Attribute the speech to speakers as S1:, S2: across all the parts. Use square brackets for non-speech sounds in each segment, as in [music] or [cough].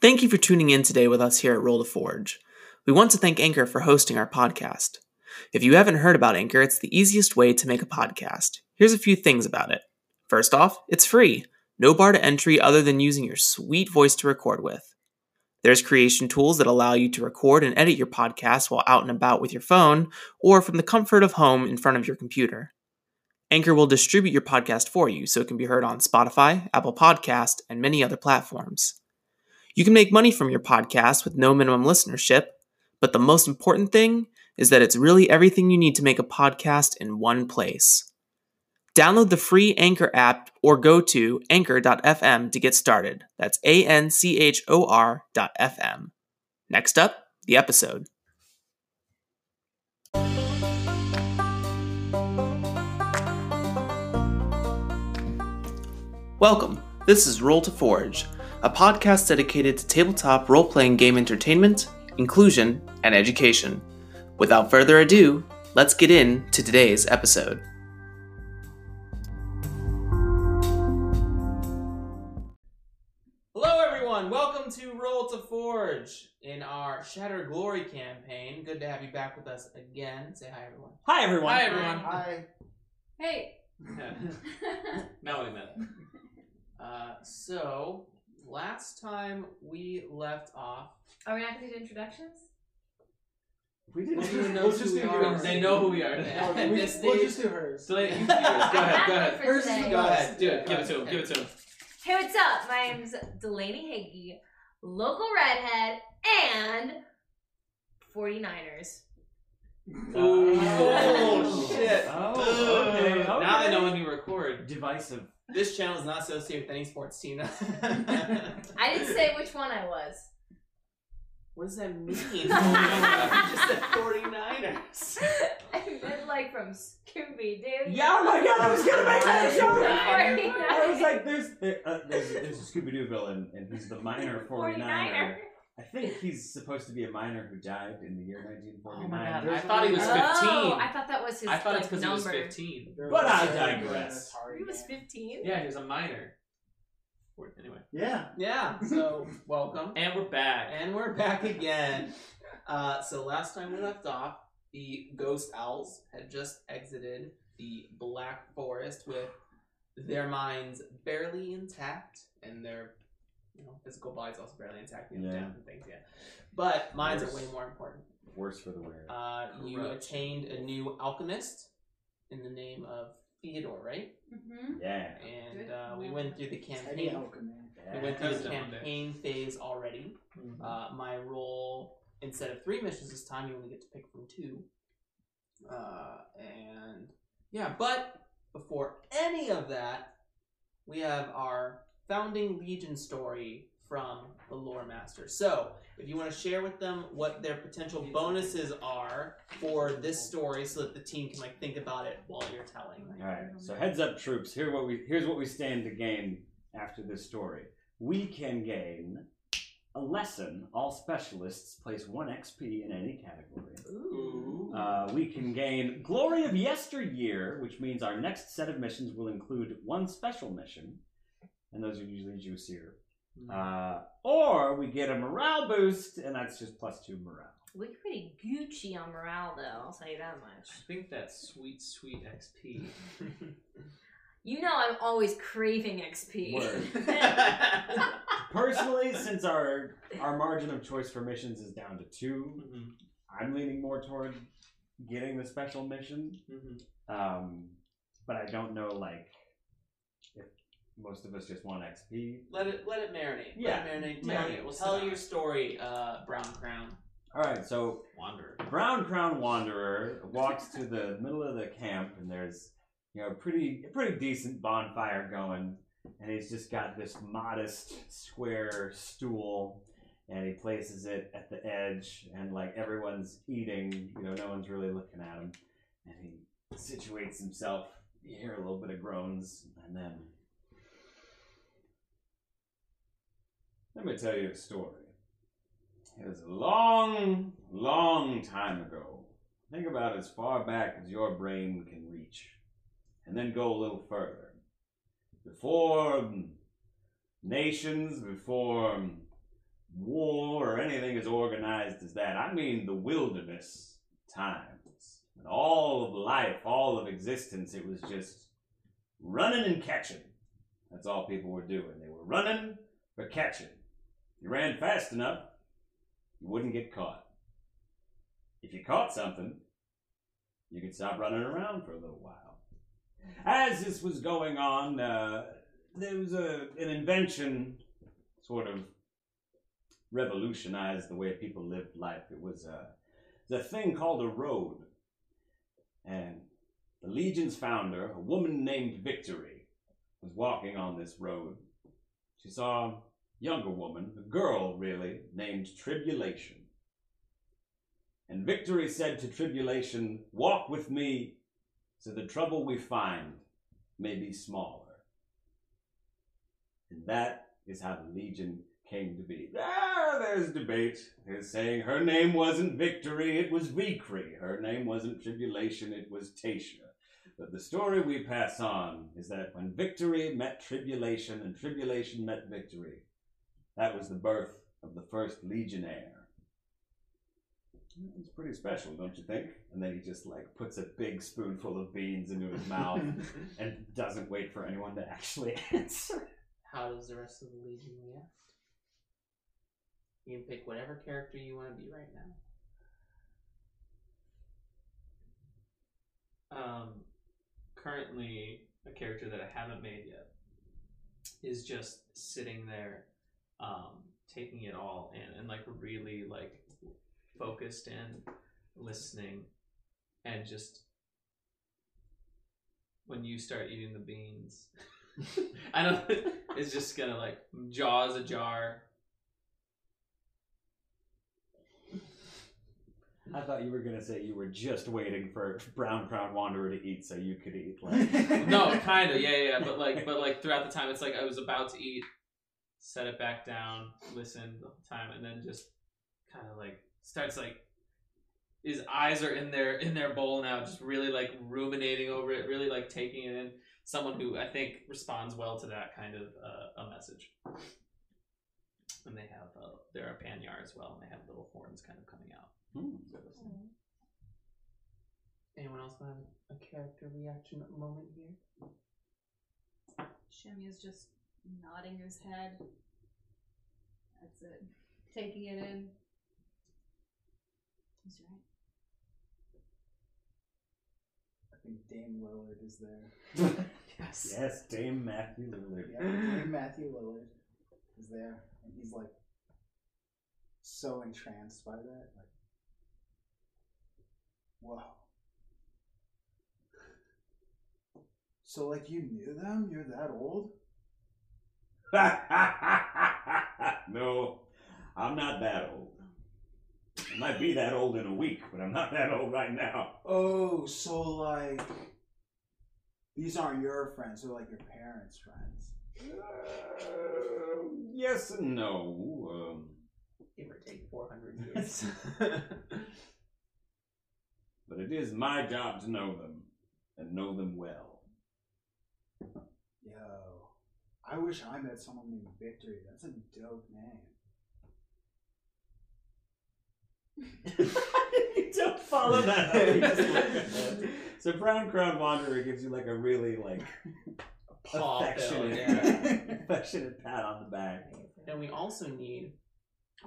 S1: Thank you for tuning in today with us here at Roll to Forge. We want to thank Anchor for hosting our podcast. If you haven't heard about Anchor, it's the easiest way to make a podcast. Here's a few things about it. First off, it's free. No bar to entry other than using your sweet voice to record with. There's creation tools that allow you to record and edit your podcast while out and about with your phone or from the comfort of home in front of your computer. Anchor will distribute your podcast for you so it can be heard on Spotify, Apple Podcast, and many other platforms. You can make money from your podcast with no minimum listenership, but the most important thing is that it's really everything you need to make a podcast in one place. Download the free Anchor app or go to anchor.fm to get started. That's A N C H O R dot FM. Next up, the episode. Welcome. This is Roll to Forge, a podcast dedicated to tabletop role playing game entertainment, inclusion, and education. Without further ado, let's get in to today's episode. Hello, everyone. Welcome to Roll to Forge in our Shatter Glory campaign. Good to have you back with us again. Say hi, everyone.
S2: Hi everyone.
S1: Hi, everyone.
S3: Hi.
S4: Hey. [laughs]
S2: Melanie met.
S1: Uh, so, last time we left off,
S4: Are we not gonna do introductions?
S3: We
S1: Well,
S3: didn't.
S1: who knows
S3: let's just
S1: who
S3: do
S1: we are?
S3: hers.
S2: They know who we
S1: [laughs]
S2: are.
S3: No,
S1: At
S3: we,
S1: this
S3: we'll
S1: stage-
S3: just do hers.
S2: So, you can do yours. Go ahead. Go ahead.
S4: For
S3: Hers is
S4: today.
S3: the
S1: Go
S3: best.
S1: ahead, do it.
S2: Give it to him. Give it to him.
S4: Hey, what's up? My name's Delaney Hagee, local redhead and 49ers.
S1: Ooh.
S4: Oh,
S1: shit.
S2: Oh, okay.
S1: Now
S2: okay.
S1: that no one can record,
S5: divisive.
S1: this channel is not associated with any sports team.
S4: I didn't say which one I was. [laughs]
S1: What does that mean? you just said
S4: just
S1: 49ers.
S4: I meant like from Scooby Doo.
S5: Yeah, oh my god, I was gonna make that joke. I was
S4: 49
S5: like, there's there, uh, there's, there's a Scooby Doo villain, and he's the minor 49er. I think he's supposed to be a miner who died in the year 1949.
S3: God.
S1: Oh I thought he was 15.
S4: Oh, I thought that was his
S1: I thought it's
S4: like,
S1: because he
S4: number.
S1: was 15.
S5: But I digress.
S4: He was 15?
S1: Yeah, he was a minor. Or- Anyway.
S5: yeah.
S1: Yeah, so welcome.
S2: And we're back.
S1: And we're back again. Uh, so last time we left off, the ghost owls had just exited the black forest with their minds barely intact and their you know, physical bodies also barely intact. You know,
S5: Yeah.
S1: down and things, yeah. But minds are way
S5: Worse.
S1: more important.
S5: Worse for the wear.
S1: Uh, you
S2: Correct.
S1: attained a new alchemist in the name of Theodore, right?
S4: Mm-hmm.
S5: yeah.
S1: And uh, we went through the
S3: Teddy
S1: campaign.
S3: Elkerman.
S1: We went through the
S2: Cousin one day.
S1: campaign phase already. Uh, my role instead of three missions this time, you only get to pick from two. Uh, and yeah, but before any of that, we have our founding legion story from the lore master. So, if you want to share with them what their potential bonuses are for this story, so that the team can like think about it while you're telling.
S5: All right. So heads up, troops. Here what we here's what we stand to gain after this story. We can gain a lesson. All specialists place one XP in any category.
S1: Ooh.
S5: Uh, we can gain Glory of Yesteryear, which means our next set of missions will include one special mission, and those are usually juicier. Uh, or we get a morale boost, and that's just plus two morale.
S4: We're pretty Gucci on morale, though. I'll tell you that much.
S2: I think that's sweet, sweet XP.
S5: [laughs]
S1: [laughs]
S2: [laughs]
S4: You know I'm always craving XP. [laughs]
S5: Word. [laughs] Personally, since our our margin of choice for missions is down to two,
S2: Mhm,
S5: I'm leaning more toward getting the special mission.
S2: mhm.
S5: Um, but I don't know, like, if most of us just want XP.
S1: Let it let it marinate.
S5: Yeah.
S1: Let it marinate. Tell,
S2: Marinate. We'll sit
S1: tell
S2: on
S1: your
S2: it.
S1: story, uh, Brown Crown.
S5: [laughs] All right, so
S2: Wanderer.
S5: Brown Crown Wanderer walks to the middle of the camp, and there's you know a pretty a pretty decent bonfire going, and he's just got this modest square stool, and he places it at the edge, and like everyone's eating, you know, no one's really looking at him, and he situates himself. You hear a little bit of groans, and then let me tell you a story. It was a long, long time ago. Think about as far back as your brain can reach, and then go a little further. mm, Before um, nations, before um, war or anything as organized as that. I mean the wilderness times. And all of life, all of existence, it was just running and catching. That's all people were doing. They were running but catching. If you ran fast enough, you wouldn't get caught. If you caught something, you could stop running around for a little while. As this was going on, uh, there was a, an invention sort of revolutionized the way people lived life. It was a, the thing called a road. And the Legion's founder, a woman named Victory, was walking on this road. She saw a younger woman, a girl really, named Tribulation. And Victory said to Tribulation, Walk with me so the trouble we find may be smaller. And that is how the Legion came to be. Ah, there's debate. There's saying her name wasn't Victory, it was Vicri. Her name wasn't Tribulation, it was Tasha. But the story we pass on is that when Victory met Tribulation and Tribulation met Victory, that was the birth of the first Legionnaire. It's pretty special, don't you think? And then he just like puts a big spoonful of beans into his mouth and doesn't wait for anyone to actually [laughs] answer.
S1: How does the rest of the Legion react? You can pick whatever character you want to be right now.
S6: Um, currently, a character that I haven't made yet is just sitting there, um, taking it all in and like really like focused in, listening, and just when you start eating
S1: [laughs]
S6: the beans, I don't. It's just gonna like jaws ajar.
S5: I thought you were gonna say you were just waiting for Brown Crown Wanderer to eat so you could eat. Like,
S6: [laughs] no, kind of, yeah, yeah, yeah. But like, but like throughout the time, it's like I was about to eat, set it back down, listen the whole time, and then just kind of like starts like his eyes are in their in their bowl now, just really like ruminating over it, really like taking it in. Someone who I think responds well to that kind of uh, a message. And they have uh, they're a panyar as well, and they have little horns kind of coming out.
S5: [laughs] Hmm.
S1: Anyone else have a character reaction moment here?
S4: Shemi is just nodding his head. That's it. Taking it in. He's right.
S3: I think Dame Lillard is there.
S6: [laughs]
S1: Yes.
S5: yes, Dame Matthew Lillard. [laughs]
S3: Yeah, Dame Matthew Lillard is there, and he's like so entranced by that. Like, whoa. So, like, you knew them? You're that old?
S5: no, I'm not that old. I might be that old in a week, but I'm not that old right now.
S3: Oh, so like these aren't your friends, they're like your parents' friends.
S5: Uh, yes and no. Um,
S1: Give or take [laughs] 400 years.
S5: [laughs] but it is my job to know them and know them
S1: [laughs]
S5: well.
S3: Yo. I wish I met someone named Victory. That's a dope name.
S5: you don't follow that.
S1: [laughs]
S5: up. You just look at that. So Brown Crown Wanderer gives you like a really like
S1: Paw fell,
S5: affectionate,
S1: yeah.
S5: [laughs] affectionate pat on the
S1: [laughs]
S5: back.
S1: and we also need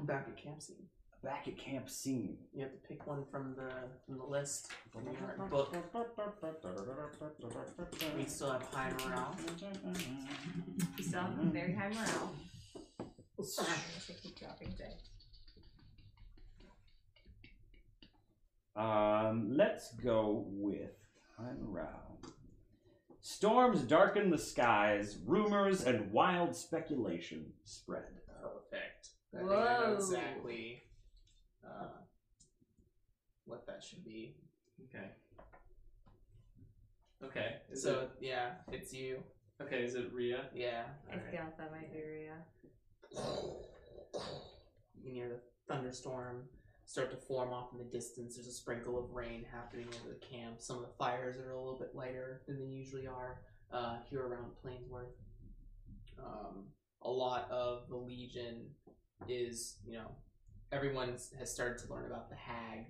S1: back at camp scene.
S5: Back at camp scene.
S1: You have to pick one from the from the list. from your book. We [laughs] still have high morale.
S4: We still have a very high morale.
S7: Mm.
S4: So I'm just gonna keep dropping today.
S5: Um, let's go with I'm Rao. Storms darken the skies, rumors and wild speculation spread.
S1: Perfect. I think I know
S4: Whoa.
S1: exactly uh, what that should be.
S6: Okay. Okay. Is
S1: So yeah, it's you.
S6: it, okay, is it Rhea?
S1: Yeah.
S4: It's
S6: Alright.
S4: down by my area.
S1: You hear the thunderstorm start to form off in the distance. There's a sprinkle of rain happening over the camp. Some of the fires are a little bit lighter than they usually are uh, here around Plainsworth. Um, a lot of the Legion is you know everyone has started to learn about the hag,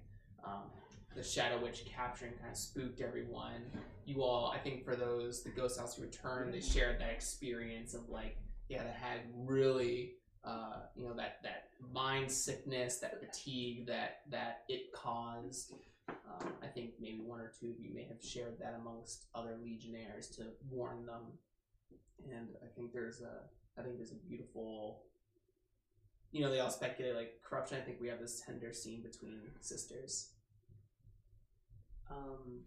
S1: um, the Shadow Witch capturing kind of spooked everyone. You all, I think, for those the Ghost House who returned, they shared that experience of like, yeah, the hag really. Uh, you know that that mind sickness, that fatigue that that it caused. Um, I think maybe one or two of you may have shared that amongst other legionnaires to warn them. And I think there's a, I think there's a beautiful, you know, they all speculate like corruption. I think we have this tender scene between sisters.
S6: Um,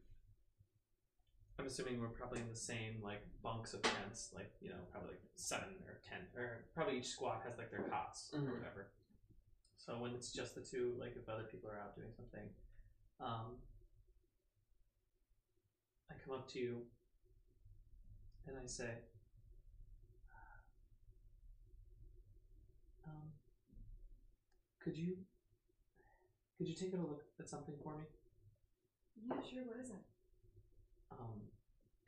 S6: I'm assuming we're probably in the same like bunks of tents, like you know, probably like seven or ten, or probably each squad has like their cots
S1: Mhm.
S6: or whatever. So when it's just the two, like if other people are out doing something, um, I come up to you and I say, um, could you could you take a look at something for me?
S7: Yeah, sure. What is
S4: [laughs]
S7: it?
S6: Um,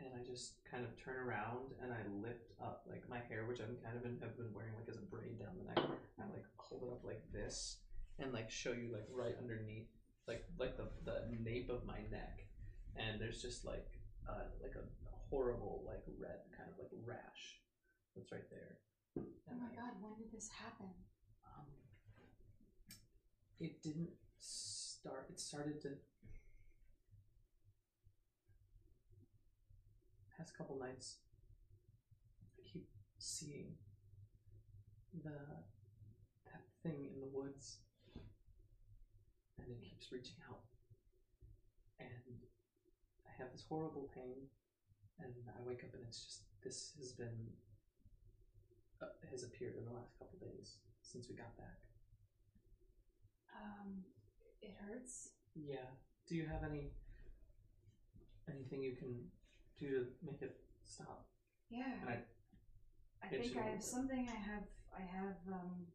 S6: and I just kind of turn around and I lift up like my hair, which I'm kind of been, have been wearing like as a braid down the neck. And I like hold it up like this and like show you like right underneath, like like the, the nape of my neck. And there's just like uh, like a horrible like red kind of like rash that's right there.
S7: Oh my god, when did this happen?
S6: Um, it didn't start. It started to. Past couple nights, I keep seeing the that thing in the woods, and it keeps reaching out, and I have this horrible pain, and I wake up and it's just this has been uh, has appeared in the last couple days since we got back.
S7: Um, it hurts.
S6: Yeah. Do you have any anything you can do to make it stop?
S7: Yeah.
S6: And I-
S7: I
S6: it's
S7: think I
S6: over.
S7: have something. I have. I have um,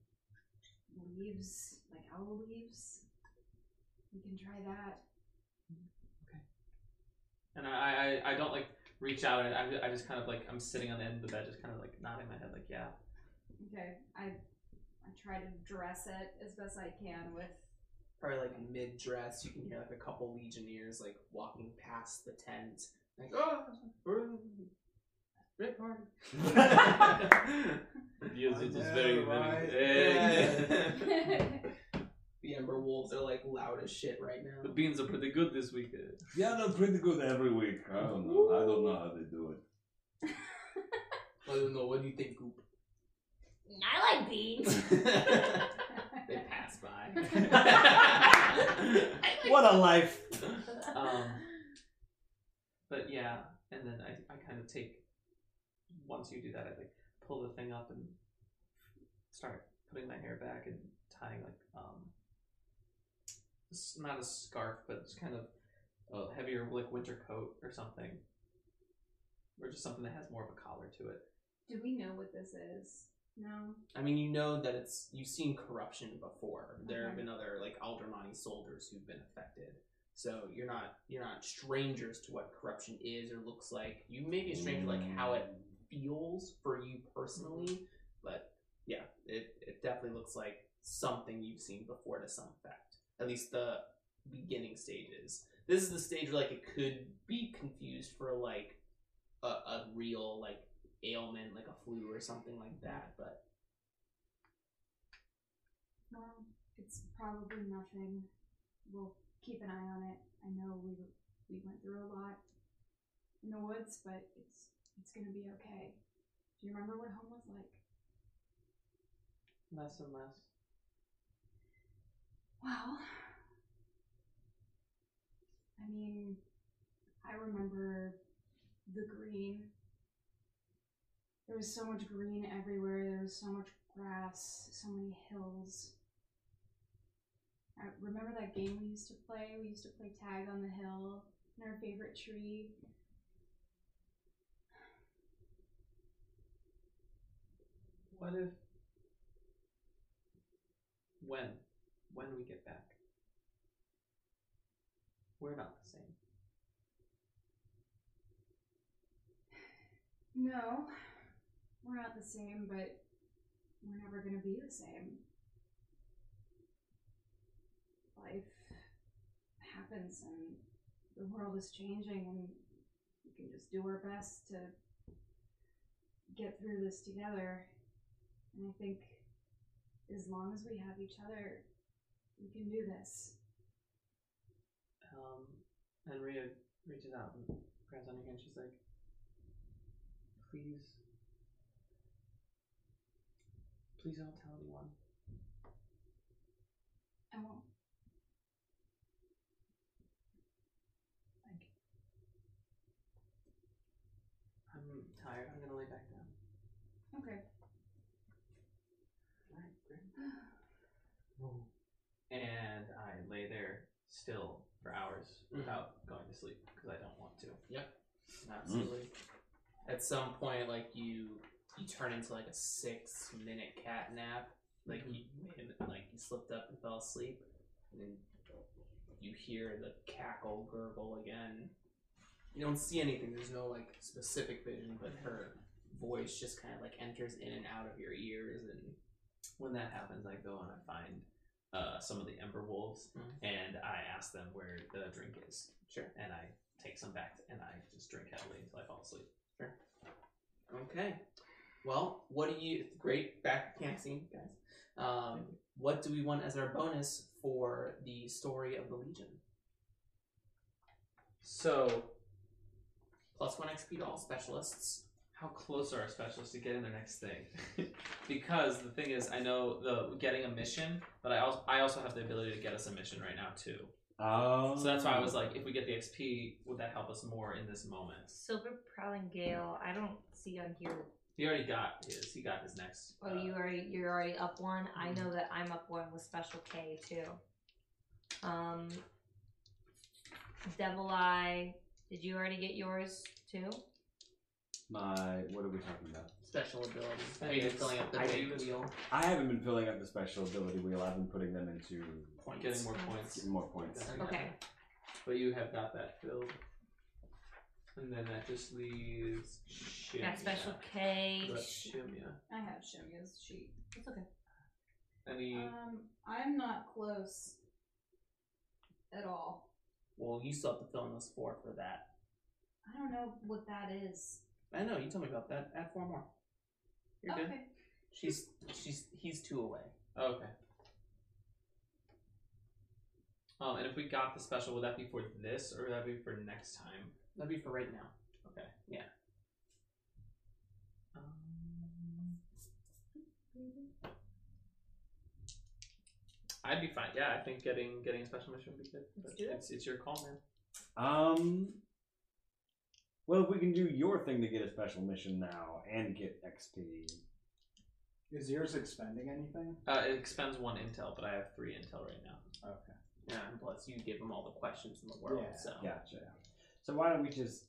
S7: leaves, like owl leaves. You can try that.
S6: And I, I, I don't like reach out. And I, I just kind of like I'm sitting on the end of the bed, just kind of like nodding my head, like yeah.
S7: Okay. I I try to dress it as best I can with.
S1: Probably like mid dress, you can hear like a couple legionnaires like walking past the tent, like oh, we're- red party. [laughs]
S3: Yes, it is very,
S1: very-
S6: Yeah.
S1: [laughs] The Ember Wolves are like loud as shit right now.
S6: the beans are pretty good this week.
S5: Yeah, no, pretty good every week. I don't know. I don't know how they do it.
S1: I don't know. What do you think, Goop? [laughs]
S4: I like [laughs] beans.
S1: They pass by.
S4: [laughs]
S5: What a life! [laughs]
S6: Um, but yeah, and then I, I kind of take once you do that, I like pull the thing up and start putting my hair back and tying like um, s- not a scarf, but just kind of a heavier like winter coat or something, or just something that has more of a collar to it.
S7: Do we know what this is? No.
S1: I mean, you know that it's you've seen corruption before. There have
S7: Mhm.
S1: been other like Aldermani soldiers who've been affected. So you're not you're not strangers to what corruption is or looks like. You may be a stranger to, like how it feels for you personally, but yeah, it it definitely looks like something you've seen before to some effect. At least the beginning stages. This is the stage where like it could be confused for like a, a real like ailment, like a flu or something like that, but
S7: Well, Um, it's probably nothing. We'll keep an eye on it. I know we we went through a lot in the woods, but it's it's gonna be okay. Do you remember what home was like?
S6: Less and less.
S7: Well, I mean, I remember the green. There was so much green everywhere. There was so much grass, so many hills. I remember that game we used to play. We used to play tag on the hill and our favorite tree.
S6: What if when when we get back, we're not the same.
S7: No, we're not the same, but we're never gonna be the same. life happens and the world is changing and we can just do our best to get through this together. And I think as long as we have each other, we can do this.
S6: Um, and Rhea reaches out and grabs on her hand. She's like, "Please, please don't tell anyone."
S7: I won't.
S6: I'm tired. I'm gonna lay back down.
S7: Okay.
S6: All right, great. And I lay there still for hours
S1: Mhm.
S6: without going to sleep because I don't want to.
S1: Absolutely. At some point, like you, you turn into like a six-minute cat nap. Like you, and, like you slipped up and fell asleep, and then you hear the cackle gurgle again. You don't see anything. There's no like specific vision, but her voice just kind of like enters in and out of your ears, and
S6: When that happens, I go and I find uh, some of the Ember Wolves
S1: Mhm.
S6: and I ask them where the drink is.
S1: Sure.
S6: And I take some back and I just drink heavily until I fall asleep.
S1: Okay. Well, what do you? Great back camp scene, guys. Um, what do we want as our bonus for the story of the Legion?
S6: So,
S1: Plus one XP to all specialists.
S6: how close are our specialists to getting their next thing? [laughs] because the thing is, I know the getting a mission, but I also I also have the ability to get us a mission right now too.
S5: Oh.
S6: So that's why I was like, if we get the XP, would that help us more in this moment?
S4: Silver Prowling Gale. I don't see on here.
S6: He already got his. He got his next. uh,
S4: Oh, you already you're already up one. I know that I'm up one with Special K too. Um, Devil Eye. Did you already get yours too?
S5: My. What are we talking about?
S1: Special abilities.
S6: Hey,
S1: You're
S6: it's-
S1: filling up the
S6: I
S1: big
S6: do this-
S1: wheel
S5: I haven't been filling up the special ability wheel. I've been putting them into
S1: points.
S6: getting more points.
S5: more points.
S4: Okay.
S6: But you have got that filled. And then that just leaves Shimya.
S4: Got Special K.
S6: But
S4: Sh-
S6: Shimya.
S7: I have Shemia's sheet.
S4: It's okay.
S6: Any?
S7: Um, I'm not close at all.
S1: Well, you still have to fill in those four for that.
S7: I don't know what that is.
S1: I know. You told me about that. Add four more. You're good.
S7: Okay.
S1: She's she's he's two away.
S6: oh, okay. Um, and if we got the special, would that be for this or would that be for next time?
S1: That'd be for right now.
S6: Okay.
S1: Yeah. Um,
S6: I'd be fine. Yeah, I think getting getting a special mission would be good.
S4: Let's
S6: But
S4: do it.
S6: It's, it's your call, man.
S5: Um. Well, if we can do your thing to get a special mission now and get XP.
S3: Is yours expending anything?
S6: Uh, it expends one intel, but I have three intel right now.
S3: Okay.
S1: Yeah, and plus you give him all the questions in the world,
S3: Yeah.
S1: so
S5: Gotcha. So why don't we just?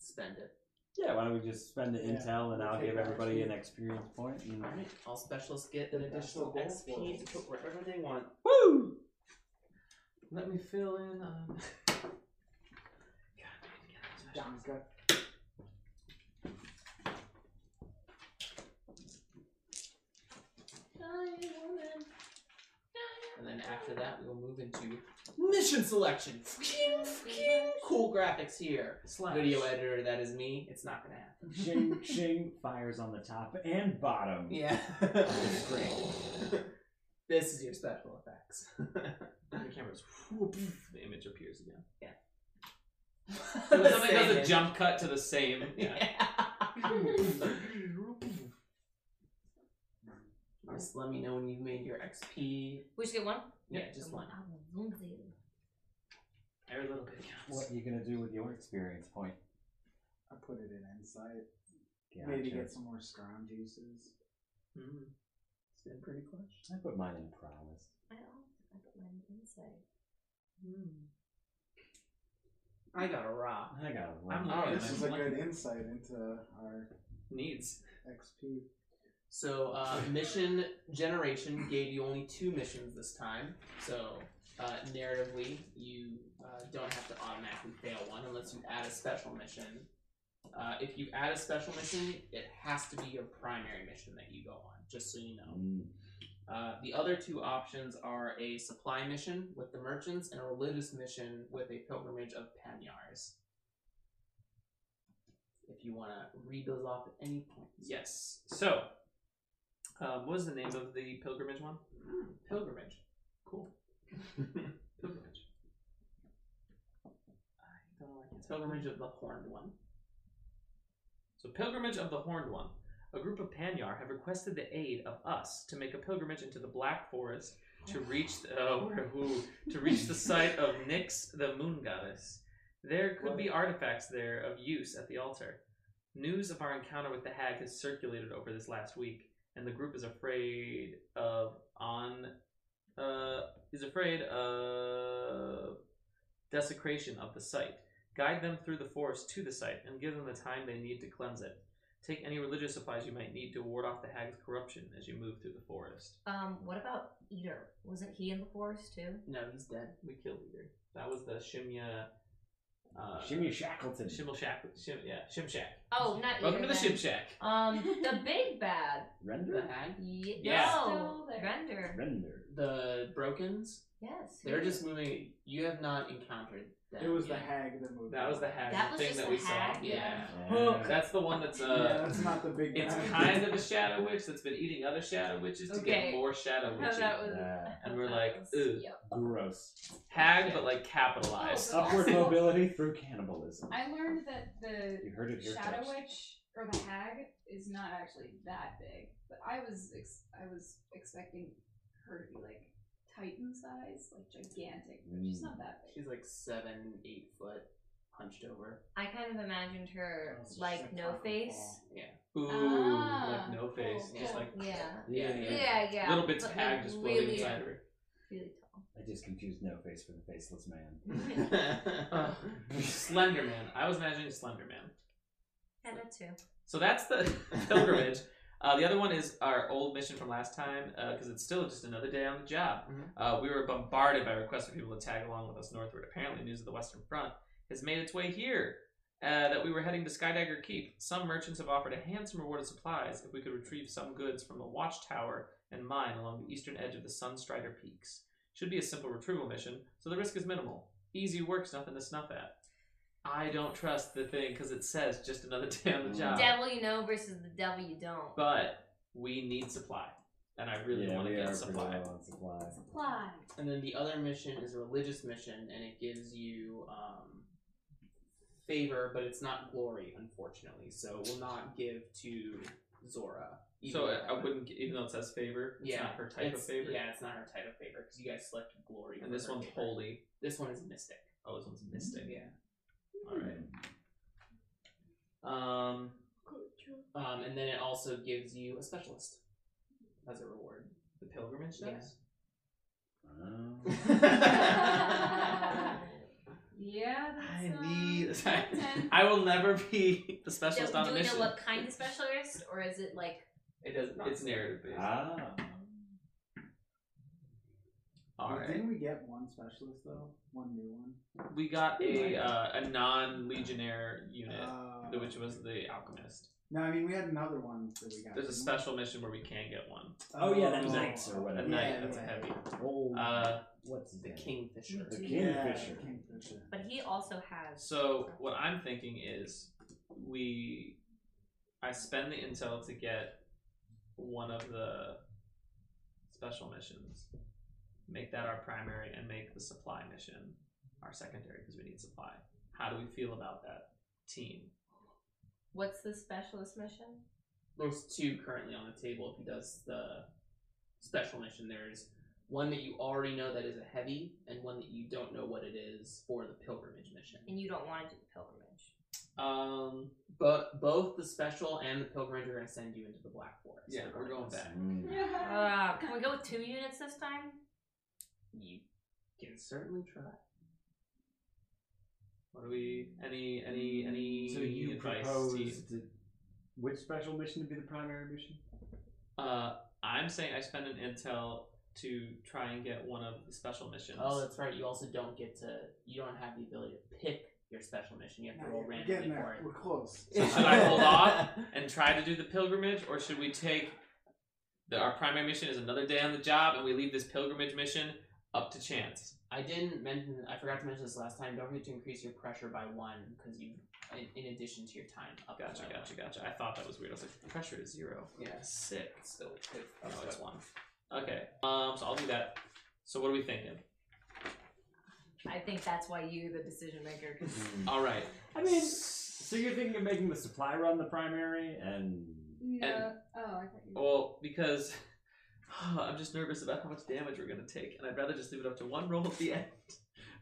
S1: spend it.
S5: Yeah, why don't we just spend the
S3: Yeah.
S5: intel and I'll
S3: Okay,
S5: give everybody an
S3: actually.
S5: experience point. And...
S1: All right, [laughs] all specialists get an
S3: The
S1: additional
S3: best of
S1: XP to
S3: both worlds.
S1: put wherever they want.
S5: Woo!
S6: Let me fill in on. God, I need to get that special.
S3: John's got
S1: And then after that, we'll move into mission selection. cool graphics here.
S6: Slash.
S1: Video editor, that is me. It's not gonna happen.
S5: Shing Shing fires on the top and bottom.
S1: Yeah, great. [laughs] This is your special effects. [laughs]
S6: The camera's whoop, the image appears again. [laughs]
S1: The
S6: Something does a
S1: same.
S6: jump cut to the same. Yeah. [laughs]
S1: Yeah. Just let me know when you've made your XP.
S4: We should get one.
S1: Yeah, just one.
S4: I will lose you.
S6: Every little bit counts.
S5: What are you gonna do with your experience point?
S3: I put it in insight.
S5: Gotcha.
S3: Maybe get some more scrum juices.
S6: Mm.
S1: It's been pretty clutch.
S5: I put mine in prowess.
S4: I don't. I put mine inside.
S1: I got a rock.
S5: I got a rock.
S6: I'm not-
S3: Oh,
S6: Yeah,
S3: this
S6: I'm
S3: is a
S6: looking-
S3: good insight into our
S6: Needs.
S3: XP.
S1: So uh, mission generation gave you only two missions this time. So uh, narratively, you uh, don't have to automatically fail one unless you add a special mission. Uh, if you add a special mission, it has to be your primary mission that you go on. Just so you know.
S5: Mm.
S1: Uh, the other two options are a supply mission with the merchants and a religious mission with a pilgrimage of Panyars. If you want to read those off at any point.
S6: Yes. So, um, what was the name of the pilgrimage one?
S1: Mm,
S6: [laughs]
S1: pilgrimage.
S6: Cool. pilgrimage.
S1: I don't know, I can't- Pilgrimage of the Horned One.
S6: So, pilgrimage of the Horned One. A group of Panyar have requested the aid of us to make a pilgrimage into the Black Forest to reach the, uh, where- who, to reach the site of Nyx, the Moon Goddess. There could be artifacts there of use at the altar. News of our encounter with the hag has circulated over this last week, and the group is afraid of on uh, is afraid of desecration of the site. Guide them through the forest to the site and give them the time they need to cleanse it. Take any religious supplies you might need to ward off the hag's corruption as you move through the forest.
S4: Um, what about Eater? Wasn't he in the forest too?
S1: No, he's dead.
S6: We killed Eater. That was the Shimya. Uh,
S5: Shimmy Shackleton.
S6: Shimmel Shack. Shim, yeah, Shim Shack.
S4: Oh, not
S6: Welcome to
S4: Eater.
S6: the
S4: then.
S6: Shim Shack.
S4: Um, the big bad.
S1: The
S5: Render?
S1: hag?
S4: Ye-
S6: Yeah.
S4: No,
S7: Still there.
S4: Render.
S5: Render.
S3: [laughs]
S1: The Brokens?
S4: Yes.
S1: They're just moving. You have not encountered them.
S3: It was the
S1: yet.
S3: hag that moved.
S6: That was the hag.
S4: That
S6: the
S4: was
S6: thing
S4: just
S6: that
S4: the
S6: we
S4: hag?
S6: saw.
S1: Yeah.
S3: Oh,
S5: Uh,
S6: That's the one that's.
S3: yeah,
S6: Uh,
S3: that's not the big.
S6: it's
S3: guy. [laughs]
S6: kind of a shadow witch that's been eating other shadow witches to get
S4: Okay.
S6: more shadow
S4: How
S6: witchy.
S4: that was-
S5: uh,
S6: And we're like, ooh,
S4: Yep.
S5: gross.
S6: hag, but like capitalized.
S7: Oh,
S5: Upward
S7: Also-
S5: mobility through cannibalism.
S7: I learned that the
S5: You heard it here
S7: Shadow
S5: first.
S7: Witch or the Hag is not actually that big, but I was ex- I was expecting her to be like Titan size, like gigantic. But she's not that big.
S1: She's like seven, eight foot, hunched
S3: [laughs]
S1: over. [laughs]
S4: I kind of imagined
S6: Oh,
S4: her
S3: It's just
S4: like no
S3: taco
S4: face.
S3: ball.
S1: Yeah.
S6: Ooh,
S7: Ah,
S6: like no
S7: cool,
S6: face, just
S7: cool.
S6: like [laughs]
S4: Yeah.
S5: Yeah, yeah.
S4: Yeah, yeah.
S6: little bits
S4: but,
S6: of
S4: like,
S6: hag just floating
S4: really, [laughs]
S6: inside of her.
S4: Really
S5: I just confused No Face for the Faceless Man. [laughs]
S3: [laughs]
S6: Ugh. Slender Man. I was imagining Slender Man.
S4: tall. Yeah, that too.
S6: So that's the [laughs] pilgrimage. Uh, the other one is our old mission from last time because it's still just another day on the job.
S1: Mhm.
S6: Uh, we were bombarded by requests for people to tag along with us northward. Apparently, news of the Western Front has made its way here. Uh, that we were heading to Skydagger Keep. Some merchants have offered a handsome reward of supplies if we could retrieve some goods from the watchtower and mine along the eastern edge of the Sunstrider Peaks. Should be a simple retrieval mission, so the risk is minimal. Easy work's nothing to snuff at. I don't trust the thing because it says just another [laughs] day on the
S4: [laughs]
S6: job.
S4: Devil you know versus the devil you don't. [laughs]
S6: But we need supply, and I really
S5: yeah,
S6: want to
S5: we are
S6: get
S5: pretty
S6: supply.
S5: low on supply.
S7: Supply.
S1: And then the other mission is a religious mission, and it gives you um, favor, but it's not glory, unfortunately. So it will not give to Zora. even
S6: So
S1: though
S6: I, I wouldn't, get- even though it says favor, it's
S1: Yeah,
S6: not her type of
S1: it's-
S6: favor.
S1: Yeah, it's not her type of favor because you guys selected glory.
S6: And
S1: for
S6: this
S1: her
S6: one's
S1: favor.
S6: holy.
S1: This one is mystic.
S6: Oh, this one's mystic.
S1: Yeah.
S6: All right. Um,
S1: Um, and then it also gives you a specialist as a
S6: [laughs]
S1: reward.
S6: the pilgrimage
S1: Yeah.
S6: does.
S5: Um,
S7: Yeah. That's,
S6: I
S7: uh,
S4: um,
S6: [laughs] need.
S7: ten.
S6: I will never be the
S4: Do,
S6: specialist on a
S4: do we know
S6: mission.
S4: what kind of specialist, or is it like
S6: It does.
S1: Not
S6: It's narrative based.
S5: ah.
S6: All
S3: Well,
S6: right.
S3: Didn't we get one specialist though? One new one.
S6: Mm-hmm. We got a uh, a non legionnaire unit,
S5: Ah.
S3: Uh,
S6: which was the alchemist.
S3: No, I mean we had another one that we got.
S5: Mm-hmm.
S6: There's
S3: didn't
S6: a
S3: we?
S6: special mission where we can get one.
S5: Oh, yeah, that
S6: Oh.
S5: knight's or
S6: At
S5: whatever.
S6: night,
S3: Yeah,
S6: that's a
S3: yeah.
S6: heavy.
S5: [laughs] Oh,
S6: Uh,
S5: what's his
S1: The
S5: name?
S1: kingfisher.
S5: The
S4: Yeah.
S5: kingfisher.
S3: Yeah, Kingfisher.
S4: But he also has.
S6: So what I'm thinking is, we, I spend the intel to get one of the special missions, make that our primary, and make the supply mission our secondary because we need supply. How do we feel about that team?
S4: What's the specialist mission?
S1: There's two currently on the table. If he does the special mission, there's one that you already know that is a heavy, and one that you don't know what it is for the pilgrimage mission.
S4: And you don't want to do the pilgrimage.
S6: Um,
S1: But both the special and the pilgrimage are going to send you into the Black Forest.
S6: Yeah, we're going back.
S5: Mm.
S4: Uh, can we go with two units this time?
S1: You can certainly try.
S6: what do we? Any any any?
S5: So you
S6: advice, team?
S5: proposed which special mission to be the primary mission?
S6: Uh, I'm saying I spend an intel to try and get one of the special missions.
S1: Oh, that's right. You also don't get to. You don't have the ability to pick your special mission. You have
S3: No,
S1: to roll
S3: we're
S1: randomly
S3: getting
S1: for
S3: there.
S1: it.
S3: We're close. [laughs]
S7: [laughs]
S6: So should I hold off and try to do the pilgrimage, or should we take The, our primary mission is another day on the job, and we leave this pilgrimage mission up to chance.
S1: I didn't mention. I forgot to mention this last time. Don't forget to increase your pressure by one because you, in, in addition to your time. Up
S6: Gotcha,
S1: by
S6: gotcha,
S1: one.
S6: gotcha. I thought that was weird. I was like, pressure is zero.
S1: Yeah.
S6: Sick. Still, oh,
S1: That's
S6: no, it's
S1: what-
S6: one. Okay. Um. So I'll do that. So what are we thinking?
S4: I think that's why you're the decision maker.
S5: [laughs]
S4: 'cause
S6: All right.
S5: I mean, so you're thinking of making the supply run the primary, and
S7: No. Oh, I thought you.
S6: Well, because [sighs] I'm just nervous about how much damage we're gonna take, and I'd rather just leave it up to one roll at the end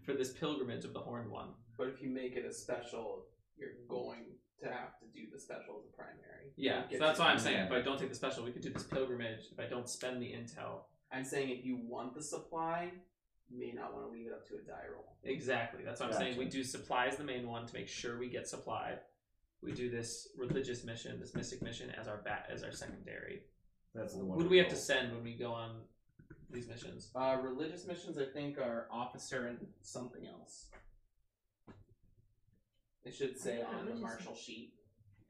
S6: for this pilgrimage of the Horned One.
S1: But if you make it a special, you're going to have to do the special as a primary.
S6: Yeah.
S1: It
S6: So
S1: gets
S6: that's
S1: you-
S6: why I'm saying if I don't take the special, we could do this pilgrimage. If I don't spend the intel,
S1: I'm saying if you want the supply, you may not want to leave it up to a die roll.
S6: Exactly. That's what I'm saying. We
S5: Gotcha.
S6: do supply as the main one to make sure we get supply. We do this religious mission, this mystic mission, as our bat as our secondary.
S5: that's the one.
S6: Who do we have to
S5: roll.
S6: send when we go on these missions?
S1: Uh, religious missions, I think, are officer and something else. It should say
S4: Yeah,
S1: on the
S4: religious-
S1: marshal sheet.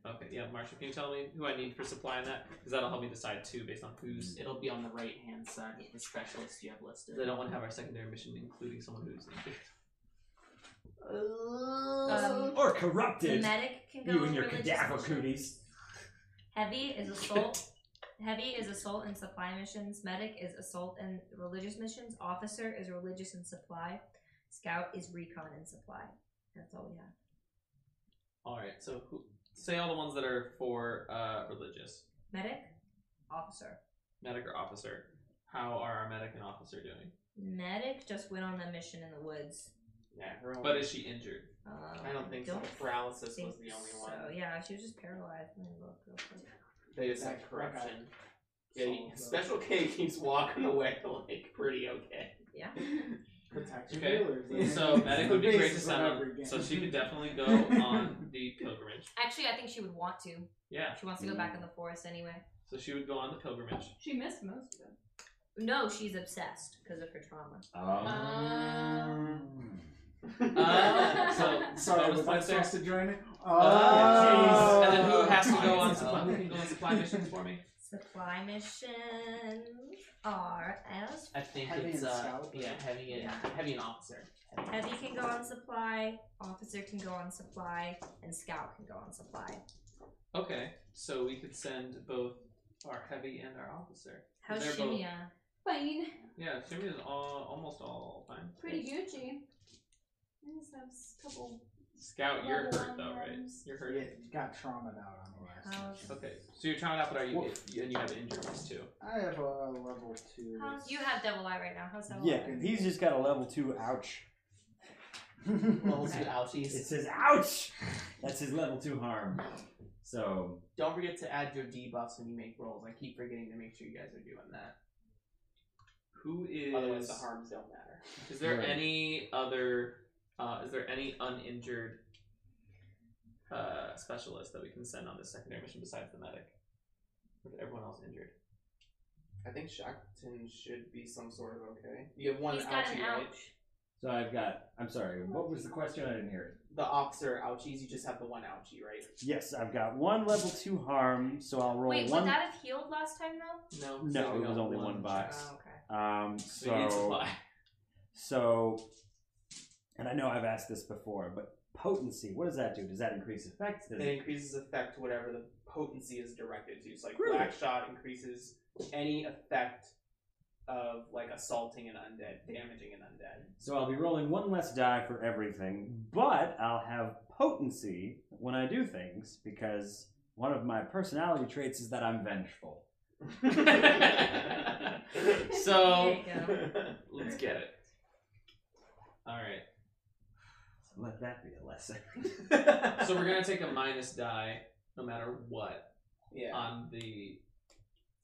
S6: Okay, yeah, Marshall, can you tell me who I need for supply in that? Because that'll help me decide too, based on who's.
S1: It'll be on the right hand side of the specialist you have listed.
S6: I don't want to have our secondary mission including someone who's.
S4: Um,
S5: or
S4: the
S5: corrupted.
S4: medic can go.
S5: You and your
S4: religious
S5: cadaver
S4: mission.
S5: cooties.
S4: Heavy is
S5: [laughs]
S4: assault. Heavy is assault and supply missions. Medic is assault and religious missions. Officer is religious and supply. Scout is recon and supply. That's all we have.
S6: All right, so who, say all the ones that are for uh, religious
S4: Medic, officer.
S6: medic or officer. How are our medic and officer doing?
S4: Medic just went on that mission in the woods.
S1: Yeah, her only-
S6: But is she
S3: [laughs]
S6: injured?
S4: Um,
S1: I don't think so. Paralysis was the only one.
S4: So yeah, she was just paralyzed. Let me look real quick.
S1: They just
S3: That
S1: had corruption. Yeah, you-
S3: Solve
S1: Special K keeps walking away [laughs] like pretty okay.
S4: Yeah.
S3: Protect your
S6: Okay,
S3: healers. I mean,
S6: So
S3: it's
S6: medic
S3: the
S6: would be great to
S3: basis
S6: send
S3: of every
S6: on.
S3: game.
S6: So she
S3: [laughs]
S6: could definitely go on the pilgrimage.
S4: Actually, I think she would want to.
S6: Yeah.
S4: She wants to go
S1: Mm.
S4: back in the forest anyway.
S6: So she would go on the pilgrimage.
S3: [laughs]
S7: She missed most of them.
S4: No, she's obsessed because of her trauma.
S5: Um,
S6: Uh, so
S3: Sorry,
S6: bonus
S3: was I
S6: points there. Uh,
S3: supposed to join it? Oh,
S5: jeez.
S6: And then who has to go
S3: [laughs]
S6: on
S1: Oh.
S6: supply? Who can go on supply missions for me?
S4: Supply missions are as
S1: I think
S3: Heavy
S1: it's
S3: and
S1: uh,
S3: scout.
S1: yeah, heavy and
S4: Yeah.
S1: heavy and [laughs] officer.
S4: heavy can go on supply, officer can go on supply, and scout can go on supply.
S6: Okay. So we could send both our heavy and our officer.
S4: How's
S6: They're both-
S4: Shimia?
S7: Fine.
S6: Yeah, Jimmy is all, almost all fine.
S7: Pretty Gucci. I just have a couple.
S6: Scout, you're
S7: level
S6: hurt
S7: one
S6: though, right?
S7: ones.
S6: You're
S3: Yeah,
S6: hurt.
S3: you got traumaed out on the last.
S4: How's,
S6: Okay. So you're trying out, but are you and you have injuries too?
S3: I have a level two.
S4: how's you
S3: [laughs]
S4: have devil eye right now? How's devil
S5: yeah,
S4: eye?
S5: he's just got a level two. Ouch.
S1: Levels
S4: Okay.
S1: of ouchies.
S5: It says ouch. That's his level two harm. So
S1: Don't forget to add your debuffs when you make rolls. I keep forgetting to make sure you guys are doing that.
S6: Who is?
S1: Otherwise, the harms don't matter.
S6: Is there
S5: Right.
S6: any other? Uh, is there any uninjured uh, specialist that we can send on this secondary mission besides the medic? Or is everyone else injured?
S1: I think Shackleton should be some sort of okay. You have one
S4: He's got
S1: ouchie,
S4: an
S1: right?
S4: ouch.
S5: so I've got. I'm sorry. What was the question? I didn't hear it.
S1: The officer ouchies. You just have the one ouchie, right?
S5: Yes, I've got one level two harm. So I'll roll
S4: Wait, would
S5: one.
S4: that have healed last time though?
S5: No,
S6: No. we
S5: it was
S6: got
S5: only one box.
S4: Oh,
S6: check.
S4: okay.
S5: Um,
S6: We need
S5: so
S6: supply.
S5: so, and I know I've asked this before, but potency. What does that do? Does that increase effects? Does
S1: It increases effect to whatever the potency is directed to. So like
S5: Really?
S1: black shot increases any effect of like assaulting an undead, damaging an undead.
S5: So I'll be rolling one less die for everything, but I'll have potency when I do things because one of my personality traits is that I'm vengeful.
S6: [laughs] so
S4: There you go.
S6: let's get it. All right.
S5: So let that be a lesson. [laughs]
S1: [laughs]
S6: So we're gonna take a minus die, no matter what,
S1: yeah,
S4: Oh,
S6: on the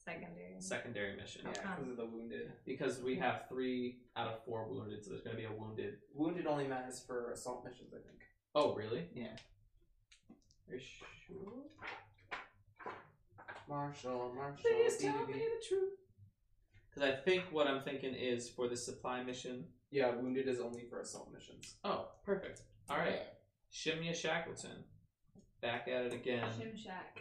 S4: Secondary.
S6: secondary mission
S1: yeah, because of the wounded.
S6: because we have three out of four wounded. So there's gonna be a wounded.
S1: Wounded only matters for assault missions, I think.
S6: Oh, really?
S1: Yeah.
S6: Are you sure?
S1: Marshall, Marshall.
S6: Please
S1: DDD.
S6: tell me the truth. Because I think what I'm thinking is for the supply mission.
S1: Yeah, wounded is only for assault [laughs] missions.
S6: Oh, perfect. All right. Shimya Shackleton. Back at it again.
S7: Shim Shack.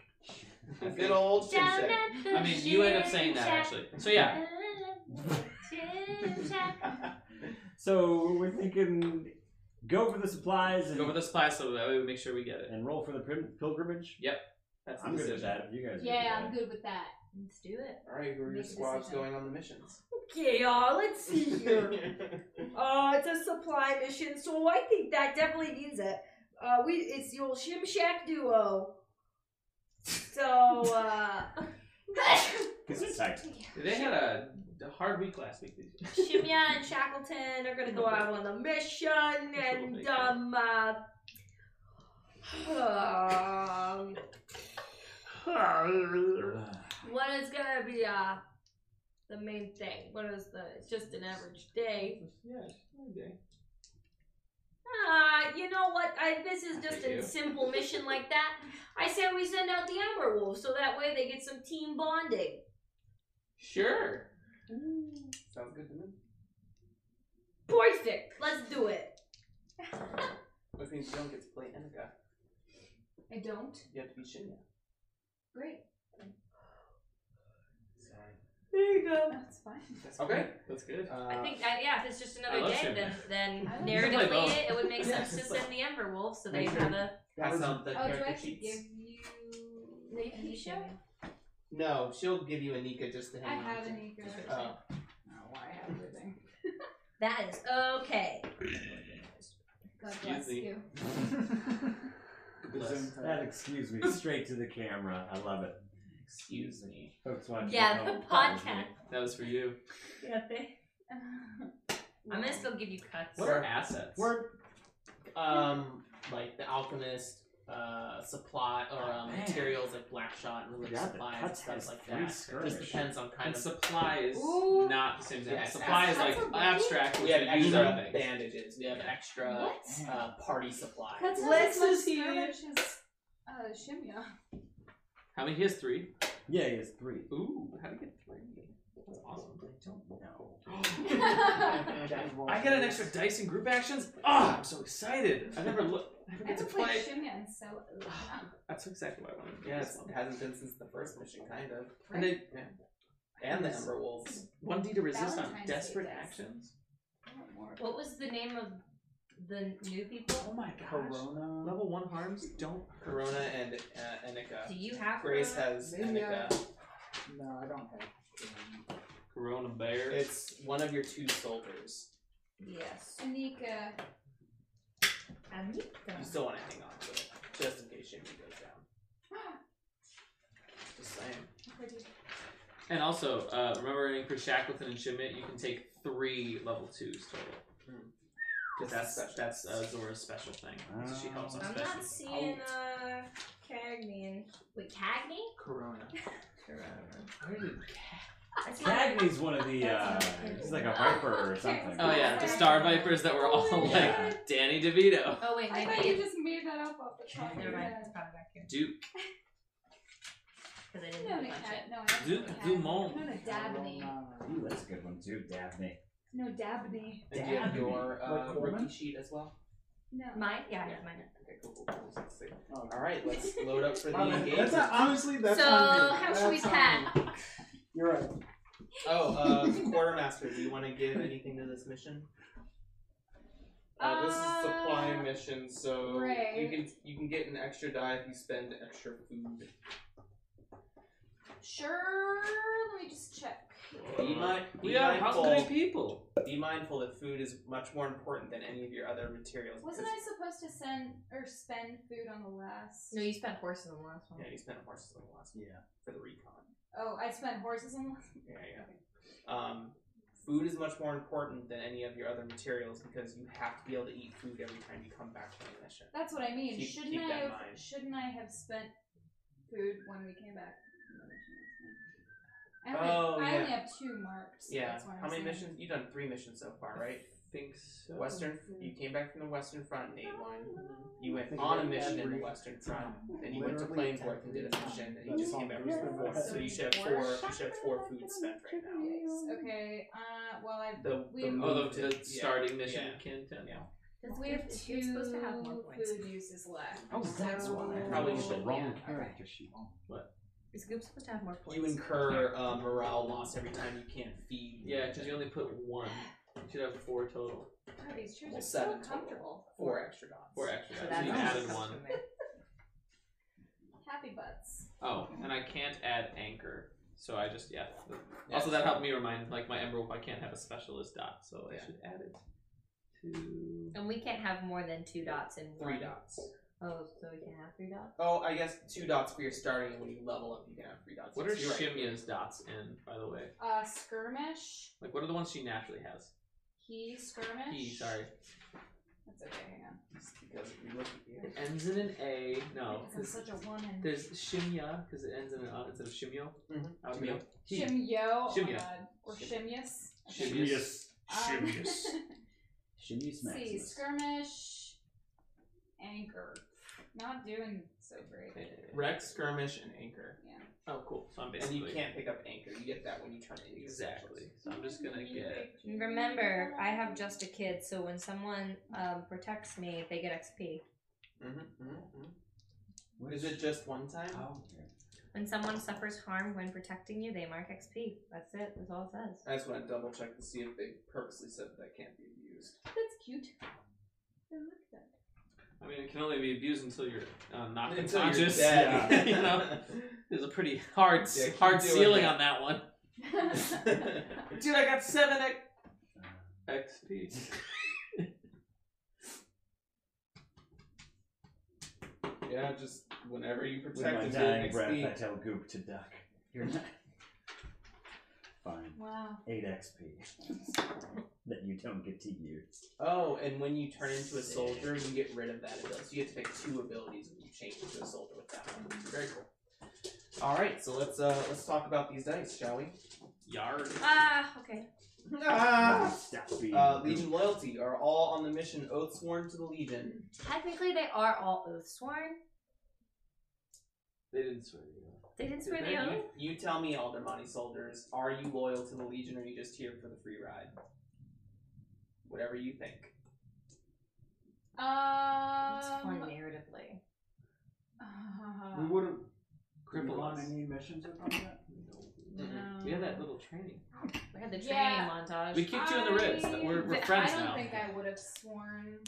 S6: Good old Tim
S4: Down
S6: Shack.
S4: at the
S6: I mean, you end up saying that
S4: Shake Shack.
S6: actually. So yeah,
S4: Shake Shack.
S5: so we're thinking go for the supplies and,
S6: go over the supplies so that way we make sure we get it.
S5: and roll for the prim- pilgrimage.
S6: That's the
S5: I'm good
S6: decision.
S5: at that. If you guys, are good
S7: Yeah,
S5: at
S7: I'm
S5: it.
S7: good with that.
S4: Let's do it.
S1: [laughs] All right,
S4: Make
S1: your
S4: a
S1: squad's
S4: decision.
S1: going on the missions.
S4: Okay, y'all, let's see
S7: [laughs]
S4: here. Uh, it's a supply mission, so I think that definitely needs it. Uh, we it's your Shim Shack duo. So uh, [laughs]
S5: This is tight.
S6: They had a hard week last week. didn't they?
S4: Shimya and Shackleton are gonna go out on the mission, and um, uh, um, uh, [sighs] what is gonna be uh the main thing? What is the? It's just an average day.
S6: Yeah, okay.
S4: Ah, you know what? I, this is just
S6: Thank
S4: a
S6: you.
S4: simple mission like that. I say we send out the Amber Wolf so that way they get some team bonding.
S6: Sure.
S1: [laughs] Sounds good to me.
S4: Perfect. Let's do it.
S1: Which means you don't get to play Enika.
S4: I [laughs] don't.
S1: You have to be Shinya.
S4: Great.
S1: Sorry.
S4: There you go.
S7: That's fine.
S1: That's
S6: Okay,
S1: great.
S6: that's good.
S1: Uh,
S4: I think I, yeah, if it's just
S6: I
S4: another
S6: love
S4: day,
S6: Shimmy.
S4: then then
S7: I love
S6: Shimmy.
S4: narratively
S6: Play
S4: it, it would make
S6: Yeah,
S4: sense to
S6: it's like-
S4: send the Amber Wolf so they
S1: Make
S4: have a.
S1: that's on the
S7: Oh, do I
S1: character
S7: have to give
S1: sheets.
S7: you
S4: They can
S7: Anika?
S4: share.
S1: No, she'll give you Anika just to
S7: I
S1: hang on
S7: have
S1: to.
S7: Anika.
S1: Oh.
S7: Oh, I have everything.
S4: That is okay.
S7: God
S6: Excuse
S7: bless
S6: me.
S7: you.
S1: [laughs]
S6: Bless.
S5: That excuse me straight to the camera. I love it.
S6: Excuse me.
S5: Folks watching.
S4: Yeah,
S5: at
S4: the
S5: home,
S4: podcast.
S6: That was for you.
S4: Yeah, they. I'm gonna still give you cuts.
S6: What are assets?
S5: We're
S1: Um, like the alchemist, uh, supply or um,
S5: Man.
S1: materials like black shot and religious
S5: Yeah, the
S1: supplies
S5: cut
S1: and stuff
S5: has
S1: like
S5: three
S1: that.
S5: skirmish.
S1: Just depends on kind
S6: And
S1: of.
S6: supply is
S4: Ooh.
S6: not the same thing.
S1: Yes,
S6: supply is like
S4: assets. That's a
S6: abstract,
S1: We
S6: which
S1: have
S6: we use our
S1: extra
S6: things.
S1: bandages. We have extra
S7: What?
S1: uh, party supplies.
S7: That's
S1: [laughs]
S7: not
S4: Let's
S7: as much
S4: see.
S7: skirmish as, uh, Shimya.
S6: How many? He has three.
S5: yeah, he has three.
S6: Ooh, how do you get three? That's awesome. [gasps] [laughs] I got an extra dice in group actions. Ah, I'm so excited. I've never looked. I never
S7: I
S6: get to
S7: haven't played
S6: play.
S7: Shimya in so long.
S6: That's exactly what I wanted. to
S1: [laughs]
S6: do.
S1: Yes, it hasn't been since the first mission, kind of.
S6: And they, yeah.
S1: And the Ember Wolves.
S6: one D to resist on
S7: Valentine's Day
S6: desperate
S7: dice.
S6: actions.
S7: I want more.
S4: What was the name of the new
S6: Oh
S4: people?
S6: my gosh.
S3: Corona.
S6: Level one harms don't hurt.
S1: Corona and uh,
S4: Do
S1: Enika.
S4: you have
S1: Grace
S4: Corona?
S1: has
S3: Maybe, uh,
S1: Enika.
S3: No, I don't have.
S6: Corona bear.
S1: It's one of your two soldiers.
S4: Yes.
S7: Anika.
S1: You
S4: Amita.
S1: still want to hang on to it, just in case Shimmy goes down. Just saying.
S6: And also, uh, remembering for Shackleton and Shimit, you can take three level twos total. Because that's
S1: Special.
S6: that's uh, Zora's special thing. So she helps on
S4: I'm
S6: special.
S4: not seeing uh Cagney. and- Wait, Cagney?
S1: Corona.
S6: Where did-
S4: That's not-
S5: Cagney's one of the. uh He's like a viper or something.
S6: Oh yeah, the Star Vipers that were all
S5: Yeah.
S6: like Danny DeVito,
S4: Oh wait, maybe
S7: I thought you
S4: it's
S7: just made that up off the top of
S4: never
S7: your
S4: mind.
S7: head.
S4: It's probably back here
S6: Duke.
S4: because I
S7: No,
S4: didn't
S7: no,
S4: punch it.
S7: no, I
S6: Du- Dumont.
S7: No, no, Dabney.
S3: Corona.
S5: Ooh, that's a good one too, Daphne.
S7: No, Dabney.
S1: And do you have
S5: Damn.
S1: your uh,
S3: Like Coleman?
S1: rookie sheet as well?
S7: No.
S4: Mine? Yeah, I have mine.
S1: Okay, cool, cool, cool. Let's see.
S3: Oh,
S1: All right, let's load up for the
S3: Oh, that- that's
S1: engagement.
S3: not, honestly, that's
S4: so
S3: on you.
S4: how should we
S3: That's on
S4: pack?
S3: you. You're right.
S1: Oh, uh, [laughs] quartermaster, do you want to give anything to this mission? Uh, this is supply
S7: Uh,
S1: mission, so you
S7: right.
S1: can you can get an extra die if you spend extra food.
S7: Sure. Let me just check.
S1: Be, mi-
S6: We
S1: be
S6: are hungry
S1: mindful.
S6: people.
S1: Be mindful that food is much more important than any of your other materials.
S7: Wasn't
S1: because-
S7: I supposed to send or spend food on the last?
S4: No, you spent horses on the last one.
S1: Yeah, you spent horses on the last
S3: Yeah.
S1: for the recon.
S7: Oh, I spent horses on the last.
S1: Yeah, yeah. Um, food is much more important than any of your other materials because you have to be able to eat food every time you come back from a mission.
S7: That's what I mean.
S1: Keep-
S7: shouldn't
S1: keep
S7: I
S1: that in
S7: have?
S1: mind.
S7: Shouldn't I have spent food when we came back? from the mission? I only,
S1: Oh,
S7: I
S1: yeah.
S7: only have two marked. So
S1: yeah.
S7: That's why I'm
S1: How many
S7: saying.
S1: missions? You've done three missions so far, right?
S6: Think so. Mm-hmm.
S1: Western. You came back from the Western Front and ate one. You went
S3: Think
S1: on a
S3: about
S1: mission in the
S3: every
S1: Western Front.
S3: time.
S1: Then you went to
S3: Literally
S1: Plainsworth and did a
S3: every
S1: mission, and you
S3: time.
S1: just came
S3: That's on
S1: back from the
S3: every
S1: front.
S3: time.
S1: So you should have four. You should have four food spent right now.
S7: Yikes. Okay. Uh. Well, I.
S1: The,
S7: We-
S1: the
S6: Oh,
S1: move
S6: the,
S1: to-
S6: the starting mission
S1: yeah.
S6: in Canton.
S1: Yeah.
S4: Because we have two.
S7: You're supposed to have more points.
S8: food uses left.
S5: Oh, that's
S7: So-
S5: why.
S6: Probably
S5: used the
S6: should,
S5: wrong
S6: yeah.
S5: character sheet.
S8: Is Goop supposed to have more points?
S1: You incur uh, morale loss every time you can't feed.
S6: Yeah, because you only put one. You should have four total.
S7: God, these chairs
S1: Well,
S7: are so
S1: seven total.
S7: comfortable.
S1: four extra dots.
S6: Four extra.
S8: So
S6: So,
S8: that's
S6: you
S8: all
S6: added
S8: that's
S6: one.
S8: in there.
S7: Happy butts.
S6: Oh, and I can't add anchor. So I just yeah. Also that helped me remind like my emerald. I can't have a specialist dot, so
S1: Yeah.
S6: I should add it to
S4: And we can't have more than two dots in
S1: Three
S4: one.
S1: dots.
S4: Oh, so we can have three dots?
S1: Oh, I guess two dots for your starting, and when you level up, you can have three dots.
S6: What are
S1: Yes, you're right.
S6: Shimya's dots in, by the way?
S7: Uh, skirmish.
S6: Like, what are the ones she naturally has?
S7: He skirmish.
S6: He, sorry.
S7: That's okay. Hang on.
S1: Just because we look at you.
S6: It ends in an A. No.
S7: Because I'm such a woman.
S6: Oh, There's Shimya, because it ends in an uh, instead of Shimyo.
S1: Mhm.
S6: That would be
S1: Shimyo.
S6: he.
S7: Shimyo. Oh my
S6: Shimya.
S7: god. Or Shimyus.
S6: Shimya.
S7: Um, [laughs]
S5: Shimmy smacks.
S7: see, skirmish. Anchor. Not doing so great.
S1: Rex, skirmish, and anchor.
S6: Uh, Oh, cool. So I'm
S1: And
S6: basically.
S1: you can't pick up anchor. You get that when you turn it into
S6: Exactly.
S1: specials.
S6: So I'm just gonna get.
S4: Remember, I have just a kid, so when someone um, protects me, they get XP.
S1: Mhm, mhm, mhm. Is it just one time?
S5: Oh, okay.
S4: When someone suffers harm when protecting you, they mark XP. That's it. That's all it says.
S1: I just want to double check to see if they purposely said that, that can't be used.
S7: That's cute. I like that.
S6: I mean, it can only be abused until you're um, not
S1: Until you're
S6: conscious.
S1: dead. [laughs]
S6: [laughs] you know, there's a pretty hard
S1: Yeah, keep
S6: hard
S1: doing
S6: ceiling
S1: that.
S6: on that one. [laughs]
S1: Dude, I got seven. I-
S6: XP.
S1: yeah, just whenever you
S5: With my
S1: protect it,
S5: dying
S1: XP.
S5: breath, I tell Goop to duck. You're not. [laughs] Fine.
S7: [laughs] Wow.
S5: 8 XP. [laughs] that you don't get to use.
S1: Oh, and when you turn into a soldier, you get rid of that ability. So you have to pick two abilities when you change into a soldier with that one. It's very cool. All right, so let's uh let's talk about these dice, shall we?
S6: Yard.
S4: Ah, okay.
S1: [laughs]
S5: Stop being
S1: Uh,
S5: Goop.
S1: Legion loyalty are all on the mission oath sworn to the Legion.
S4: Technically, they are all oath sworn.
S6: They didn't swear to you.
S4: They didn't
S6: Did
S4: swear
S6: they?
S4: the oath.
S1: You tell me, Aldermani soldiers, are you loyal to the Legion or are you just here for the free ride? Whatever you think.
S4: It's fun
S7: Um.
S4: narratively.
S5: we
S7: uh,
S5: wouldn't
S6: Cripple
S5: on
S6: us.
S5: any missions or that.
S4: Mm-hmm.
S7: no.
S6: We had that little training.
S4: We had the training
S7: Yeah.
S4: montage.
S6: We kicked you in the ribs.
S7: I-
S6: We're, we're
S7: but
S6: friends
S7: I don't
S6: now.
S7: think I would have sworn.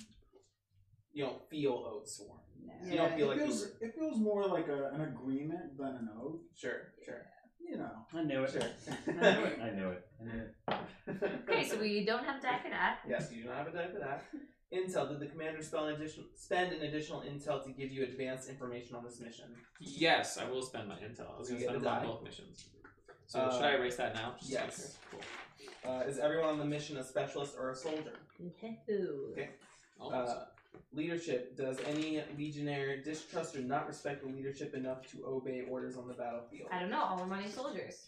S1: You don't feel oath sworn.
S7: No.
S1: You don't feel
S3: it
S1: like you
S3: feels,
S1: were-
S3: it feels more like a, an agreement than an oath.
S1: Sure, sure,
S3: You know,
S5: I knew it.
S1: sure.
S5: [laughs] I knew it. I knew it. I knew
S1: [laughs]
S5: it.
S4: Okay, so we don't have die for that.
S1: Yes, you do not have a die for that. Intel. Did the commander spell an addition, spend an additional intel to give you advanced information on this mission?
S6: Yes, I will spend my intel. I was
S1: You
S6: going to
S1: get
S6: spend
S1: to
S6: it on
S1: die.
S6: both missions. So
S1: Uh,
S6: should I erase that now? Just
S1: yes.
S6: Cool.
S1: Uh, is everyone on the mission a specialist or a soldier?
S4: Okay.
S6: Almost.
S1: Uh, leadership. Does any legionnaire distrust or not respect the leadership enough to obey orders on the battlefield?
S4: I don't know. All the money soldiers.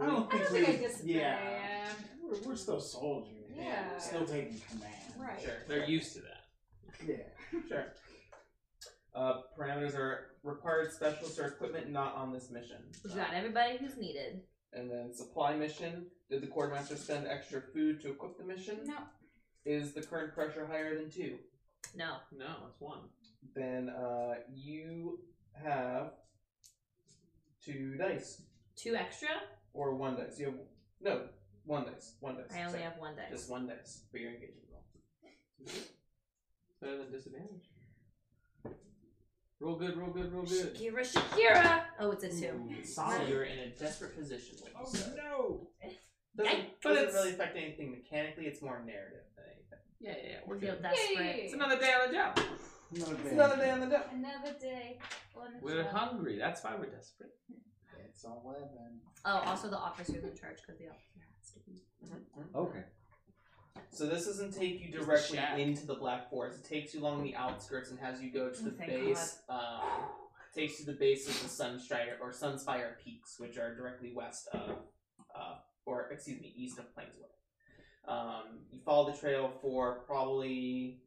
S3: I don't
S7: I
S3: think
S7: don't think I
S3: we-
S7: disagree.
S3: Yeah,
S7: Yeah.
S3: we're, we're still soldiers.
S7: Yeah.
S3: we're still taking command.
S7: Right.
S1: Sure.
S6: They're used to that.
S3: Yeah,
S1: Sure. Uh, parameters are required specialists or equipment not on this mission.
S4: We got everybody who's needed.
S1: And then supply mission. Did the quartermaster spend extra food to equip the mission?
S7: No.
S1: Is the current pressure higher than two?
S4: No.
S6: No, it's one.
S1: then uh, you have two dice
S4: Two extra?
S1: or one dice. You have no one dice, one dice.
S4: I only
S1: Sorry.
S4: have one die.
S1: just one dice for your engagement roll.
S6: Better than disadvantage. Roll good, roll good, roll good.
S4: Shakira, Shakira! Oh, it's a [laughs] two.
S1: So
S4: Solid.
S1: you're in a desperate position. With oh
S3: no!
S1: Doesn't,
S4: Yikes.
S1: doesn't really affect anything mechanically. It's more narrative than anything.
S6: Yeah, yeah, yeah.
S4: We feel
S7: Yay.
S4: desperate.
S1: It's another day on the job.
S3: Another
S1: It's
S3: day.
S1: another day on the job.
S7: Another day. on the
S6: We're
S7: job.
S6: hungry. That's why we're desperate.
S3: It's eleven.
S4: Oh, also the officer's in charge because the officer has to be.
S5: Okay.
S1: So this doesn't take you
S6: Mm-hmm. Just the
S1: directly
S6: shack.
S1: into the Black Forest. It takes you along the outskirts and has you go to
S4: Oh,
S1: the
S4: thank
S1: base. Um, takes you to the base of the Sunstrider or Sunspire Peaks, which are directly west of, uh, or excuse me, east of Plainswood. Um, you follow the trail for probably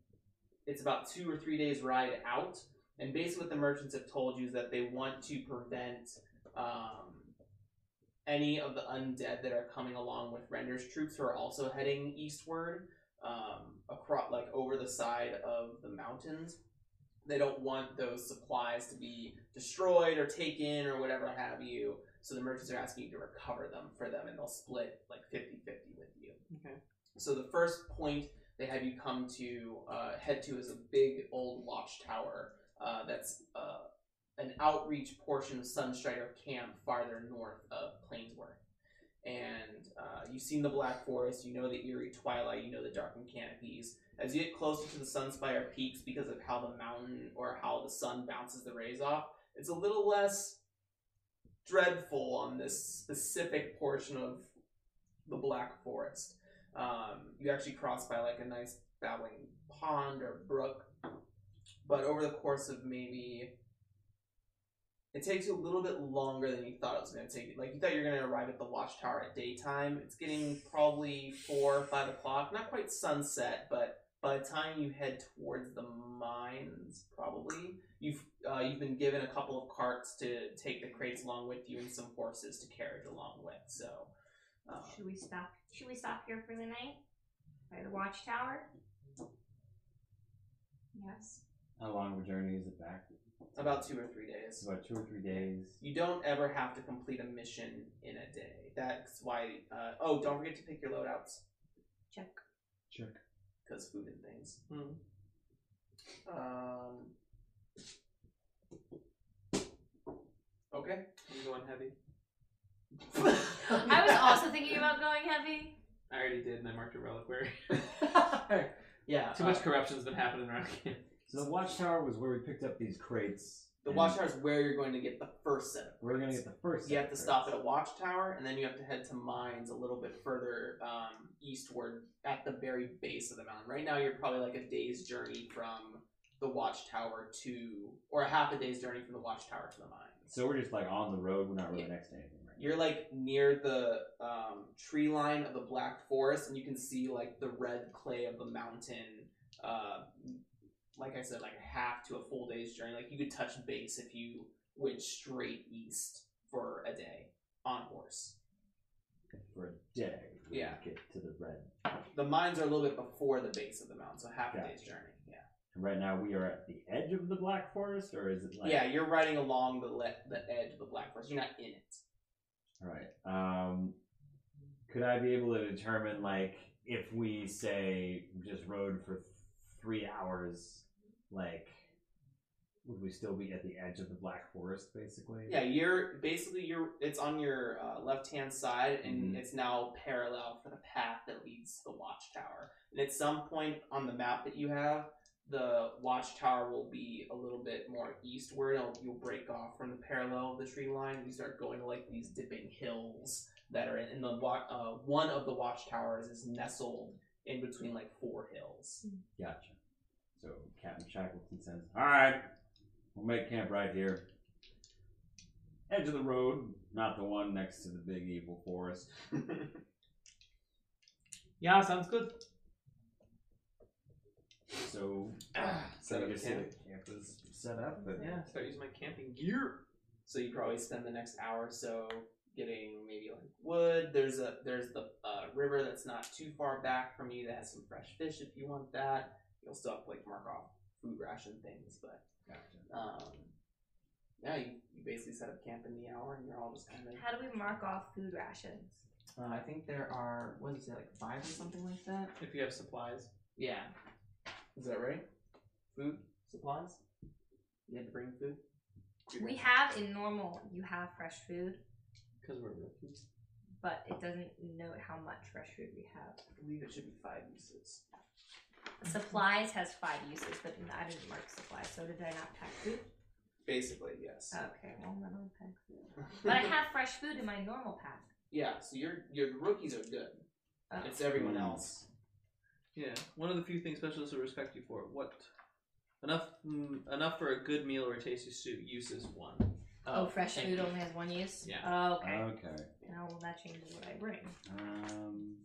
S1: it's about two or three days ride out, and basically what the merchants have told you is that they want to prevent um, any of the undead that are coming along with Render's troops who are also heading eastward um, across, like over the side of the mountains. They don't want those supplies to be destroyed or taken or whatever have you. So the merchants are asking you to recover them for them, and they'll split like 50-50 with you.
S6: Okay.
S1: So the first point they have you come to uh, head to is a big old watchtower uh, that's uh, an outreach portion of Sunstrider Camp farther north of Plainsworth. And uh, you've seen the Black Forest, you know the eerie twilight, you know the darkened canopies. As you get closer to the Sunspire peaks because of how the mountain or how the sun bounces the rays off, it's a little less dreadful on this specific portion of the Black Forest. Um, you actually cross by like a nice babbling pond or brook. But over the course of maybe it takes you a little bit longer than you thought it was going to take you. Like, you thought you were going to arrive at the watchtower at daytime. It's getting probably 4 or 5 o'clock. Not quite sunset, but by the time you head towards the mines, probably, you've, uh, you've been given a couple of carts to take the crates along with you and some horses to carriage along with. So, uh,
S4: Should we stop? Should we stop here for the night by the watchtower?
S7: Yes.
S5: How long of a journey is it back?
S1: about two or three days.
S5: It's about two or three days.
S1: You don't ever have to complete a mission in a day. That's why. Uh, oh, don't forget to pick your loadouts.
S4: Check.
S5: Check.
S1: because food and things.
S6: Mhm.
S1: Um. Okay.
S6: I'm going heavy.
S4: [laughs] [laughs] I was also thinking about going heavy.
S6: I already did, and I marked
S1: [laughs]
S6: a reliquary.
S1: [laughs] yeah.
S6: Too
S1: uh,
S6: much corruption's been happening around camp.
S5: So the watchtower was where we picked up these crates.
S1: the
S5: and
S1: watchtower is where you're going to get the first set of.
S5: We're gonna
S1: crates.
S5: get the first.
S1: You
S5: set
S1: have to
S5: of
S1: stop at
S5: crates.
S1: a watchtower, and then you have to head to mines a little bit further um, eastward at the very base of the mountain. Right now, you're probably like a day's journey from the watchtower to, or a half a day's journey from the watchtower to the mines.
S5: [laughs] So we're just like on the road. We're not really
S1: Yeah.
S5: next to anything. Right?
S1: You're like near the um, tree line of the Black Forest, and you can see like the red clay of the mountain. Uh, like I said, like a half to a full day's journey. Like you could touch base if you went straight east for a day on horse.
S5: for a day. we
S1: Yeah.
S5: Get to the red.
S1: The mines are a little bit before the base of the mountain, so half a day's
S5: Gotcha.
S1: journey. Yeah,
S5: And right now we are at the edge of the Black Forest, or is it like?
S1: yeah. You're riding along the le- the edge of the Black Forest. You're not in it.
S5: All right. Um, could I be able to determine like if we say just rode for three hours, like would we still be at the edge of the Black Forest, basically?
S1: Yeah, you're basically you're. It's on your uh, left hand side, and
S5: Mhm.
S1: it's now parallel for the path that leads to the watchtower. And at some point on the map that you have, the watchtower will be a little bit more eastward. It'll, you'll break off from the parallel of the tree line, and you start going to like these dipping hills that are in, in the wa- uh, one of the watchtowers is nestled in between like four hills.
S5: Gotcha. So Captain Shackleton says, "All right, we'll make camp right here, edge of the road, not the one next to the big evil
S1: [laughs]
S5: forest."
S6: Yeah, sounds good.
S5: So
S1: Set
S5: I
S1: up
S5: guess
S1: camp.
S5: the camp is set up, but
S6: Yeah, start using my camping gear.
S1: So you probably spend the next hour or so getting maybe like wood. There's a there's the uh, river that's not too far back from you that has some fresh fish if you want that. You'll still have to like mark off food ration things, but
S5: gotcha.
S1: um, yeah, you, you basically set up camp in the hour and you're all just kind of.
S4: How do we mark off food rations?
S1: Uh, I think there are what is it like five or something like that.
S6: If you have supplies.
S1: Yeah, is that right? Food supplies. You had to bring food.
S4: We have in normal, you have fresh food,
S6: Because we're rookies.
S4: but it doesn't note how much fresh food we have.
S1: I believe it should be five uses.
S4: Supplies has five uses, but I didn't mark supplies, so did I not pack food?
S1: Basically, yes. [laughs]
S4: Okay, well, then I don't pack food. Uh, But I have fresh food in my normal pack.
S1: Yeah, so your your rookies are good.
S4: Oh.
S1: It's everyone
S5: Mm.
S1: else.
S6: Yeah, one of the few things specialists will respect you for. What? Enough mm, enough for a good meal or a tasty soup. Use is one.
S4: Oh, fresh
S1: thank
S4: food
S1: you.
S4: only has one use?
S6: Yeah.
S4: Oh, okay.
S5: Okay.
S4: now, well, that changes what I bring.
S5: Um,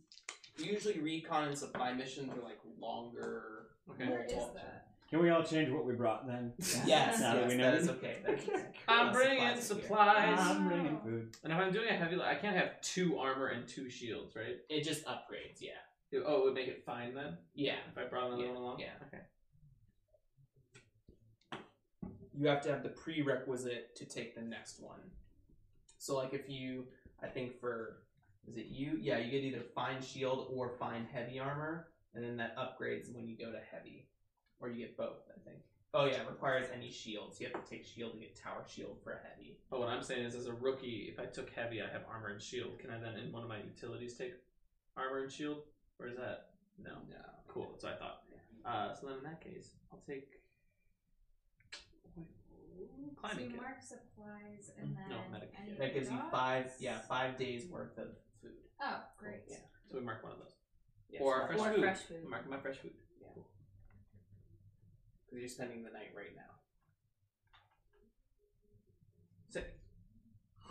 S1: Usually, recon and supply missions are like longer.
S6: Okay.
S9: Where is
S1: multiple- [laughs]
S9: that?
S5: Can we all change what we brought then?
S1: Yes,
S5: Now that
S1: yes,
S5: we know.
S1: that is okay. That is okay.
S6: I'm
S1: Uh,
S6: bringing
S1: supplies are here.
S6: supplies.
S5: Ah, I'm bringing food.
S6: And if I'm doing a heavy, li- I can't have two armor and two shields, right?
S1: It just upgrades, yeah.
S6: It- oh, it would make it fine then
S1: Yeah.
S6: if I brought another
S1: Yeah,
S6: one along.
S1: yeah.
S6: Okay.
S1: you have to have the prerequisite to take the next one. So like if you I think for is it you? Yeah, you get either fine shield or fine heavy armor, and then that upgrades when you go to heavy. Or you get both, I think. Oh yeah, it requires any shields. You have to take shield to get tower shield for a heavy.
S6: But what I'm saying is, as a rookie, if I took heavy, I have armor and shield. Can I then, in one of my utilities, take armor and shield, or is that no?
S1: No.
S6: Cool. That's what I thought. Uh, so then, in that case, I'll take climbing
S7: so
S6: kit.
S7: you mark supplies and then
S6: No, medic.
S7: any
S1: That gives you
S7: dots?
S1: five yeah, five days worth of food.
S7: Oh, great.
S1: Yeah.
S6: So we mark one of those,
S10: Yes.
S6: or fresh
S10: or
S6: food.
S10: fresh food.
S6: I'm marking my fresh food.
S10: Because you're spending the night right now.
S6: Sick.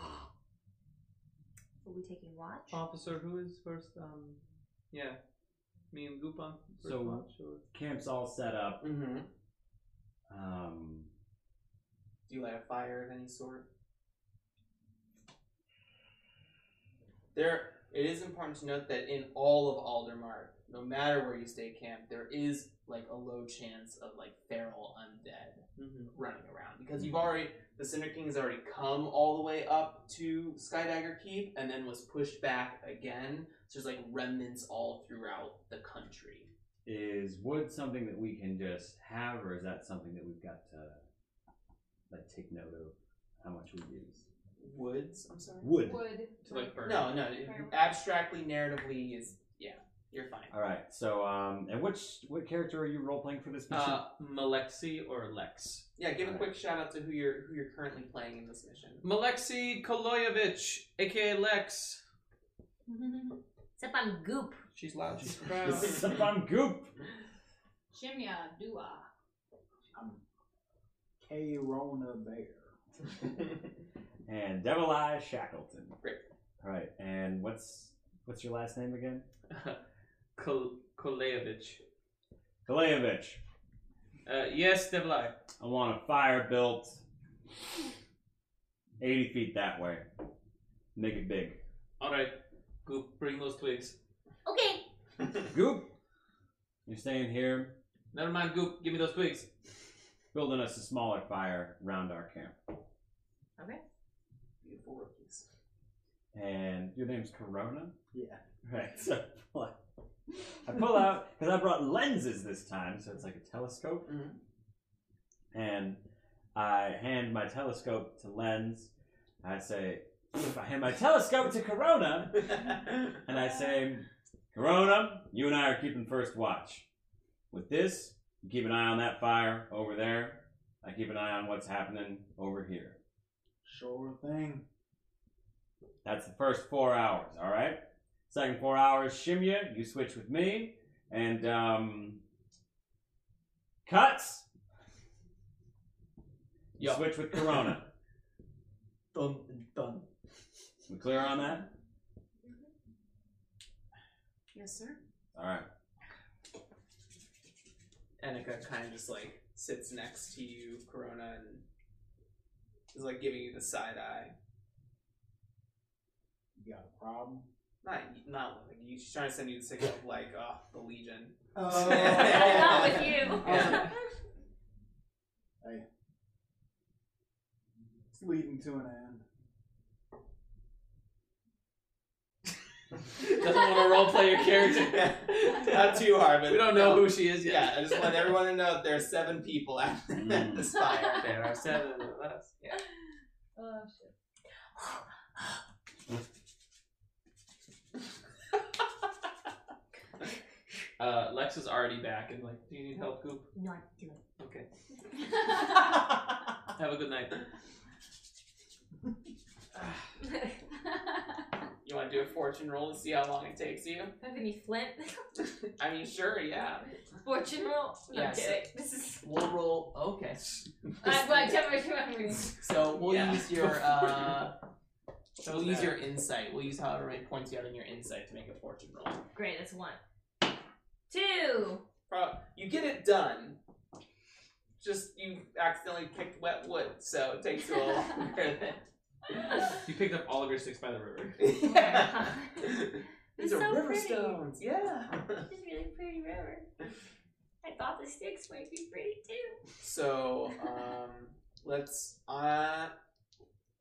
S4: Are we taking watch? [laughs]
S6: Officer, who is first? Um, yeah, me and Goopon. first
S5: So-
S6: watch, or-
S5: Camp's all set up.
S10: Mm-hmm.
S5: Um,
S10: Do you light a fire of any sort?
S1: There, it is important to note that in all of Aldermark, no matter where you stay camped, there is like a low chance of like feral undead
S6: Mm-hmm.
S1: running around because you've already the Cinder King has already come all the way up to Skydagger Keep and then was pushed back again. So there's like remnants all throughout the country.
S5: is wood something that we can just have, or is that something that we've got to like take note of how much we use?
S1: Woods, I'm sorry.
S5: Wood.
S7: Wood.
S6: to like burn.
S1: No, no. Abstractly, narratively is yeah. You're fine.
S5: All right. So, um, and which what character are you role playing for this mission?
S6: Uh, Malexi or Lex.
S1: Yeah, give a quick shout out to who you're who you're currently playing in this mission.
S6: Malexi Koloyevich, aka Lex.
S4: Except I'm goop.
S6: She's loud. She's proud.
S5: this is some goop.
S11: Shimya Dua.
S3: I'm K. Rona Bear. [laughs]
S5: and Devil Eye Shackleton.
S1: Great.
S5: All right. And what's what's your last name again?
S6: Kol- Koloyevich.
S5: Kalevich.
S6: Uh, yes, Devlai.
S5: I want a fire built 80 feet that way. Make it big.
S6: All right, go bring those twigs.
S4: Okay.
S5: Goop, you're staying here,
S6: Never mind, Goop. Give me those twigs.
S5: building us a smaller fire around our camp.
S1: Beautiful rookies.
S5: And your name's Corona?
S3: Yeah.
S5: Right, so I pull out, because I brought lenses this time, so it's like a telescope.
S1: Mhm.
S5: And I hand my telescope to Lens. I say, I hand my telescope to Corona. And I say, Corona, you and I are keeping first watch. With this, you keep an eye on that fire over there. I keep an eye on what's happening over here.
S3: Sure thing.
S5: That's the first four hours, all right? Second four hours, Shimya, you switch with me. And, um, Cuts, you
S1: Yeah.
S5: switch with Corona.
S1: Dun dun.
S5: we clear on that?
S11: Yes,
S7: [laughs]
S11: sir.
S5: All right.
S1: Enika kind of just like sits next to you, Corona, and is like giving you the side eye.
S3: You got a [laughs] problem?
S1: Not, not like you. She's trying to send you the signal of like, oh, the Legion. [laughs]
S3: Oh,
S4: I'm not with you.
S1: Yeah.
S3: It's leading to an end.
S6: Doesn't want to roleplay your character.
S1: not too hard, but
S6: We don't know who she is
S1: [laughs]
S6: yet. [laughs]
S1: Yeah, I just want everyone to know that there are seven people at [laughs]
S5: Mm.
S1: this fire.
S6: There are seven of us.
S11: Oh shit.
S6: Uh, Lex is already back and like, do you need help, Goop?
S4: Not do [laughs] it.
S6: Okay.
S4: [laughs]
S6: Have a good night.
S1: You want to do a fortune roll to see how long it takes you?
S4: Have any flint?
S1: I mean, sure, yeah.
S4: [laughs] Fortune roll? No,
S1: Yeah,
S4: I'm kidding.
S1: [laughs]
S4: This is.
S1: We'll roll. Okay.
S4: I'm like, tell me what [laughs] I'm reading.
S1: So we'll
S6: Yeah.
S1: use your uh, [laughs] we'll
S6: Doesn't
S1: use
S6: matter.
S1: your insight. We'll use however many points you have in your insight to make a fortune roll.
S4: Great, that's one. Two. [laughs]
S1: Pro- You get it done. Just you accidentally picked wet wood, so it takes
S4: [laughs]
S1: a little longer [laughs] than.
S4: Oh
S6: You picked up all of your sticks by the river.
S1: Yeah. [laughs] It's
S4: It's
S1: a
S4: so
S1: river Gemstones. Yeah.
S4: This is really pretty river. I thought the sticks might be pretty too.
S1: so um, let's. Uh,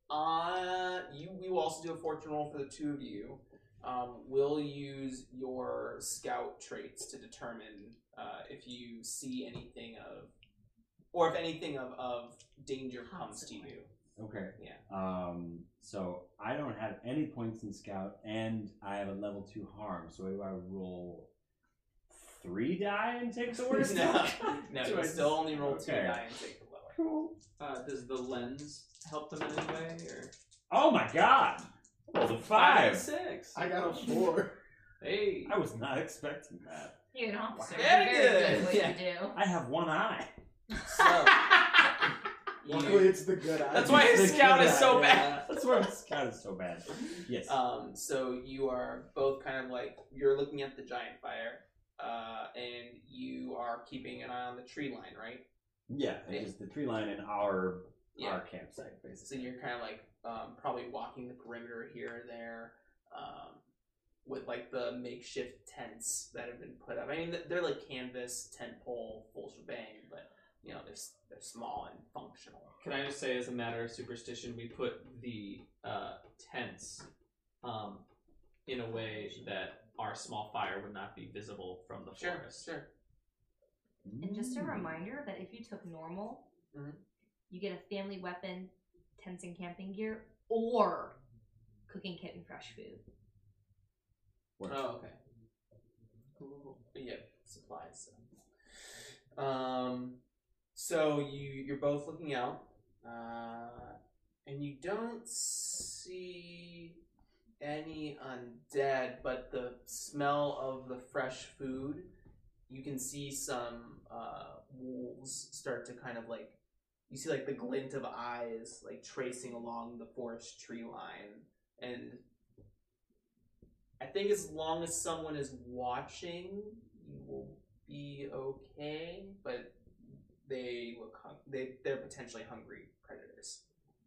S1: uh, you. We will also do a fortune roll for the two of you. Um, we'll use your scout traits to determine uh, if you see anything of, or if anything of, of danger comes to you.
S5: Okay.
S1: Yeah.
S5: Um, so I don't have any points in scout, and I have a level two harm. So do I roll three die and take the
S1: [laughs]
S5: worst?
S1: no, no,
S5: Do
S1: you
S5: I
S1: still only roll two
S5: Okay.
S1: die and take the
S5: [laughs]
S1: lower.
S5: Cool.
S6: Uh, does the lens help them in any way? Or
S5: Oh my god! I rolled a five.
S6: six.
S3: I got a four.
S6: Hey.
S5: I was not expecting that.
S4: You're an officer.
S1: Very
S4: Very good.
S1: good.
S4: what
S1: Yeah. [laughs]
S4: you do.
S5: I have one eye.
S4: [laughs]
S1: So
S3: Luckily,
S1: you,
S3: it's the good eye.
S1: That's why his scout is so bad.
S5: [laughs] That's where my scout is so bad. Yes.
S1: Um, so you are both kind of like you're looking at the giant fire, uh, and you are keeping an eye on the tree line, right?
S5: yeah,
S1: yeah.
S5: it's just the tree line in our our campsite,
S1: So
S5: basically.
S1: you're kind of like um, probably walking the perimeter here and there um, with like the makeshift tents that have been put up. I mean, th- they're like canvas tent pole, full shebang, but you know they're s- they're small and functional.
S6: Can I just say, as a matter of superstition, we put the uh, tents um, in a way that our small fire would not be visible from the forest.
S1: sure.
S4: And just a
S5: Mm.
S4: reminder that if you took normal,
S1: Mhm.
S4: you get a family weapon, tents and camping gear, or cooking kit and fresh [laughs] food.
S5: Works.
S1: Oh, okay. But yeah, supplies. So. Um, so you you're both looking out, uh, and you don't see any undead, but the smell of the fresh food. You can see some uh, wolves start to kind of like you see like the glint of eyes like tracing along the forest tree line and I think as long as someone is watching, you will be okay. But they look hung- they they're potentially hungry predators.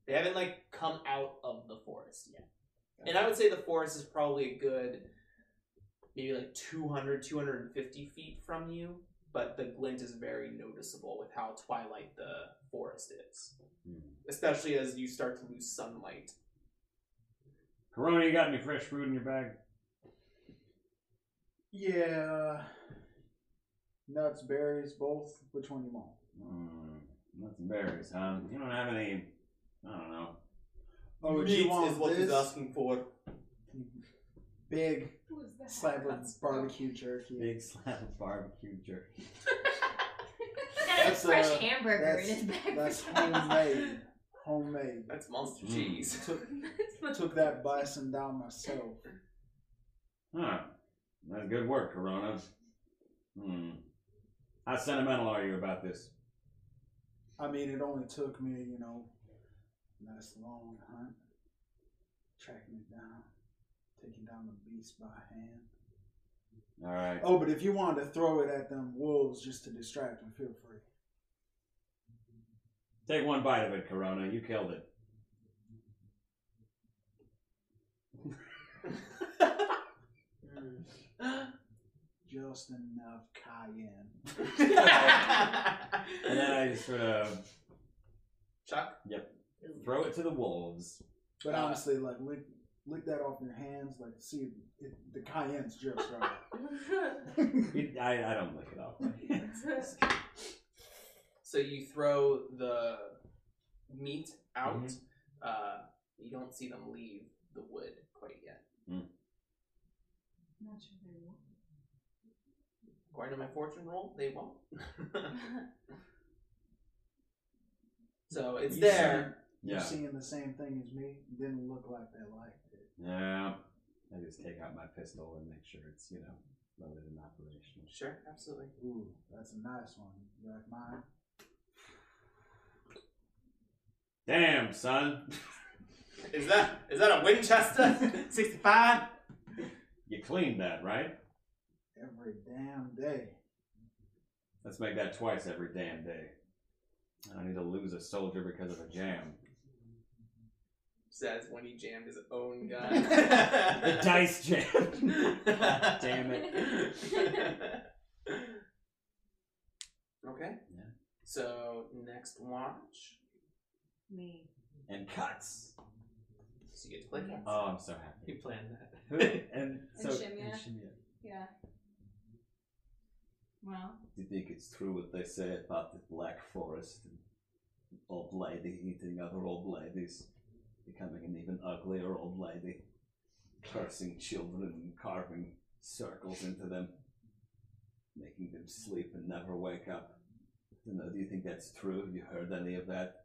S1: They haven't like come out of the forest yet. And I would say the forest is probably a good maybe like 200 250 feet from you, but the glint is very noticeable with how twilight the forest is,
S5: Mm.
S1: especially as you start to lose sunlight.
S5: Corona, you got any fresh food in your bag?
S3: Yeah. Nuts, berries, both. Which one do you want?
S5: Mm, nuts and berries, huh? You don't have any. I don't know.
S3: Oh, would
S1: Meat
S3: you want
S1: is what he's
S3: this
S1: asking for. [laughs]
S3: big
S12: Who is that?
S3: slab of
S7: [laughs]
S3: barbecue jerky?
S5: Big [laughs] slab of barbecue jerky.
S4: He's got a
S3: That's,
S4: fresh
S3: uh,
S4: hamburger in
S3: That's
S4: his bag.
S3: that's
S4: for
S1: [laughs]
S4: breakfast.
S3: homemade. Homemade.
S1: That's monster
S5: Mm.
S1: cheese. [laughs]
S3: Took took that bison down myself.
S5: Huh. That's good work, Corona. Hmm. How sentimental are you about this?
S3: I mean, it only took me, you know, a nice long hunt, tracking it down, taking down the beast by hand.
S5: All right.
S3: Oh, but if you wanted to throw it at them wolves just to distract them, feel free.
S5: Take one bite of it, Corona. You killed it.
S3: Just enough cayenne.
S5: And then I just sort of
S1: uh, Chuck,
S5: throw it to the wolves.
S3: But
S1: Uh,
S3: honestly, like lick lick that off your hands, like see if it, the cayenne's
S5: [laughs]
S3: just right.
S5: It- I, I don't lick it off. [laughs]
S1: so you throw the meat out.
S5: Mhm.
S1: Uh, you don't see them leave the wood quite yet.
S12: Not sure they will.
S1: According to my fortune roll, they
S12: [laughs]
S1: won't. so it's
S5: You
S1: there.
S5: Yeah.
S3: You're seeing the same thing as me. Didn't look like they liked it.
S5: Yeah. I just take out my pistol and make sure it's, you know, loaded and operational.
S1: Sure, absolutely.
S3: Ooh, that's a nice one. You like mine?
S5: Damn, son.
S1: Is that is that a [laughs] Winchester sixty five?
S5: You cleaned that, right?
S3: Every damn day.
S5: Let's make that twice every damn day. I don't need to lose a soldier because of a jam.
S6: says when he jammed his
S1: [laughs]
S6: own gun.
S5: The dice
S6: [laughs]
S5: jam. [laughs] God damn it.
S6: okay.
S5: Yeah.
S6: So next watch.
S12: Me.
S4: [laughs]
S5: And cuts.
S6: So you get to play. that.
S5: Oh, I'm so
S6: You
S5: happy.
S6: planned that.
S5: Who- and so
S12: Shimya.
S5: and Shimya.
S12: Yeah. Well,
S5: Do you think it's true what they say about the Black Forest and old lady eating other old ladies, becoming an even uglier old lady, cursing children and carving circles into them, making them sleep and never wake up? I don't know, do you think that's true? Have you heard any of that?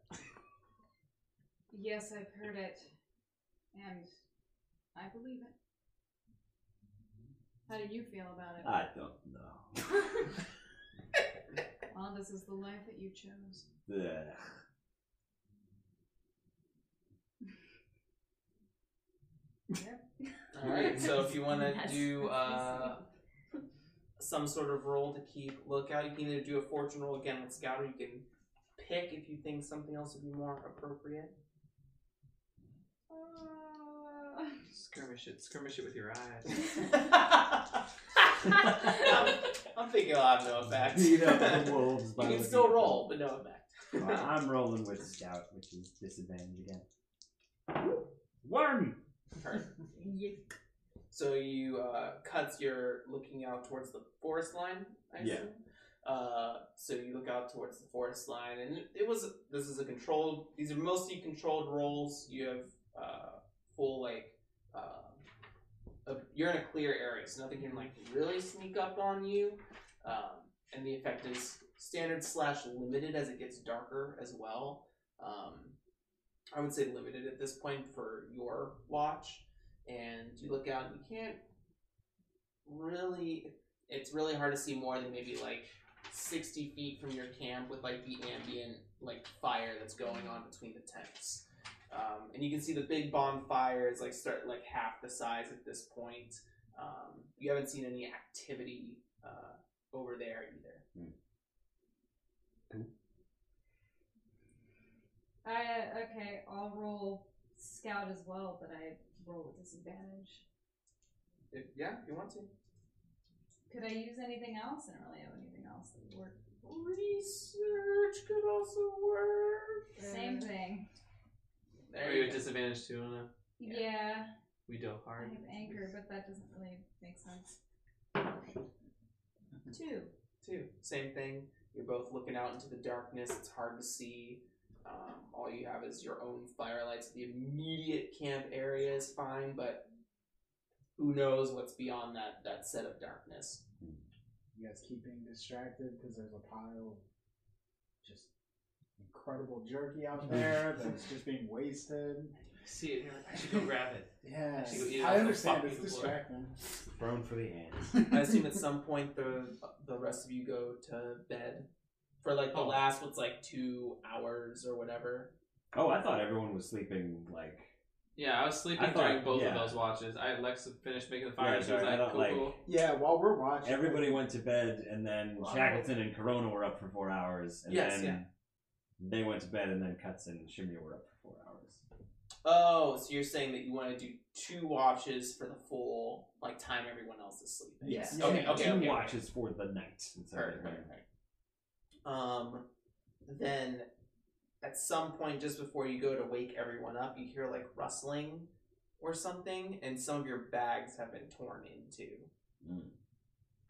S12: yes, I've heard it, and I believe it. How do you feel about it?
S5: I don't know.
S12: well, this is the life that you chose.
S5: Blech.
S6: All right. So if you want to
S4: That's-
S7: [laughs]
S6: do
S4: [laughs] that's
S6: uh,
S4: basically-
S6: some sort of roll to keep lookout, you can either do a fortune roll again with scout, or you can pick if you think something else would be more appropriate. [laughs]
S12: Uh,
S6: Skirmish it. Skirmish it with your eyes. [laughs]
S1: I'm, I'm
S6: oh,
S1: thinking I'll have no effect.
S5: Beat
S1: [laughs]
S6: [laughs]
S5: up the wolves
S1: you
S5: by
S1: can
S5: looking
S1: still
S5: at them.
S1: roll, but no
S5: Well,
S1: effect.
S5: I'm rolling with scout, which is disadvantage again. One.
S1: so you uh, cuts your looking out towards the forest line. I
S5: Yeah.
S1: assume? Uh, so you look out towards the forest line, and it was this is a controlled. These are mostly controlled rolls. You have uh, full like. Uh, uh, you're in a clear area, so nothing can like really sneak up on you. Um, and the effect is standard slash limited as it gets darker as well. Um, I would say limited at this point for your watch. And you look out, and you can't really. It's really hard to see more than maybe like sixty feet from your camp with like the ambient like fire that's going on between the tents. Um, and you can see the big bonfire is like start like half the size at this point. Um, you haven't seen any activity uh, over there either.
S12: I uh, okay. I'll roll scout as well, but I roll with disadvantage.
S1: If, yeah, if you want to.
S12: Could I use anything else? I don't really have anything else that would work.
S1: Research could also work.
S4: Uh,
S12: Same thing.
S6: Are
S1: There
S6: you
S1: you
S6: at
S1: go.
S6: disadvantage too? Anna?
S12: Yeah.
S6: We do
S12: I
S6: hard.
S12: have anchor, but that doesn't really make sense. Two.
S1: Two. Same thing. You're both looking out into the darkness. It's hard to see. Um, all you have is your own firelights. The immediate camp area is fine, but who knows what's beyond that that set of darkness.
S3: You guys keep being distracted because there's a pile of just incredible jerky
S5: [laughs]
S3: out there that's just being wasted.
S6: See it. You're like, I should [laughs] go grab it.
S3: Yeah,
S6: She go eat it off
S3: I
S6: the
S3: understand
S6: fucking
S3: it's
S6: floor.
S3: distracting.
S5: Thrown
S3: [laughs]
S5: for the ants.
S1: I assume at
S5: [laughs]
S1: some point the the rest of you go to bed for like the
S6: Oh.
S1: last what's like two hours or whatever.
S5: Oh, I thought everyone was sleeping like.
S6: Yeah, I was sleeping
S5: I thought-
S6: during both
S5: yeah.
S6: of those watches. I had Lexa finished making the fire.
S5: Right,
S6: she was
S5: right, I
S6: like,
S5: don't
S6: cool,
S5: like-
S6: cool.
S3: Yeah, while we're watching,
S5: Everybody went to bed, and then
S1: Wow.
S5: Shackleton and Corona were up for four hours, and
S1: Yes,
S5: then
S1: yeah.
S5: they went to bed, and then Cuts and Shimmy were up for four hours.
S1: Oh, so you're saying that you want to do two watches for the full like time everyone else is sleeping.
S3: Yes.
S1: Okay.
S5: Yeah,
S1: okay,
S5: Two
S1: okay, okay.
S5: watches for the night. And so they
S1: Perfect.
S5: went-
S1: perfect. Um, then at some point, just before you go to wake everyone up, you hear like rustling or something, and some of your bags have been torn into.
S5: Mm.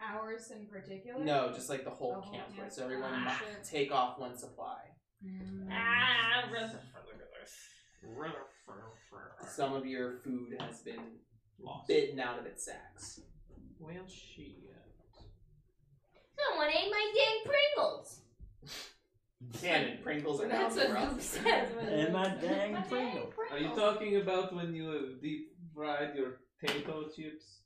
S12: Hours in particular?
S1: No, just like the whole
S12: The whole
S1: camp,
S12: camp.
S1: right? So everyone
S12: Ah,
S1: ma-
S12: shit.
S1: take off one supply.
S12: Mm.
S4: Ah,
S1: Some of your food has been
S6: Lost.
S1: bitten out of its sacks.
S6: Well, she. uh,
S4: someone ate my dang Pringles.
S1: Cannon Pringles are now
S12: That's
S1: the
S12: what Luke
S1: rough.
S12: says. when he
S5: And my
S12: wakes up.
S5: dang
S12: My dang
S5: Pringle.
S6: Are you talking about when you have deep fried your potato chips?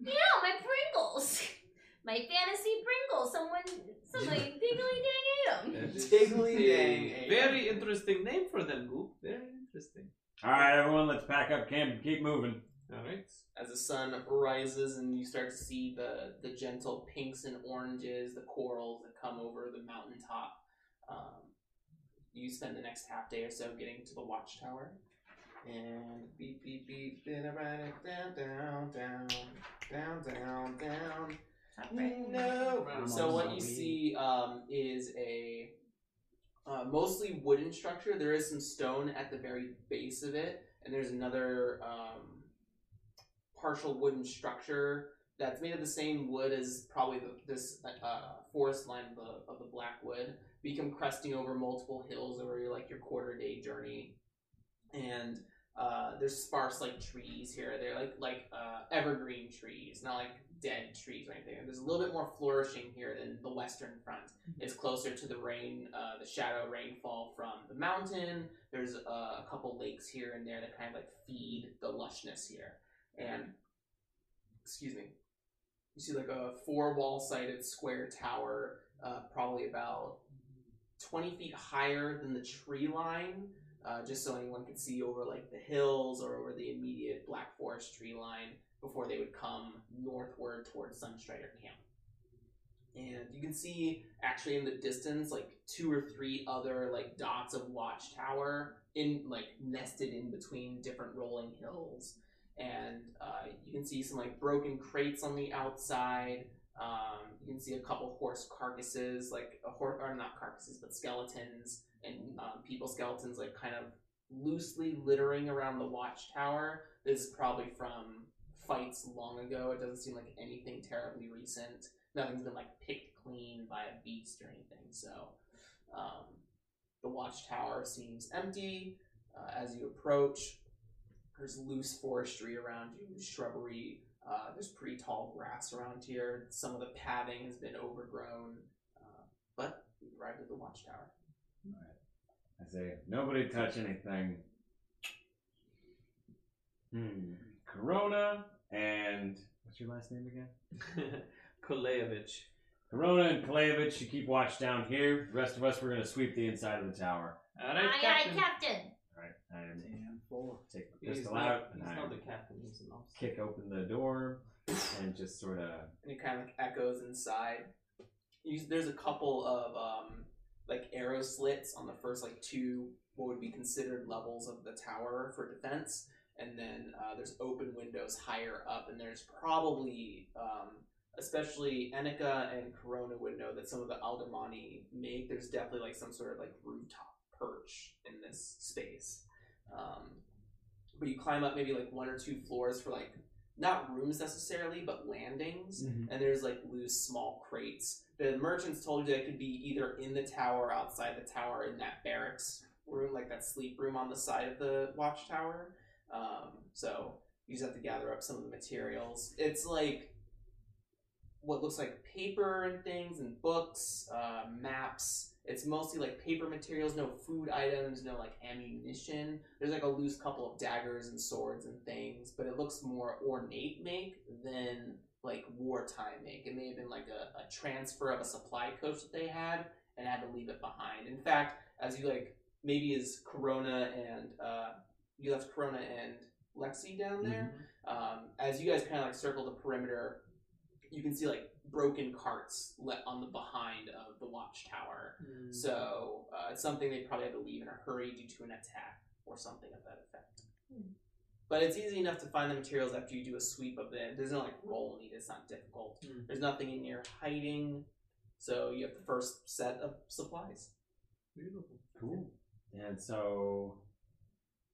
S4: No, my Pringles. [laughs] My fantasy Pringles. Someone, somebody diggly dang ate them.
S6: That is
S1: Tiggly
S6: a
S1: dang ate.
S6: Very interesting name for them, Goop. Very interesting.
S5: All right, everyone, let's pack up camp and keep moving.
S6: All right. [laughs]
S1: As the sun rises and you start to see the, the gentle pinks and oranges, the corals that come over the mountaintop, um, you spend the next half day or so getting to the watchtower. And beep beep beep, then I write it down, down, down, down, down, down. No.
S13: Right.
S1: So what you
S5: Zombie.
S1: see um, is a uh, mostly wooden structure. There is some stone at the very base of it, and there's another um, partial wooden structure that's made of the same wood as probably the, this uh, forest line of the, of the Blackwood. But you come cresting over multiple hills over your like your quarter day journey, and uh, there's sparse like trees here. They're like like uh, evergreen trees, not like dead trees or anything. There's a little bit more flourishing here than the western front. It's closer to the rain, uh, the shadow rainfall from the mountain. There's uh, a couple lakes here and there that kind of like feed the lushness here. And excuse me, you see like a four wall sided square tower, uh, probably about twenty feet higher than the tree line uh, just so anyone could see over like the hills or over the immediate Black Forest tree line before they would come northward towards Sunstrider Camp. And you can see actually in the distance like two or three other like dots of watchtower in like nested in between different rolling hills. And uh, you can see some like broken crates on the outside. Um, you can see a couple horse carcasses, like a horse, or not carcasses, but skeletons and um, people skeletons like kind of loosely littering around the watchtower. This is probably from fights long ago. It doesn't seem like anything terribly recent. Nothing's been like picked clean by a beast or anything. So um, the watchtower seems empty uh, as you approach. There's loose forestry around you, shrubbery. Uh, there's pretty tall grass around here. Some of the pathing has been overgrown, uh, but you arrived at the watchtower.
S5: I say, nobody touch anything. Hmm. Corona and what's your last name again?
S6: Kolevich.
S5: Corona and Kalevich, you keep watch down here. The rest of us, we're gonna sweep the inside of the tower.
S6: All
S4: Aye,
S6: right,
S4: aye,
S6: Captain.
S4: Captain.
S5: All right, I
S3: Damn fool.
S5: take the
S6: He's
S5: pistol
S6: not-
S5: out and
S6: he's
S5: I
S6: not the captain. He's an officer.
S5: kick open the door and just sort of
S1: and it kind of echoes inside. You, there's a couple of um, like arrow slits on the first like two what would be considered levels of the tower for defense, and then uh, there's open windows higher up, and there's probably um, especially Enica and Corona would know that some of the Aldermani make. There's definitely like some sort of like rooftop perch in this space. Um, but you climb up maybe like one or two floors for like not rooms necessarily, but landings
S5: Mm-hmm.
S1: and there's like loose small crates. The merchants told you they could be either in the tower, outside the tower, in that barracks room, like that sleep room on the side of the watchtower. Um, so you just have to gather up some of the materials. It's like what looks like paper and things, and books, uh, maps. It's mostly like paper materials, no food items, no like ammunition. There's like a loose couple of daggers and swords and things, but it looks more ornate make than like wartime make. It may have been like a, a transfer of a supply coach that they had and had to leave it behind. In fact, as you like maybe as Corona and uh, you left Corona and Lexi down there. Um, as you guys kind of like circle the perimeter, you can see like broken carts let on the behind of the watchtower.
S6: Mm-hmm.
S1: So uh, it's something they probably had to leave in a hurry due to an attack or something of that effect. But it's easy enough to find the materials after you do a sweep of it. There's no like roll needed. It's not difficult.
S6: Mm.
S1: There's nothing in here hiding. So you have the first set of supplies.
S6: Beautiful.
S5: Cool. And so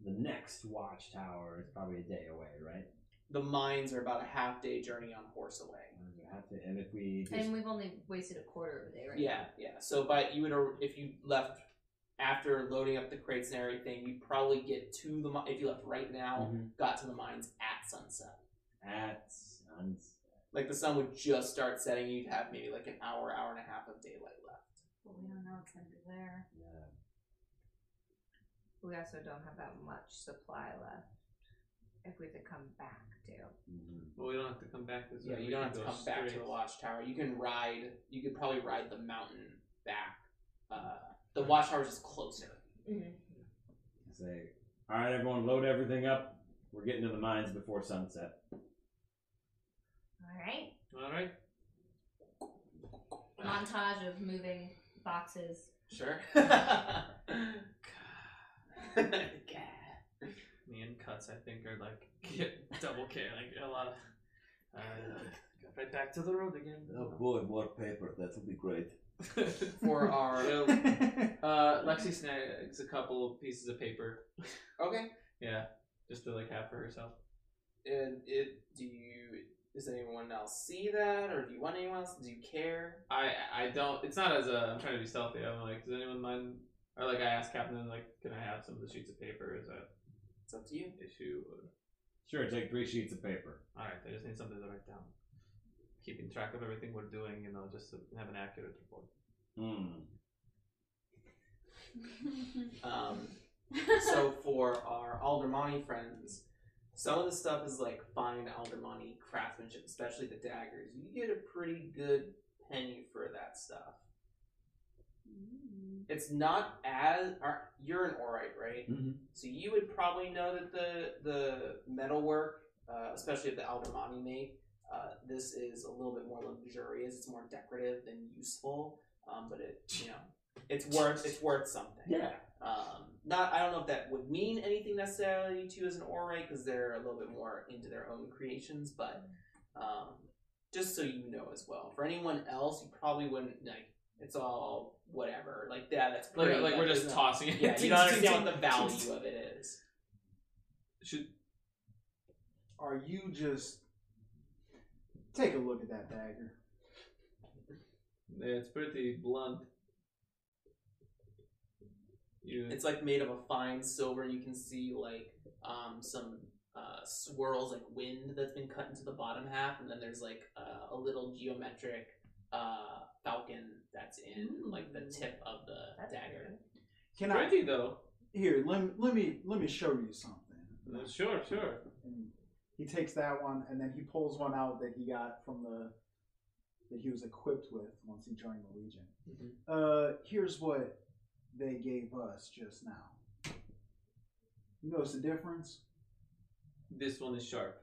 S5: the next watchtower is probably a day away, right?
S1: The mines are about a half day journey on horse away.
S5: Or do you have to- and if we just,
S4: And we've only wasted a quarter of the day, right?
S1: Yeah, yeah. So, but you would if you left after loading up the crates and everything, you'd probably get to the mi- if you left right now,
S5: Mhm.
S1: got to the mines at sunset.
S5: at sunset.
S1: Like the sun would just start setting, you'd have maybe like an hour, hour and a half of daylight left.
S7: But we don't know what's under there.
S5: Yeah.
S4: We also don't have that much supply left if we could come back to.
S5: Mhm.
S6: Well, we don't have to come back this
S1: Yeah,
S6: way.
S1: you
S6: We
S1: don't
S6: can
S1: have to
S6: go
S1: come back to
S6: straight.
S1: the watchtower. You can ride. You could probably ride the mountain back. Uh, the watchtower is just closer.
S5: I say, all right, everyone, load everything up. We're getting to the mines before sunset.
S4: All right.
S6: All
S1: [laughs]
S6: right.
S4: Montage of moving boxes.
S1: [laughs] Sure. God. God.
S6: Me and nuts, I think, are like [laughs] double K, like a lot of. Uh, got right back to the road again.
S5: boy, more paper. That would be great.
S6: For
S1: [laughs]
S6: our, [laughs] uh, Lexi snags a couple pieces of paper.
S1: Okay.
S6: Yeah, just to like have for herself.
S1: And it do you does anyone else see that or do you want anyone else? Do you care?
S6: I I don't. It's not as a. I'm trying to be stealthy. I'm like, does anyone mind? Or like, I asked Captain, like, can I have some of the sheets of paper? Is that
S1: It's up to you.
S6: an issue? Or,
S5: Sure, take three sheets of paper.
S6: All right, I just need something to write down. Keeping track of everything we're doing, you know, just to have an accurate report.
S5: Hmm.
S1: Um, so for our Aldermani friends, some of the stuff is like fine Aldermani craftsmanship, especially the daggers. You get a pretty good penny for that stuff. It's not as are- you're an orite, right?
S5: Mhm.
S1: So you would probably know that the the metalwork, uh, especially of the Aldermani make, uh, this is a little bit more luxurious. It's more decorative than useful, um, but it you know it's worth it's worth something.
S5: Yeah.
S1: Um, not I don't know if that would mean anything necessarily to you as an orite because they're a little bit more into their own creations, but um, just so you know as well. For anyone else, you probably wouldn't like. It's all whatever. Like yeah, that's
S6: Like,
S1: pretty,
S6: like we're
S1: that
S6: just
S1: is not-
S6: tossing it. [laughs]
S1: Yeah, you don't understand what the value of it is.
S6: Should
S3: Are you just take a look at that dagger?
S6: yeah, it's pretty blunt. You
S1: It's like made of a fine silver, and you can see like um, some uh, swirls, like wind that's been cut into the bottom half, and then there's like uh, a little geometric uh, falcon that's in like the tip of the dagger.
S3: Can I
S6: pretty though.
S3: here? Let let me let me show you something.
S6: Uh, Sure, sure.
S3: And he takes that one, and then he pulls one out that he got from the that he was equipped with once he joined the Legion.
S1: Mhm.
S3: Uh, here's what they gave us just now. You notice the difference?
S6: This one is sharp.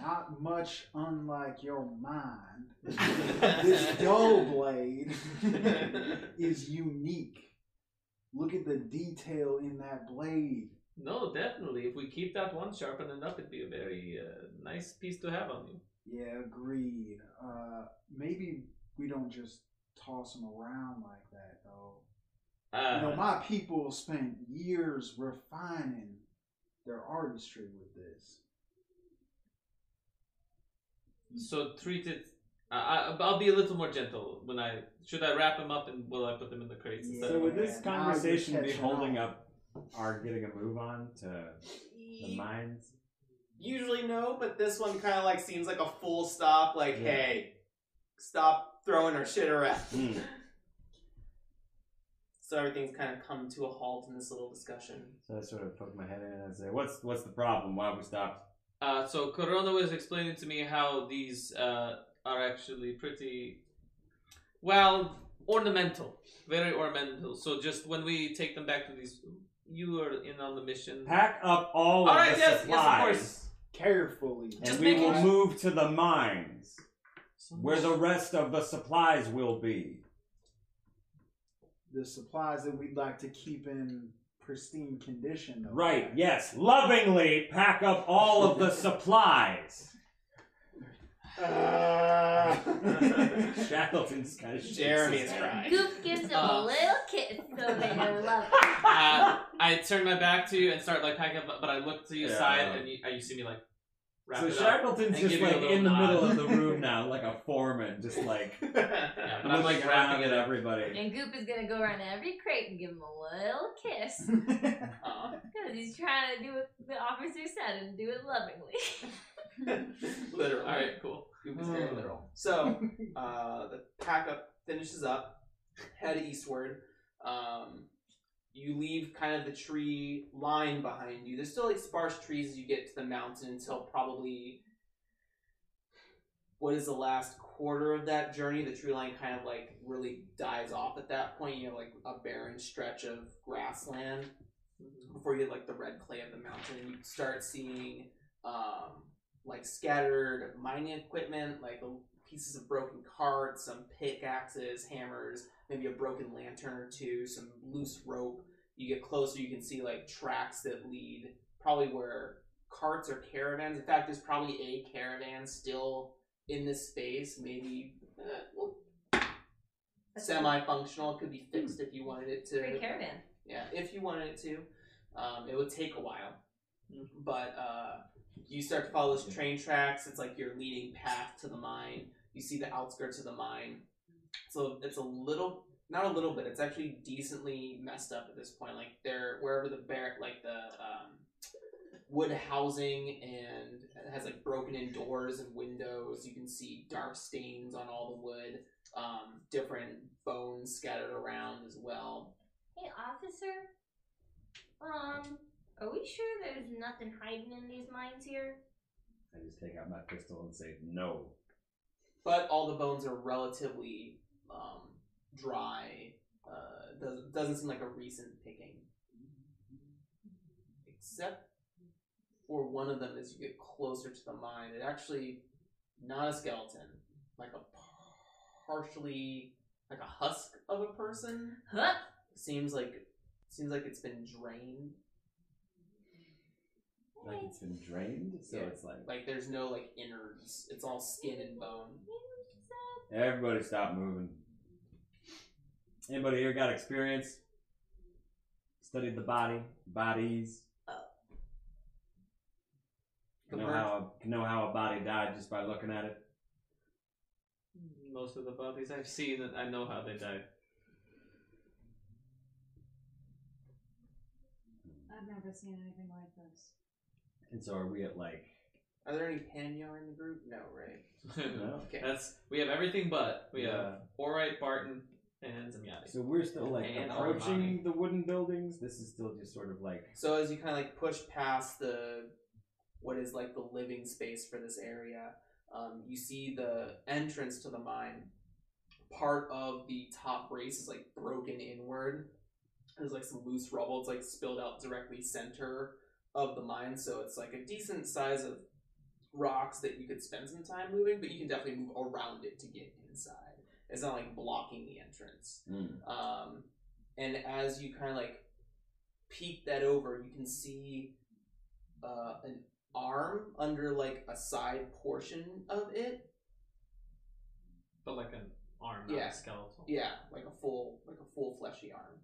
S3: Not much unlike your mind. [laughs]
S6: [laughs]
S3: this dull blade is unique. Look at the detail in that blade.
S6: No, definitely. If we keep that one sharpened enough, it'd be a very uh, nice piece to have on you.
S3: Yeah, agreed. Uh, maybe we don't just toss them around like that, though.
S6: Uh,
S3: you know, my
S5: Uh-huh.
S3: people spent years refining their artistry with this.
S6: So treat it. I, I- I'll be a little more gentle when I should I wrap them up and will I put them in the crates?
S3: Yeah.
S6: instead
S5: So
S6: of-
S5: would this
S3: Yeah, now you're
S5: conversation be
S3: catching
S5: holding
S3: on.
S5: up our getting a move on to the mines?
S1: Usually no, but this one kind of like seems like a full stop. Like,
S5: Yeah.
S1: hey, stop throwing our shit around.
S5: Hmm.
S1: So everything's kind of come to a halt in this little discussion. [laughs]
S5: So I sort of poke my head in and say, "What's what's the problem? Why have we stopped?"
S6: Uh, so Corona was explaining to me how these uh, are actually pretty, well, ornamental, very ornamental. So just when we take them back to these, you are in on the mission.
S5: Pack up all,
S6: All
S5: of
S6: right,
S5: the
S6: yes, yes, of
S5: supplies,
S6: course.
S3: Carefully.
S5: and
S6: Just
S5: we
S6: make
S5: will
S6: it-
S5: move to the mines, where the
S6: [laughs]
S5: rest of the supplies will be.
S3: The supplies that we'd like to keep in pristine condition. Though.
S5: Right?
S3: [laughs]
S5: Yes. Lovingly pack up all [laughs] of the supplies.
S1: [laughs]
S5: Shackleton's kind of
S1: Jeremy's crying.
S4: Goop gives them
S6: Uh.
S4: a little kiss so they know love.
S6: uh, I turn my back to you and start like packing up, but I look to your
S5: Yeah.
S6: side and you, uh, you see me like wrap
S5: So
S6: it up.
S5: Shackleton's
S6: and
S5: just
S6: give you a
S5: like
S6: little
S5: in the
S6: nod.
S5: middle of the
S6: [laughs]
S5: room now, like a foreman, just like
S6: Yeah,
S1: yeah,
S6: but I'm like
S5: looking around
S6: wrapping it
S5: at
S6: up.
S5: everybody.
S4: And Goop is gonna go around every crate and give him a little
S3: [laughs]
S4: kiss. Because he's trying to do what the officer said and do it lovingly.
S1: [laughs] literal.
S6: All right, cool.
S1: Goop is very
S5: Hmm.
S1: literal. So uh, the pack up finishes up, head eastward. Um, you leave kind of the tree line behind you. There's still like sparse trees as you get to the mountain until probably what is the last quarter of that journey. The tree line kind of like really dies off at that point. You have like a barren stretch of grassland before you hit like the red clay of the mountain. You start seeing um, like scattered mining equipment, like pieces of broken carts, some pickaxes, hammers, maybe a broken lantern or two, some loose rope, You get closer, you can see like tracks that lead probably where carts or caravans. In fact, there's probably a caravan still in this space. Maybe eh, well,
S4: That's
S1: semi-functional. It could be fixed if you wanted it to.
S4: Free caravan.
S1: Yeah, if you wanted it to, um, it would take a while. But uh, you start to follow those train tracks. It's like your leading path to the mine. You see the outskirts of the mine. So it's a little, not a little bit. It's actually decently messed up at this point. Like they're wherever the bear, like the um, wood housing and it has like broken in doors and windows. You can see dark stains on all the wood. Um, different bones scattered around as well.
S4: Hey, officer. Um, are we sure there's nothing hiding in these mines here?
S5: I just take out my pistol and say, no.
S1: but all the bones are relatively um, dry. Uh, does, doesn't seem like a recent picking, except for one of them. As you get closer to the mine, it actually not a skeleton, like a partially like a husk of a person.
S4: Huh?
S1: Seems like seems like it's been drained.
S5: Like it's been drained, so
S1: Yeah.
S5: it's like.
S1: Like there's no like innards. It's all skin and bone.
S5: Everybody stop moving. Anybody here got experience? Studied the body, bodies.
S1: The
S5: Can know
S1: bird-
S5: how can know how a body died just by looking at it.
S6: Most of the bodies I've seen, I know how they die.
S12: [laughs] I've never seen anything like this.
S5: And so are we at like?
S1: Are there any panyo in the group? No, right?
S5: No.
S1: Okay.
S6: [laughs] That's we have everything but we uh, have Orite, Barton, and Zamyati.
S5: So we're still like
S6: And
S5: approaching
S6: Armani.
S5: the wooden buildings. This is still just sort of like
S1: So as you kind of like push past the what is like the living space for this area, um, you see the entrance to the mine. Part of the top brace is like broken inward. There's like some loose rubble. It's like spilled out directly center of the mine, so it's like a decent size of rocks that you could spend some time moving, but you can definitely move around it to get inside. It's not like blocking the entrance.
S5: mm,
S1: Um, and as you kind of like peek that over, you can see uh, an arm under like a side portion of it.
S6: But like an arm, not
S1: Yeah.
S6: a skeletal.
S1: Yeah, like a full, like a full fleshy arm.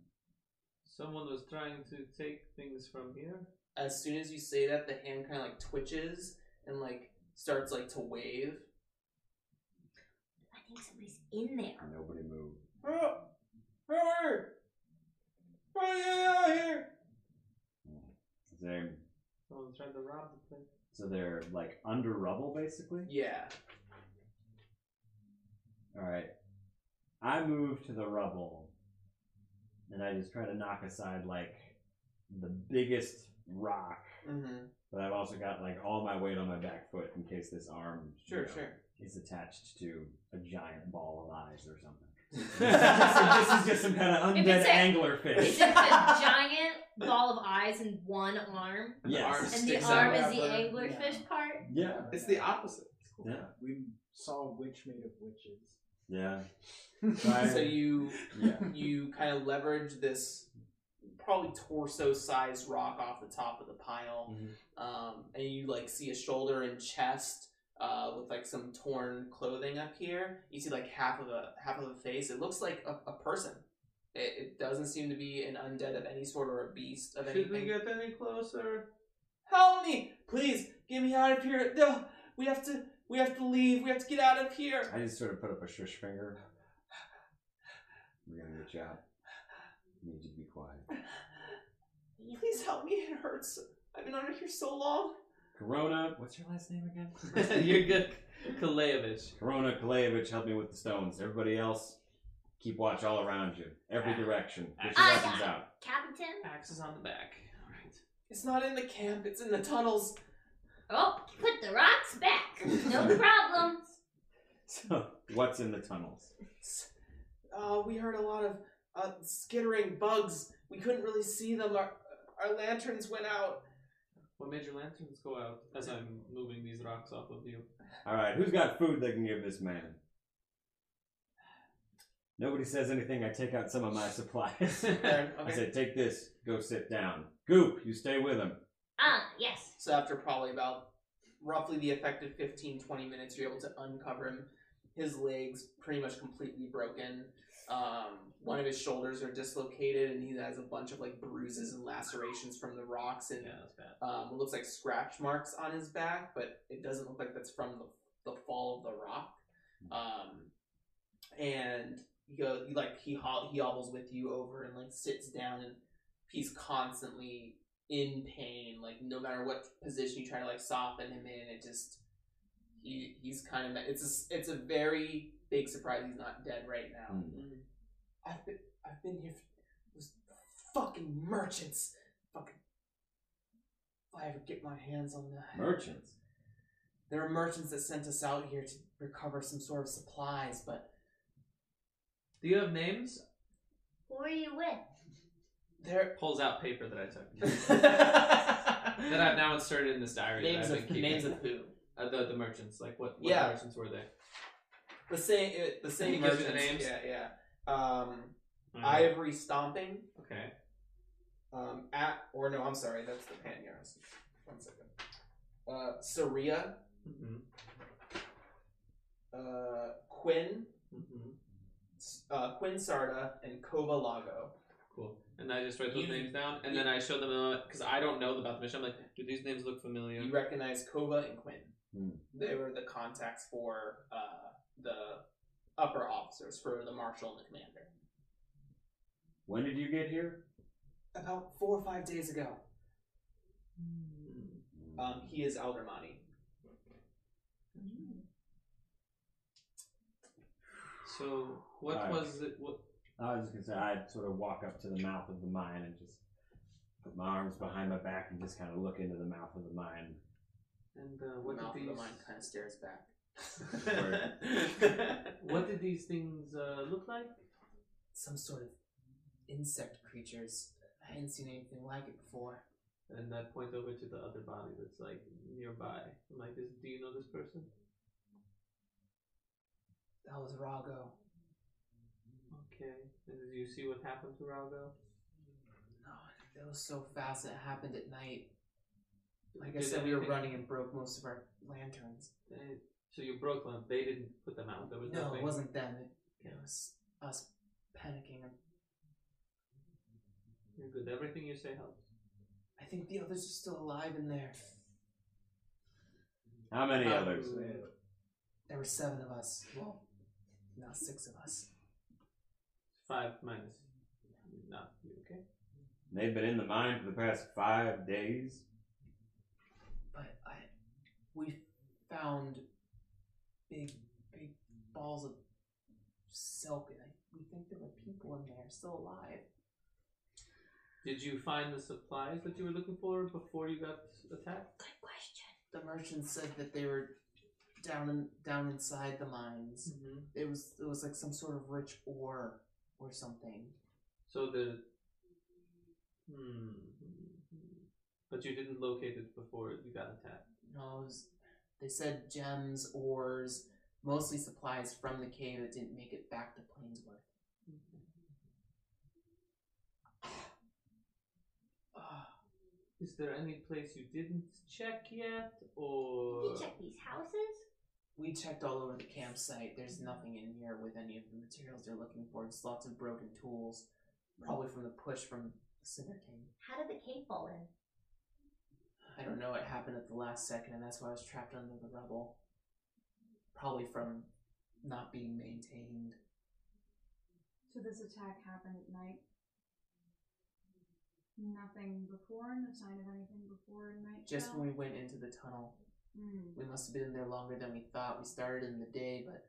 S6: Someone was trying to take things from here.
S1: As soon as you say that, the hand kind of like twitches and like starts like to wave.
S4: I think somebody's in there.
S5: nobody move.
S1: Oh, oh, yeah, yeah, here.
S5: Is there?
S6: Someone tried to rob the place.
S5: So they're like under rubble basically.
S1: Yeah.
S5: All right. I move to the rubble, and I just try to knock aside like the biggest rock,
S1: Mm-hmm.
S5: but I've also got like all my weight on my back foot in case this arm you
S1: Sure,
S5: know,
S1: sure.
S5: is attached to a giant ball of eyes or something.
S4: [laughs]
S5: So this is just some kind of
S4: If it's
S5: undead
S4: a-
S5: angler
S1: [laughs]
S4: It's
S5: fish.
S4: just a giant ball of eyes and one arm.
S6: And the arm
S5: Yes.
S4: And the
S6: sticks
S4: arm
S6: out.
S4: is the
S3: Yeah.
S4: anglerfish part.
S5: [laughs] Yeah.
S6: It's the opposite.
S5: Yeah.
S3: We saw a witch made of witches.
S5: Yeah.
S1: So you
S5: Yeah.
S1: you kind of leverage this probably torso sized rock off the top of the pile
S5: Mhm.
S1: um, and you like see a shoulder and chest uh, with like some torn clothing up here you see like half of a half of a face it looks like a, a person it, it doesn't seem to be an undead of any sort or a beast of
S6: Should we
S1: anything
S6: get any closer?
S1: help me please get me out of here no, we have to we have to leave we have to get out of here
S5: I just sort of put up a shush finger. [sighs] We're gonna get you out. Need you to be quiet.
S1: please help me it hurts i've been under here so long
S5: Corona, what's your last name again?
S6: [laughs]
S5: [laughs]
S6: You're good, Kalevich.
S5: Corona Kalevich, help me with the stones. Everybody else, keep watch all around you, every
S6: Ah.
S5: direction. Get your
S4: Ah.
S5: weapons out. [laughs]
S4: Captain.
S6: Axe is on the back. All right.
S1: It's not in the camp, it's in the tunnels.
S4: Oh, put the rocks back. No
S6: [laughs]
S4: problem.
S5: So, what's in the tunnels?
S1: S- Uh, we heard a lot of uh, skittering bugs. We couldn't really see them. Our, our lanterns went out.
S6: What made your lanterns go out as I'm moving these rocks off of you?
S5: All right, who's got food they can give this man? Nobody says anything. I take out some of my supplies.
S1: [laughs] There,
S5: I
S1: okay.
S5: said, "Take this. Go sit down." Goop, you stay with him.
S4: Ah, yes.
S1: So after probably about roughly the effective 15, 20 minutes, you're able to uncover him. His legs pretty much completely broken. Um, one of his shoulders are dislocated, and he has a bunch of like bruises and lacerations from the rocks and
S6: Yeah, that's bad.
S1: um, it looks like scratch marks on his back, but it doesn't look like that's from the, the fall of the rock. Um, and he go, he, like he ho- he hobbles with you over and like sits down, and he's constantly in pain. Like no matter what position you try to like soften him in, it just he he's kind of it's a, s- it's a very big surprise he's not dead right now.
S5: Mm.
S1: I've been I've been here for those fucking merchants. Fucking if I ever get my hands on that.
S5: Merchants.
S1: There are merchants that sent us out here to recover some sort of supplies, but
S6: Do you have names?
S4: Who are you with?
S1: [laughs] they're
S6: Pulls out paper that
S1: [laughs]
S6: I took. that I've
S1: that
S6: now inserted in this diary.
S1: names
S6: that I've
S1: of
S6: been keeping.
S1: names of who.
S6: uh, the, the merchants. Like what, what
S1: Yeah.
S6: merchants were they?
S1: The same uh, the same
S6: Can you give me
S1: merchants.
S6: the names? Mm-hmm.
S1: Yeah, yeah. Um, Ivory Stomping.
S6: Okay.
S1: Um, at or no, I'm sorry, that's the Panyaras. One second. Uh, Saria.
S6: Mm-hmm.
S1: Uh, Quinn.
S6: Mm-hmm.
S1: Uh, Quinn Sarda and Kova Lago.
S6: Cool. And I just write those
S1: You-
S6: names down, and
S1: you-
S6: then I show them because I don't know about the mission. I'm like, do these names look familiar?
S1: You recognize Kova and Quinn.
S5: Hmm.
S1: They were the contacts for uh, the upper officers for the marshal and the commander.
S5: When did you get here?
S1: About four or five days ago, um, he is Aldermani.
S6: Mm-hmm. So what
S5: Alright.
S6: was it? What
S5: I was just gonna say I'd sort of walk up to the mouth of the mine and just put my arms behind my back and just kind of look into the mouth of the mine.
S6: and uh, what
S1: Mouth
S6: did
S1: of the
S6: these?
S1: mind kind of stares back. [laughs]
S6: What did these things uh, look like?
S1: Some sort of insect creatures. I hadn't seen anything like it before.
S6: And I point over to the other body that's like nearby. I'm like, this, do you know this person?
S1: That was Rago.
S6: Okay. And did you see what happened to Ralgo?
S1: No, that was so fast. It happened at night. Like I
S6: Did
S1: said, we were [laughs]
S6: anything-
S1: running and broke most of our lanterns.
S6: Eh, So you broke them. They didn't put them out. There was
S1: No,
S6: nothing.
S1: it wasn't them. It was us panicking.
S6: You're good. Everything you say helps.
S1: I think the others are still alive in there.
S5: How many
S1: Um,
S5: others?
S1: There were seven of us. Well, now six of us.
S6: Five minus. No. You okay?
S5: They've been in the mine for the past five days.
S1: But I, we found big, big balls of silk, and I, we think there were people in there still alive.
S6: Did you find the supplies that you were looking for before you got attacked?
S4: Good question.
S1: The merchant said that they were down in, down inside the mines.
S6: Mm-hmm.
S1: It was it was like some sort of rich ore or something.
S6: So the. Hmm. But you didn't locate it before you got attacked.
S1: No, it was, they said gems, ores, mostly supplies from the cave that didn't make it back to Plainsworth. [sighs] Ah,
S6: Is there any place you didn't check yet, or
S4: Did you check these houses?
S1: we checked all over the campsite. There's nothing in here with any of the materials they're looking for. Just lots of broken tools, probably from the push from the Cinder King.
S4: How did the cave fall in?
S1: I don't know. It happened at the last second, and that's why I was trapped under the rubble. Probably from not being maintained.
S7: So this attack happened at night. Nothing before, no sign of anything before night.
S1: Just
S7: fell?
S1: when we went into the tunnel,
S14: [laughs]
S7: Hmm.
S1: We must have been there longer than we thought. We started in the day, but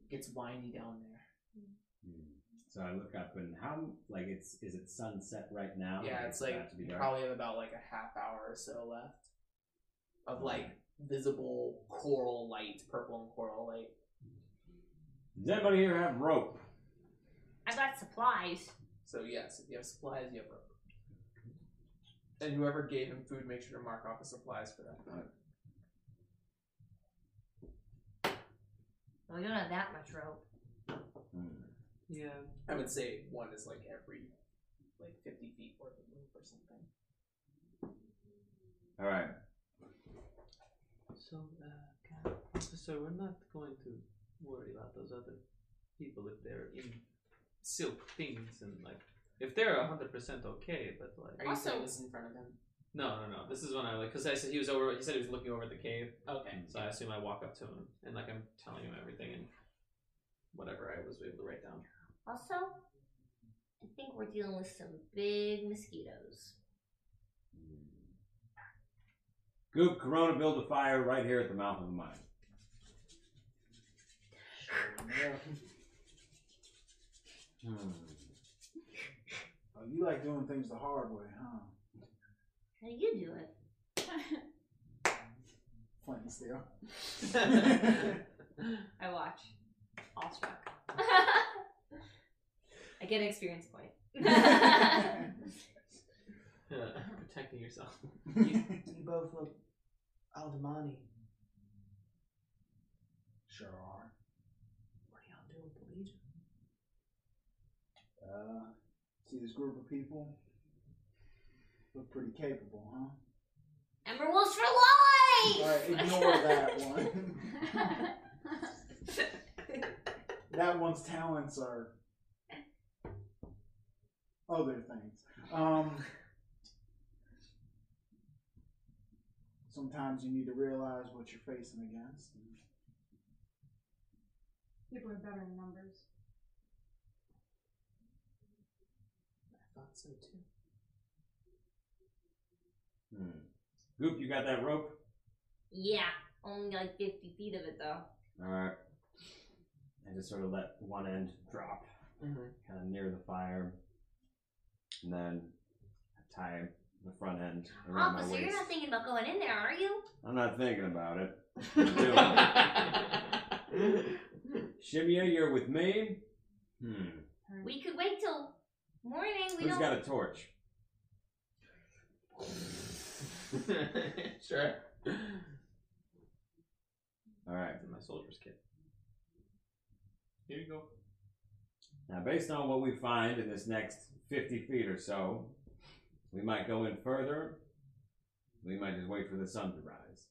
S1: it gets windy down there.
S5: Hmm. So I look up and how like it's is it sunset right now?
S1: yeah, it's like
S5: about to be
S1: you
S5: dark.
S1: probably have about like a half hour or so left of
S5: Mm-hmm.
S1: like visible coral light, purple and coral light.
S5: Does anybody here have rope?
S4: I got supplies.
S1: So yes, if you have supplies, you have rope. And whoever gave him food, make sure to mark off the supplies for that.
S4: Well, we don't have that much rope.
S5: Hmm.
S6: Yeah.
S1: I would say one is like every like fifty feet worth of move or something.
S5: All right.
S6: So, uh, officer, we're not going to worry about those other people if they're in silk things and like if they're hundred percent okay. But
S1: Are
S6: like,
S1: you
S13: Also-
S1: saying this in front of him?
S6: no, no, no. This is when I like because I said he was over. He said he was looking over the cave.
S1: Okay.
S5: Mm.
S6: So I assume I walk up to him and like I'm telling him everything and whatever I was able to write
S14: [laughs]
S6: down.
S14: Also, I think we're dealing with some big mosquitoes.
S5: Hmm. Goop, Corona, build a fire right here at the mouth of the mine. Hmm.
S3: Oh, you like doing things the hard way, huh?
S14: How do you do it?
S3: Flint still.
S12: I watch.
S4: [laughs]
S12: Awestruck.
S14: I get an experience point.
S4: [laughs]
S6: Protecting [laughs] yourself.
S1: you both look Aldemani.
S3: Sure are.
S1: What do y'all do with the Legion?
S3: Uh, see this group of people? Look pretty capable,
S1: [laughs]
S3: huh?
S14: Ember wolves for
S3: All right,
S14: life! [laughs]
S3: ignore that one. [laughs] that one's talents are other things. Um, sometimes you need to realize what you're facing against.
S7: People are better in numbers.
S1: I thought so too.
S5: Hmm. Goop, you got that rope?
S14: Yeah, only like 50 feet of it though.
S5: All right. Uh, And just sort of let one end drop,
S1: Mm-hmm.
S5: kind of near the fire, and then tie the front end around my
S14: Officer,
S5: waist.
S14: Oh, you're not thinking about going in there, are you?
S5: I'm not thinking about it. I'm doing it. Shimya, you're with me. Hmm.
S14: We could wait till morning. We
S5: Who's
S14: don't.
S5: got a torch?
S14: [laughs]
S1: sure.
S5: All right.
S6: And my soldier's kit. Here you go. [laughs]
S5: Now, based on what we find in this next 50 feet or so, we might go in further. We might just wait for the sun to rise.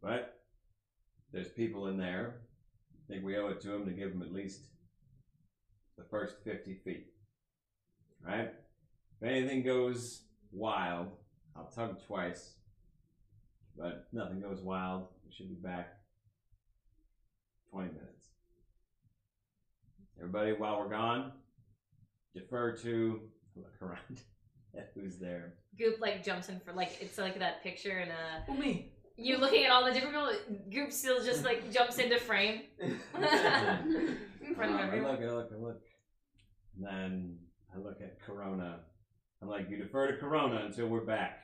S5: But there's people in there. I think we owe it to them to give them at least the first 50 feet. Right? If anything goes wild, I'll tug twice. But if nothing goes wild. We should be back 20 minutes. Everybody, while we're gone, defer to look around at who's there.
S14: Goop like jumps in for like it's like that picture and uh
S6: Oh me.
S14: you looking at all the different people. Goop still just like jumps into frame in front of
S5: Um, I
S14: everyone.
S5: look, I look, I look. And then I look at Corona. I'm like, you defer to Corona until we're back.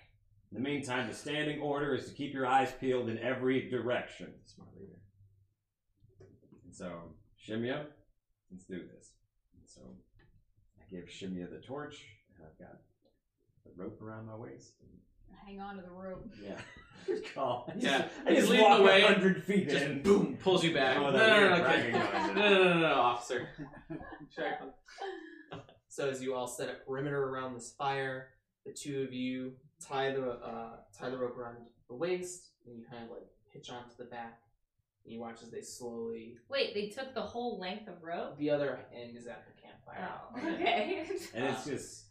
S5: In the meantime, the standing order is to keep your eyes peeled in every direction. Smart leader. And so, Shimya, let's do this. And so, I give Shimya the torch, and I've got the rope around my waist.
S12: Hang on to the rope.
S5: [laughs] Yeah. Call.
S6: Yeah.
S5: I
S6: He's
S5: just
S6: leading
S5: walk
S6: the way.
S5: 100 feet
S6: Just [laughs]
S5: in.
S6: boom, pulls you back.
S5: Oh,
S6: no,
S5: that
S6: no, no,
S5: weird
S6: no, okay.
S5: bragging noise.
S6: no, no, no, no, officer.
S1: Sure. So as you all set a perimeter around this fire, the two of you tie the uh, tie the rope around the waist, and you kind of like hitch onto the back. And you watch as they slowly.
S14: Wait, they took the whole length of rope?
S1: The other end is at the campfire. [laughs]
S14: Oh, okay.
S5: And it's just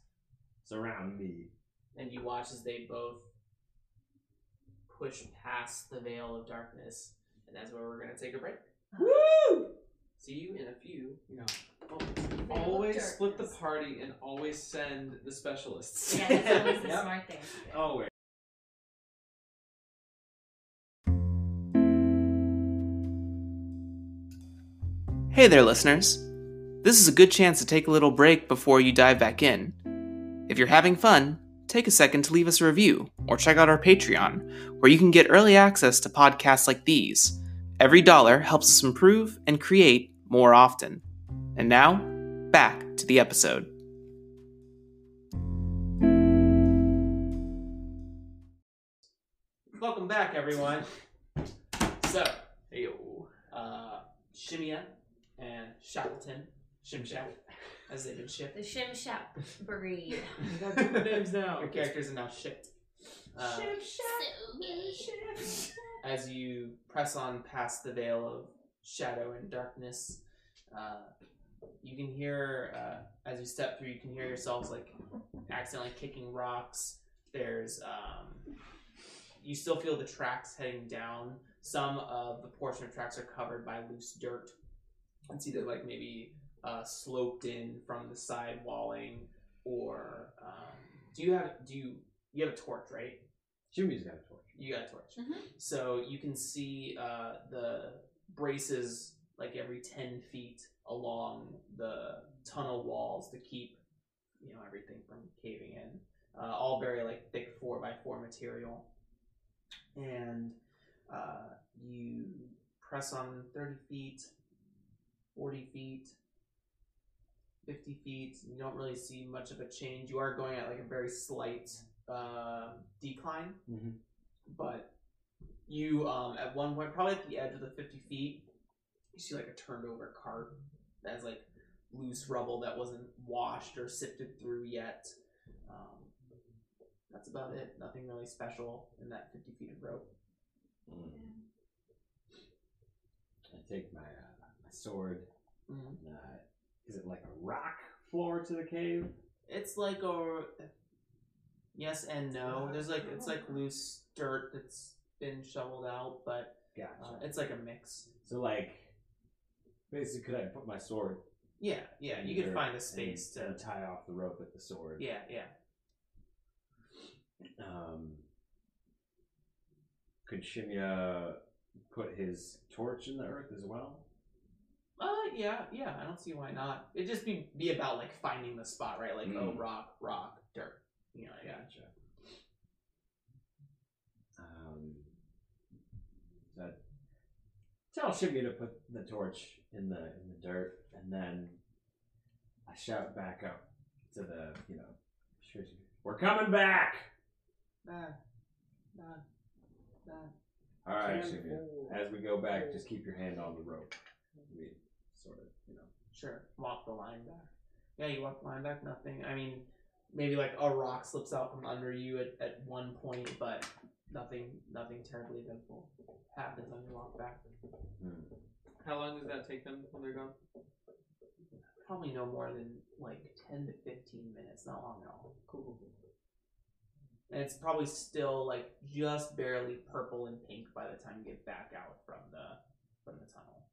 S5: surround me.
S1: and you watch as they both push past the veil of darkness, and that's where we're gonna take a break.
S14: Uh-huh.
S1: Woo! See you in a few.
S6: No.
S1: moments.
S6: Always split the party and always send the specialists. Oh,
S14: [laughs] Yeah, that's
S6: [laughs]
S14: always the
S5: Yep.
S14: smart thing. to do.
S5: Always.
S15: Hey there, listeners. This is a good chance to take a little break before you dive back in. If you're having fun, take a second to leave us a review or check out our Patreon, where you can get early access to podcasts like these. Every dollar helps us improve and create more often. And now, back to the episode.
S1: Welcome back, everyone. So, hey, uh, Shimia and Shackleton Shimshap, as they've been
S7: [laughs]
S1: shipped.
S14: The Shim Shap breed.
S6: You gotta get the names
S1: Your
S6: [laughs] down.
S1: characters are now shipped. Uh, as you press on past the veil of shadow and darkness, uh, you can hear uh, as you step through. You can hear yourselves like accidentally kicking rocks. There's um, you still feel the tracks heading down. Some of the portion of tracks are covered by loose dirt. It's either like maybe uh, sloped in from the side walling, or um, do you have do you you have a torch right?
S5: Jimmy's got a torch.
S1: You got a torch.
S14: Mhm.
S1: So you can see uh, the braces like every 10 feet along the tunnel walls to keep, you know, everything from caving in. Uh, all very like thick 4 by 4 material. And uh, you press on 30 feet, 40 feet, 50 feet. You don't really see much of a change. You are going at like a very slight uh, decline
S5: Mhm.
S1: but you um, at one point probably at the edge of the 50 feet you see like a turned over cart that has like loose rubble that wasn't washed or sifted through yet um, that's about it nothing really special in that 50 feet of rope
S6: Mm.
S5: I take my uh, my sword.
S1: Mhm.
S5: And, uh, is it like a rock floor to the cave?
S1: it's like a yes and no there's like it's like loose dirt that's been shoveled out but
S5: Gotcha.
S1: uh, it's like a mix
S5: so like, basically, could I put my sword?
S1: yeah yeah
S5: in
S1: you can
S5: there
S1: find a
S5: and-
S1: space to
S5: and tie off the rope with the sword.
S1: yeah yeah
S5: Um, could Shimya put his torch in the earth as well?
S1: Uh, yeah, yeah. I don't see why not. It'd just be be about like finding the spot, right? Like, oh,
S5: Mm.
S1: rock, rock, dirt. You know, yeah.
S5: Gotcha. Um, so I tell Shimmy to put the torch in the in the dirt, and then I shout back up to the you know, "Shimmy, we're coming back.
S1: Nah, nah, nah.
S5: All right,
S1: Can't
S5: Shimmy.
S1: fool.
S5: As we go back, just keep your hand on the rope. We sort of you know.
S1: Sure, walk the line back. Yeah, you walk the line back. Nothing. I mean, maybe like a rock slips out from under you at, at one point, but nothing, nothing terribly eventful happens on your walk back.
S6: How long does that take them when they're gone?
S1: Probably no more than like ten to fifteen minutes. Not long at all. Cool. cool, cool. And it's probably still like just barely purple and pink by the time you get back out from the from the tunnel.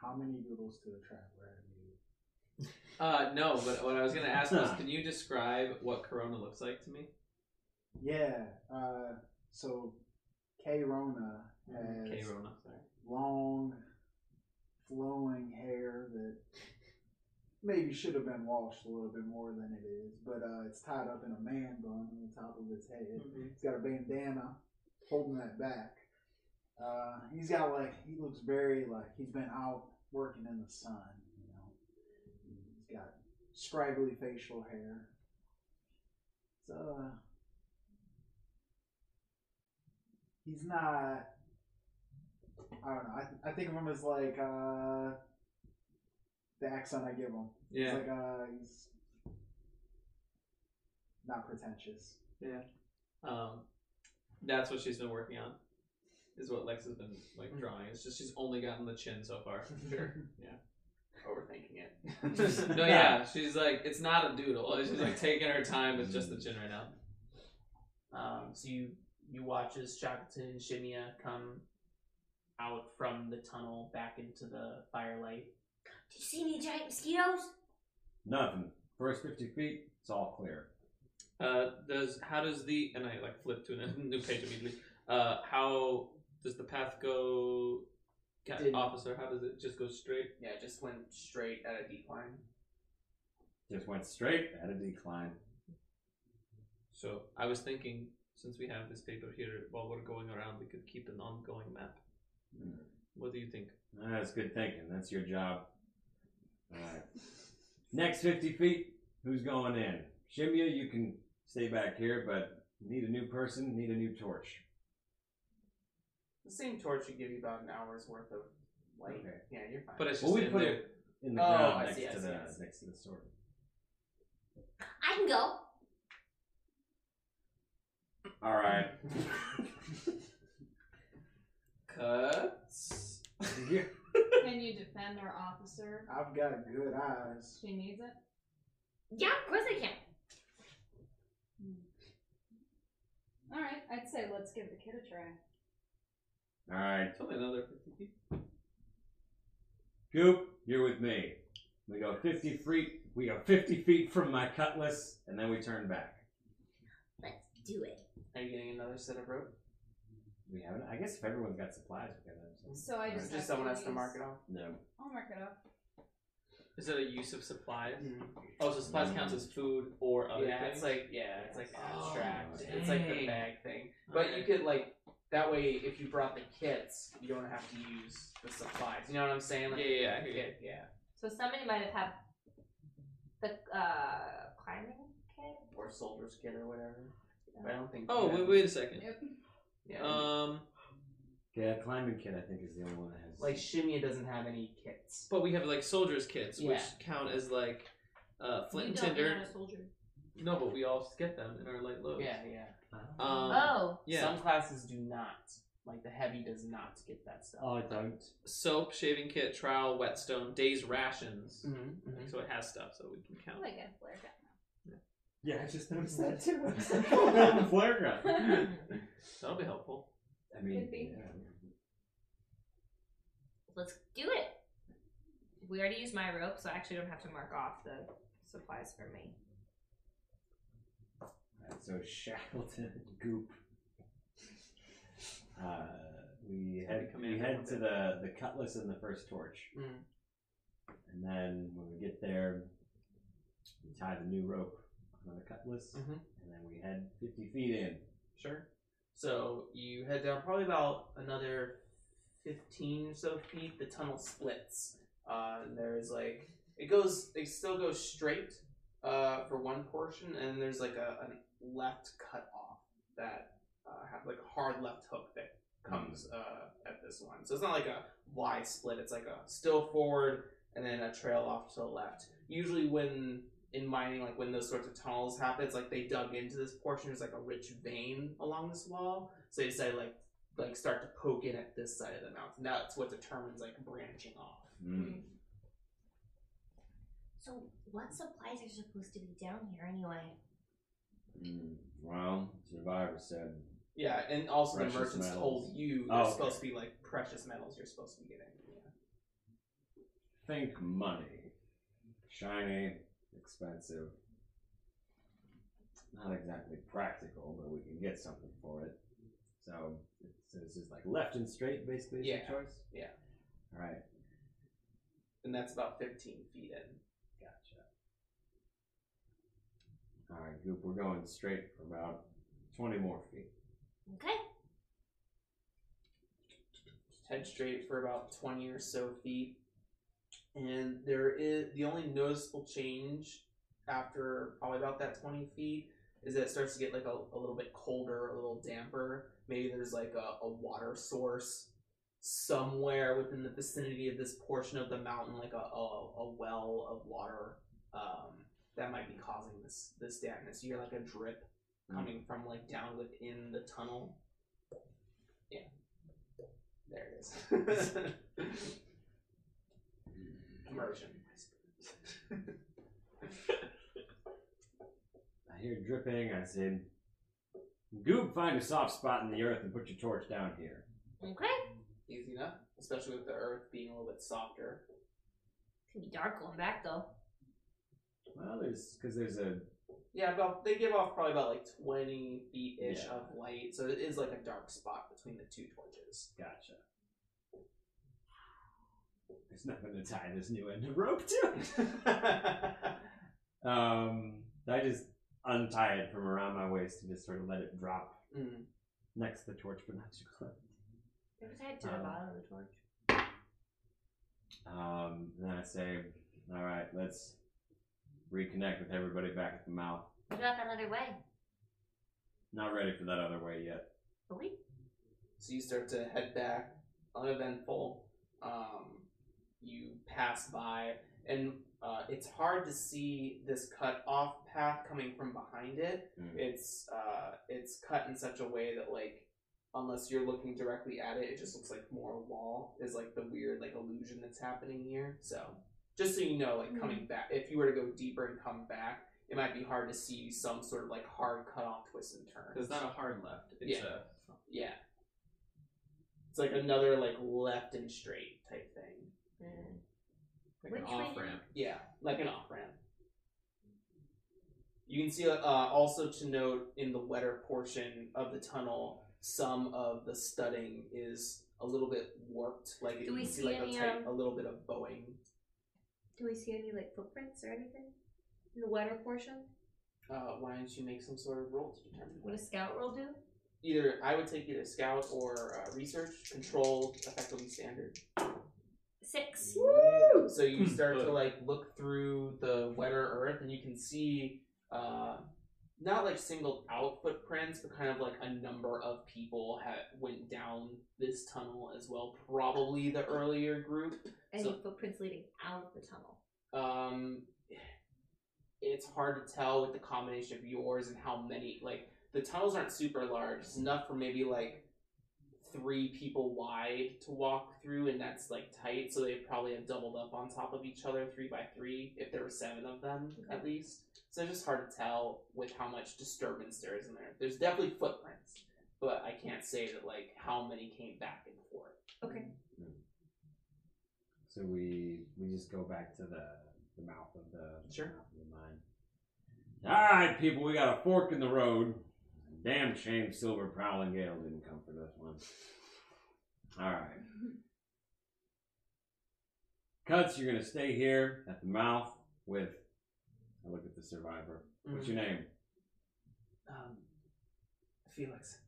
S3: How many noodles to a traveler have you?
S6: Uh, no, but what I was gonna ask was, can you describe what Corona looks like to me?
S3: Yeah. Uh, so K Rona has
S6: Okay, Rona. Sorry.
S3: long, flowing hair that maybe should have been washed a little bit more than it is, but uh, it's tied up in a man bun on the top of his head.
S6: Mm-hmm.
S3: He's got a bandana holding that back. Uh, he's got like he looks very like he's been out working in the sun, you know. He's got scraggly facial hair. It's, uh, he's not. I don't know. I, th- I think of him as like uh, the accent I give him. He's
S6: Yeah.
S3: like uh, he's not pretentious.
S6: Um, that's what she's been working on. Is what Lex has been like drawing. It's just she's only gotten the chin so [laughs] far.
S1: Sure.
S6: Yeah.
S1: Overthinking it.
S5: hmm.
S6: [laughs] no, yeah, she's like it's not a doodle. She's like taking her time with just the chin right now.
S1: Um, so you you watch as Shackleton and Shimia come out from the tunnel back into the firelight.
S14: Do you see any giant mosquitoes?
S5: Nothing. First fifty feet, it's all clear.
S6: Uh, does how does the and I like flip to a [laughs] new page immediately. Uh, how does the path go, ca-
S1: Did-
S6: officer? How does it just go straight?
S1: Yeah, it just went straight at a decline.
S5: Just went straight at a decline.
S6: So I was thinking, since we have this paper here, while we're going around, we could keep an ongoing map.
S5: Hmm.
S6: What do you think?
S5: Ah, That's good thinking. That's your job. All right. Next 50 feet, who's going in? Shimya, you can stay back here, but need a new person, need a new torch.
S1: The same torch should give you about an hour's worth of light.
S5: Okay.
S1: Yeah, you're fine.
S6: But it's just
S5: Well, we
S6: in
S5: put
S6: there.
S5: it in the
S1: Oh,
S5: ground
S1: I
S5: next
S1: see, I
S5: to
S1: see,
S5: the
S1: I see.
S5: next to the sword.
S14: I can go.
S1: [laughs]
S5: All right. [laughs]
S6: Cuts.
S12: Can you defend our officer?
S3: I've got good eyes.
S12: She needs it.
S14: Yeah, of course I can.
S12: All right, I'd say let's give the kid a try.
S5: All right.
S6: It's only another 50 feet.
S5: Goop, you're with me. We go 50 feet. We go 50 feet from my cutlass, and then we turn back.
S14: Let's do it.
S1: Are you getting another set of rope?
S5: We haven't. I guess if everyone's got supplies, we got them.
S12: So I
S5: Or
S12: just,
S1: Just
S12: have
S1: someone
S12: to
S1: has to
S12: use-
S1: mark it off.
S5: No.
S12: I'll mark it up.
S6: Is that a use of supplies? Oh, so supplies
S5: Hmm.
S6: counts as food or other
S1: Hmm. Yeah,
S6: things?
S1: it's like yeah, it's like
S6: Oh,
S1: abstract. it's like the
S6: dang.
S1: bag thing. But you could like that way if you brought the kits, you don't have to use the supplies. You know what I'm saying? Like,
S6: Yeah, yeah, yeah, I
S1: you
S6: hear
S1: could- yeah.
S14: So somebody might have had the uh, climbing kit.
S1: Or soldiers kit or whatever. But I don't think.
S6: Oh,
S1: yeah.
S6: wait, wait a second.
S12: Yep.
S1: Yeah,
S6: Um,
S5: Yeah, climbing kit. I think is the only one that has.
S1: like Shimia doesn't have any kits.
S6: but we have like soldiers' kits, which
S1: Yeah.
S6: count as like uh, flint
S14: You
S6: and
S14: don't,
S6: tinder.
S14: you're not a soldier.
S6: No, but we all get them in our light load.
S1: Yeah, yeah.
S6: Um,
S14: oh. [laughs]
S6: yeah.
S1: Some classes do not. Like the heavy does not get that stuff.
S5: oh, I don't.
S6: Soap, shaving kit, trowel, whetstone, day's rations.
S1: Mm-hmm.
S6: So it has stuff, so we can
S12: I
S6: count.
S12: like a flare gun.
S5: Yeah, I just noticed that too. I was like, oh, [laughs] man, the flare gun.
S6: That'll be helpful.
S5: I mean,
S12: Could be.
S5: yeah.
S14: Let's do it. We already used my rope, so I actually don't have to mark off the supplies for me.
S5: Alright, so Shackleton Goop. Uh, we head we
S6: command
S5: head
S6: one
S5: to
S6: bit.
S5: the the cutlass and the first torch,
S1: Mm.
S5: and then when we get there, we tie the new rope on the cutlass,
S1: Mhm.
S5: and then we head fifty feet in.
S1: Sure. So you head down probably about another 15 or so feet. The tunnel splits. Uh, and there's like, it goes, it still goes straight uh, for one portion, and there's like a, a left cut off that uh, have like a hard left hook that comes uh, at this one. So it's not like a Y split, it's like a still forward and then a trail off to the left. Usually when in mining, like when those sorts of tunnels happen, it's like they dug into this portion. There's like a rich vein along this wall, so they decided like like start to poke in at this side of the mountain. That's what determines like branching off.
S5: Hmm.
S14: So, what supplies are supposed to be down here anyway?
S5: Mm. Well, survivor said
S1: Yeah, and also
S5: Precious
S1: the merchants
S5: metals.
S1: told you
S5: Oh,
S1: there's
S5: okay.
S1: supposed to be like precious metals you're supposed to be getting.
S5: think money, shiny, expensive. Not exactly practical, but we can get something for it. So it's, it's just like left and straight, basically. Is
S1: Yeah,
S5: Your choice.
S1: yeah.
S5: All right.
S1: And that's about 15 feet in.
S5: Gotcha. All right, Goop. We're going straight for about twenty more feet.
S14: Okay.
S1: Head straight for about 20 or so feet. And there is the only noticeable change after probably about that 20 feet is that it starts to get like a, a little bit colder, a little damper. Maybe there's like a, a water source somewhere within the vicinity of this portion of the mountain, like a, a, a well of water um, that might be causing this this dampness. You hear like a drip
S5: Mm.
S1: coming from like down within the tunnel. Yeah, there it is. Immersion.
S5: I hear dripping. I said, Goop, find a soft spot in the earth and put your torch down here.
S14: Okay.
S1: [laughs] Easy enough, especially with the earth being a little bit softer.
S14: It's gonna be dark going back though.
S5: Well, there's because there's a
S1: Yeah, about they give off probably about like twenty feet ish
S5: Yeah.
S1: of light, so it is like a dark spot between the two torches. [laughs]
S5: [laughs] Gotcha. There's nothing to tie this new end of rope to. um, I just untie it from around my waist and just sort of let it drop
S1: Mm.
S5: next to the torch, but not too close.
S14: It was tied to the
S5: Um,
S14: bottom of the torch.
S5: Um, and then I say, "All right, let's reconnect with everybody back at the mouth.
S14: What about that other way?
S5: Not ready for that other way yet."
S14: Are we?
S1: So you start to head back uneventful. Um, you pass by, and uh, it's hard to see this cut off path coming from behind it.
S5: Mm.
S1: It's uh, it's cut in such a way that like unless you're looking directly at it, it just looks like more wall is like the weird like illusion that's happening here. So just so you know, like coming back, if you were to go deeper and come back, it might be hard to see some sort of like hard cut off twist and turn.
S6: It's not a hard left. It's
S1: Yeah. Yeah. It's like another like left and straight type thing.
S4: Mm.
S6: a like
S4: Which
S6: an
S4: way
S6: off ramp.
S1: Yeah, like an off ramp. You can see uh, also to note in the wetter portion of the tunnel, some of the studding is a little bit warped. Like you
S4: Do we
S1: can
S4: see
S1: like
S4: any,
S1: a, tight,
S4: um,
S1: a little bit of bowing.
S4: Do we see any like footprints or anything in the wetter portion?
S1: Uh, why don't you make some sort of roll to determine
S4: Would a
S1: what?
S4: scout roll do?
S1: Either I would take either scout or uh, research, control, effectively standard.
S4: Six.
S1: So you start to
S6: Good.
S1: like look through the wetter earth, and you can see uh, not like singled out footprints, but kind of like a number of people had went down this tunnel as well. Probably the earlier group.
S4: Any
S1: So-
S4: footprints leading out of the tunnel?
S1: Um, it's hard to tell with the combination of yours and how many. Like the tunnels aren't super large. It's enough for maybe like three people wide to walk through, and that's like tight. So they probably have doubled up on top of each other, three by three, if there were seven of them at least. So it's just hard to tell with how much disturbance there is in there. There's definitely footprints, but I can't say that like how many came back and forth.
S5: Mm. So we we just go back to the the mouth of the
S1: Sure.
S5: mouth of the mine. All right, people, we got a fork in the road. Damn shame Silver Prowling Gale didn't come for this one. All right, Cuts, you're gonna stay here at the mouth with. I look at the survivor. What's your name?
S1: Um, Felix.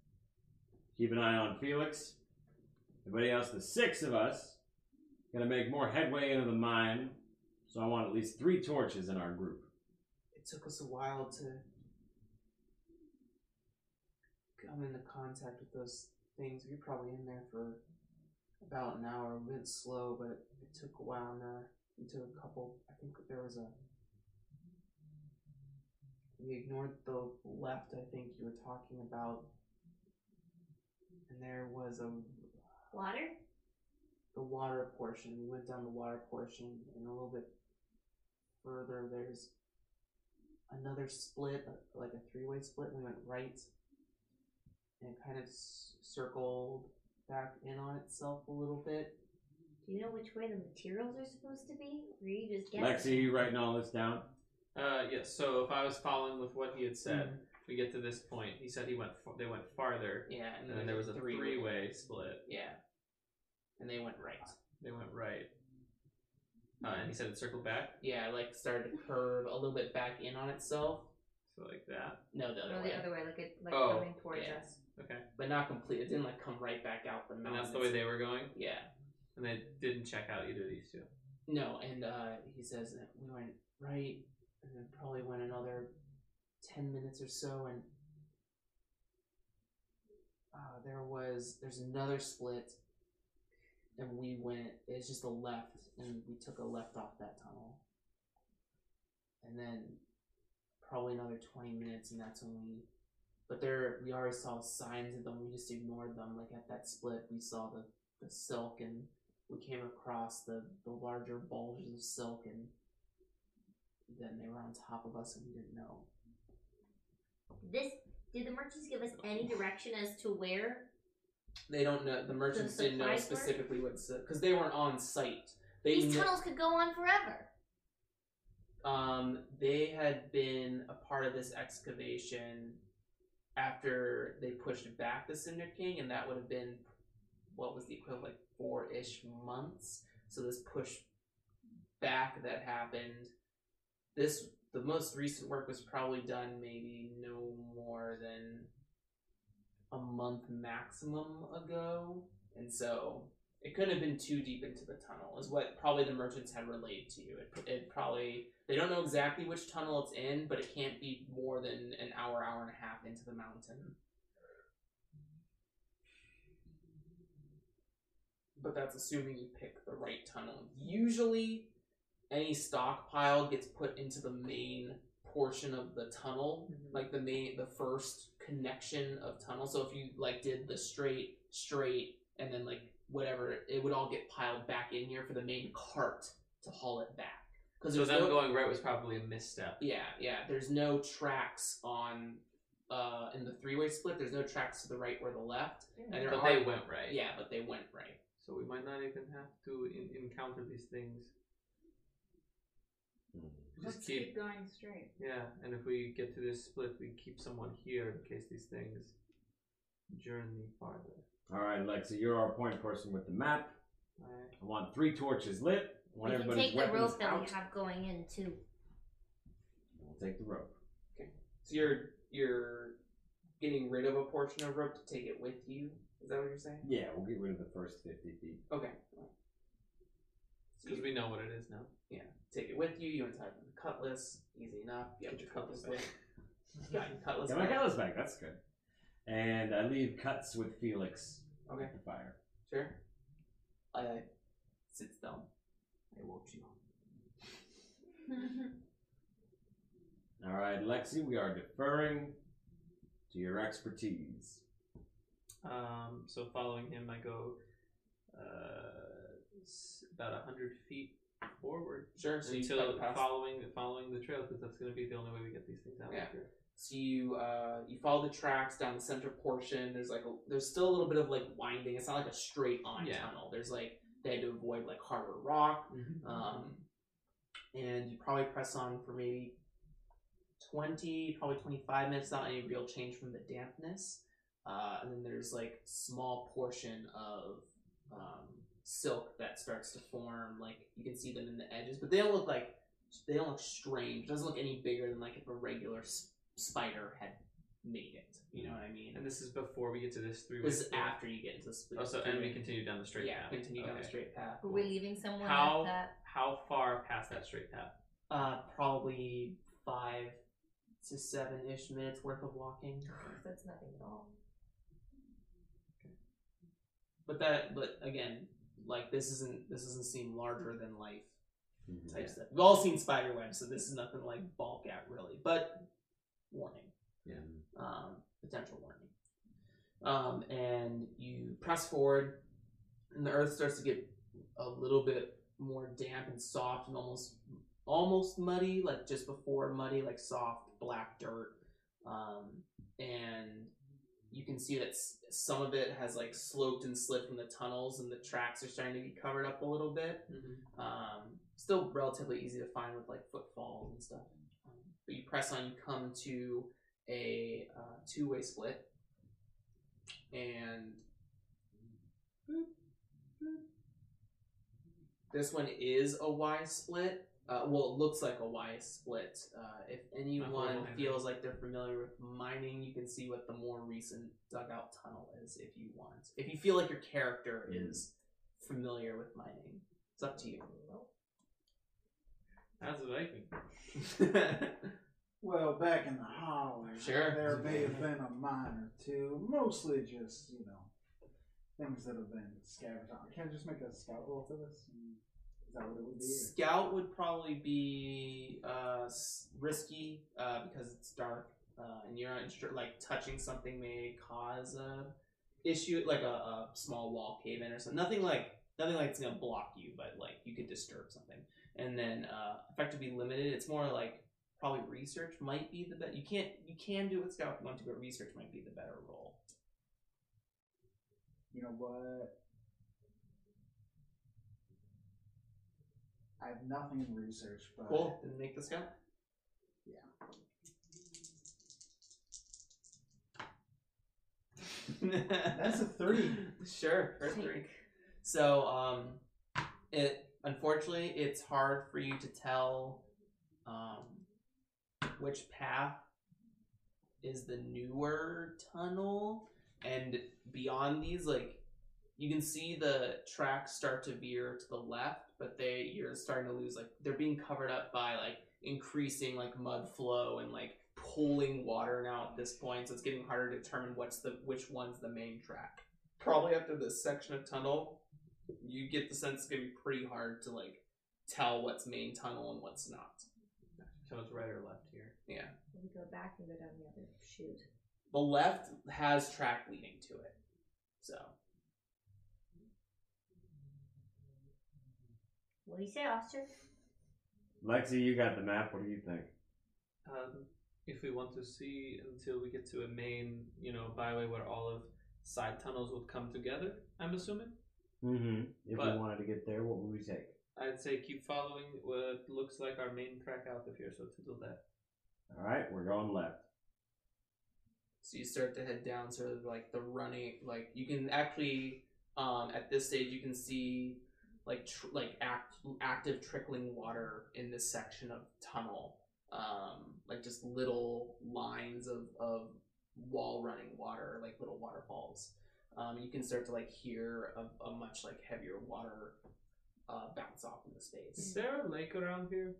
S5: Keep an eye on Felix. Everybody else, the six of us, gonna make more headway into the mine. So I want at least three torches in our group.
S1: it took us a while to come into contact with those things. We were probably in there for about an hour. It went slow, but it, it took a while. And there, we took a couple. I think there was a. We ignored the left. I think you were talking about, and there was a
S4: Water?
S1: the water portion. We went down the water portion, and a little bit further, there's another split, like a three-way split. And we went right, and it kind of s- circled back in on itself a little bit.
S4: Do you know which way the materials are supposed to be? Or you just guess?
S5: Lexi, you writing all this down?
S6: Uh, yeah. So if I was following with what he had said, we get to this point. He said he went. f- They went farther,
S1: Yeah,
S6: and then there was a three-way split.
S1: Yeah, and they went right.
S6: They went right, uh, and he said it circled back.
S1: Yeah, like started to curve a little bit back in on itself.
S6: So like that.
S1: No, the
S4: Or the other way, like it, like
S6: Oh,
S4: coming towards
S1: yeah.
S4: us.
S6: Okay.
S1: but not complete. It didn't like come right back out the
S6: And that's the way they were going,
S1: Yeah.
S6: and they didn't check out either of these two.
S1: No, and uh, he says that we went right, and then probably went another ten minutes or so, and uh, there was there's another split, and we went. It's just a left, and we took a left off that tunnel, and then probably another twenty minutes, and that's when we. But there, we already saw signs of them. We just ignored them. Like at that split, we saw the the silk and we came across the, the larger bulges of silk and then they were on top of us and we didn't know.
S4: This. Did the merchants give us any direction as to where?
S1: They don't know, the merchants
S4: The
S1: didn't know
S4: supplies were?
S1: specifically what, because they weren't on site. They
S4: These
S1: kn-
S4: tunnels could go on forever.
S1: um, they had been a part of this excavation after they pushed back the Cinder King, and that would have been what was the equivalent like four ish months. So this push back that happened, this the most recent work was probably done maybe no more than a month maximum ago, and so it couldn't have been too deep into the tunnel is what probably the merchants had relayed to you. It, it probably they don't know exactly which tunnel it's in, but it can't be more than an hour, hour and a half into the mountain. but that's assuming you pick the right tunnel. Usually, any stockpile gets put into the main portion of the tunnel, like the main, the first connection of tunnel. So if you like did the straight, straight, and then like whatever, it would all get piled back in here for the main cart to haul it back. Because
S6: So them going right was probably a misstep.
S1: yeah, yeah. There's no tracks on uh in the three way split. There's no tracks to the right or the left, and there
S6: But
S1: are
S6: they went right.
S1: yeah, but they went right.
S6: So we might not even have to in- encounter these things. We
S12: Let's
S6: Just keep,
S12: keep going straight.
S6: yeah. And if we get to this split, we keep someone here in case these things journey farther.
S5: All right, Alexa, you're our point person with the map.
S6: Alright.
S5: I want three torches lit. I want
S4: we can
S5: everybody's
S4: take the
S5: weapons
S4: rope that we
S5: out.
S4: have going in too.
S5: We'll take the rope.
S1: So you're you're getting rid of a portion of rope to take it with you. Is that what you're saying?
S5: Yeah, we'll get rid of the first 50 feet.
S1: Okay.
S6: Because we know what it is now.
S1: Yeah, take it with you. You untie the cutlass. Easy enough. You have your cutlass with. you. Got your cutlass.
S5: Got my
S1: back.
S5: gallows back. That's good. And I leave cuts with Felix.
S1: Okay.
S5: At the fire.
S1: Sure. I uh, sits down. I woke you.
S5: All right, Lexi, we are deferring to your expertise.
S6: Um, so following him, I go uh, s- about a hundred feet forward
S1: Sure. So you
S6: until
S1: cut past.
S6: following following the trail because that's going to be the only way we get these things out.
S1: Yeah.
S6: Here.
S1: So you uh, you follow the tracks down the center portion. There's like a, there's still a little bit of like winding. It's not like a straight on
S6: Yeah.
S1: tunnel. There's like they had to avoid like harder rock. Um, and you probably press on for maybe twenty, probably twenty five minutes. Not any real change from the dampness. Uh, and then there's like small portion of um, silk that starts to form. Like you can see them in the edges, but they don't look like they don't look strange. It doesn't look any bigger than like if a regular s- spider had made it. You know what I mean?
S6: And this is before we get to this three.
S1: This is after you get into the split.
S6: Also, Oh, and we continue down the straight
S1: yeah,
S6: path.
S1: continue down the
S6: Okay.
S1: straight path.
S4: Are we leaving someone
S6: How-
S4: like that?
S6: How far past that straight path?
S1: Uh, probably five to seven ish minutes worth of walking.
S4: That's Oh, nothing at all.
S1: But that, but again, like this isn't this doesn't seem larger than life type
S6: Yeah.
S1: stuff. We've all seen spider webs, so this is nothing to, like balk at really. But warning.
S6: Yeah.
S1: um, potential warning. Um, and you press forward, and the earth starts to get a little bit more damp and soft and almost almost muddy, like just before muddy, like soft black dirt. Um, and you can see that s- some of it has like sloped and slid from the tunnels, and the tracks are starting to be covered up a little bit.
S6: Mm-hmm.
S1: Um, still relatively easy to find with like footfalls and stuff. Um, but you press on, you come to a uh, two-way split, and boop, boop. this one is a Y split. Uh, well, it looks like a Y split. Uh, if anyone
S6: I know.
S1: feels like they're familiar with mining, you can see what the more recent dugout tunnel is if you want. If you feel like your character is familiar with mining, it's up to
S6: How's the
S1: [laughs]
S6: Viking?
S1: you.
S3: Well, back in the holler,
S1: Sure.
S3: there
S1: [laughs]
S3: may have been a mine or two, mostly just you know things that have been scavenged on. Can I just make a scout roll for this? And Is that what it would be?
S1: Scout would probably be uh, s- risky uh, because it's dark uh, and you're unsure. Like touching something may cause a issue, like a, a small wall cave in or something. Nothing like nothing like it's gonna block you, but like you could disturb something. And then uh, effectively limited. It's more like probably research might be the bet. You can't you can do it with scout if you want to, but research might be the better role.
S3: You know what? I have nothing in research, but
S1: Cool. Then make the scout. [laughs] Yeah.
S3: that's a three.
S1: Sure, first three. So, um, it unfortunately it's hard for you to tell, um, which path is the newer tunnel, and beyond these, like you can see the tracks start to veer to the left, but they you're starting to lose like they're being covered up by like increasing like mud flow and like pooling water now at this point, so it's getting harder to determine what's the which one's the main track probably after this section of tunnel, You get the sense it's gonna be pretty hard to like tell what's main tunnel and what's not.
S6: So it's right or left here.
S1: Yeah.
S4: We go back and go down the other chute.
S1: The left has track leading to it. So
S4: What do you say, officer?
S5: Lexi, you got the map. What do you think?
S6: Um, if we want to see until we get to a main, you know, byway where all of side tunnels would come together, I'm assuming.
S5: Mm-hmm. If
S6: But-
S5: we wanted to get there, what would we take?
S6: I'd say keep following what looks like our main track out of here, so to the left.
S5: All right, we're going left.
S1: so you start to head down sort of like the running like you can actually um at this stage you can see like tr- like act- active trickling water in this section of tunnel. Um like just little lines of of wall running water, like little waterfalls. Um you can start to like hear a, a much like heavier water uh bounce off in the space.
S6: Is there a lake around here?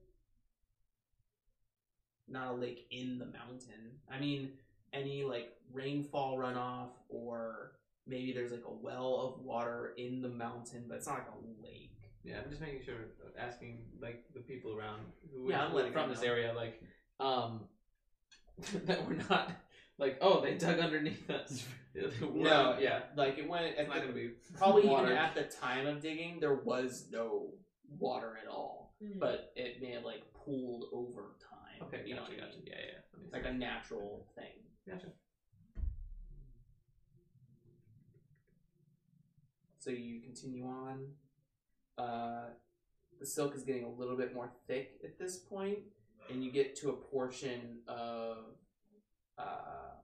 S1: not a lake in the mountain. I mean, any like rainfall runoff or maybe there's like a well of water in the mountain, but it's not like a lake.
S6: Yeah, I'm just making sure, asking like the people around who
S1: Yeah, I'm
S6: who are
S1: letting
S6: from
S1: them
S6: this
S1: know.
S6: area, like um, [laughs] that we're not like oh they dug underneath us.
S1: No,
S6: [laughs] yeah,
S1: Like it went
S6: it's
S1: at
S6: not
S1: the,
S6: gonna be
S1: [laughs] probably
S6: water.
S1: even at the time of digging, there was no water at all,
S4: Hmm.
S14: Hmm.
S1: but it may have like pooled over time.
S6: Okay,
S1: you know,
S6: gotcha,
S1: what I
S6: gotcha.
S1: mean?
S6: Yeah, yeah. That makes
S1: like a natural thing.
S6: Gotcha.
S1: So you continue on. Uh, the silk is getting a little bit more thick at this point, and you get to a portion of uh,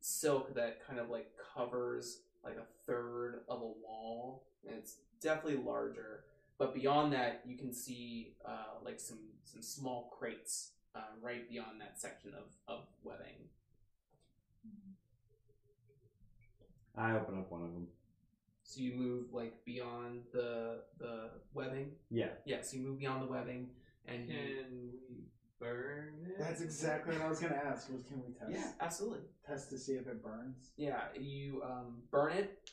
S1: silk that kind of like covers like a third of a wall, and it's definitely larger. But beyond that, you can see uh, like some some small crates uh, right beyond that section of of webbing.
S5: I open up one of them.
S1: So you move like beyond the the webbing.
S5: Yeah.
S1: Yeah, so you move beyond the webbing and you-
S6: Can we burn it?
S3: That's exactly what I was gonna ask. Was can we test
S1: yeah, absolutely.
S3: test to see if it burns?
S1: Yeah, you um, burn it,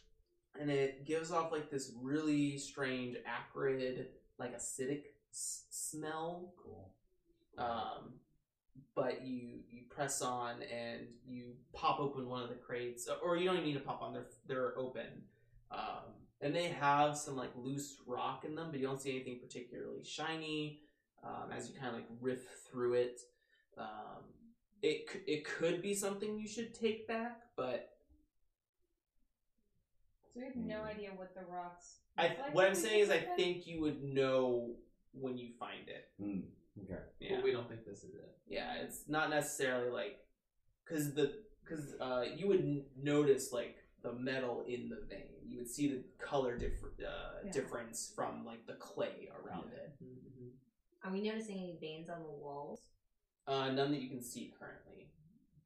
S1: and it gives off like this really strange, acrid, like acidic s- smell. Cool. Um, but you you press on and you pop open one of the crates, or you don't even need to pop on; they're they're open. Um, and they have some like loose rock in them, but you don't see anything particularly shiny. Um, as you kind of like riff through it, um, it c- it could be something you should take back, but
S12: So we have no idea what the rocks.
S1: Hmm. I
S12: look like
S1: what
S12: when
S1: I'm
S12: we
S1: saying is I
S12: take [laughs] them?
S1: think you would know when you find it.
S5: Mm. Okay.
S1: Yeah,
S6: But we don't think this is it.
S1: yeah. It's not necessarily like because the because uh, you would n- notice like the metal in the vein. You would see the color differ- uh,
S4: Yeah.
S1: difference from like the clay around it.
S6: Mm-hmm. [laughs]
S4: Are we noticing any veins on the walls?
S1: Uh, none that you can see currently.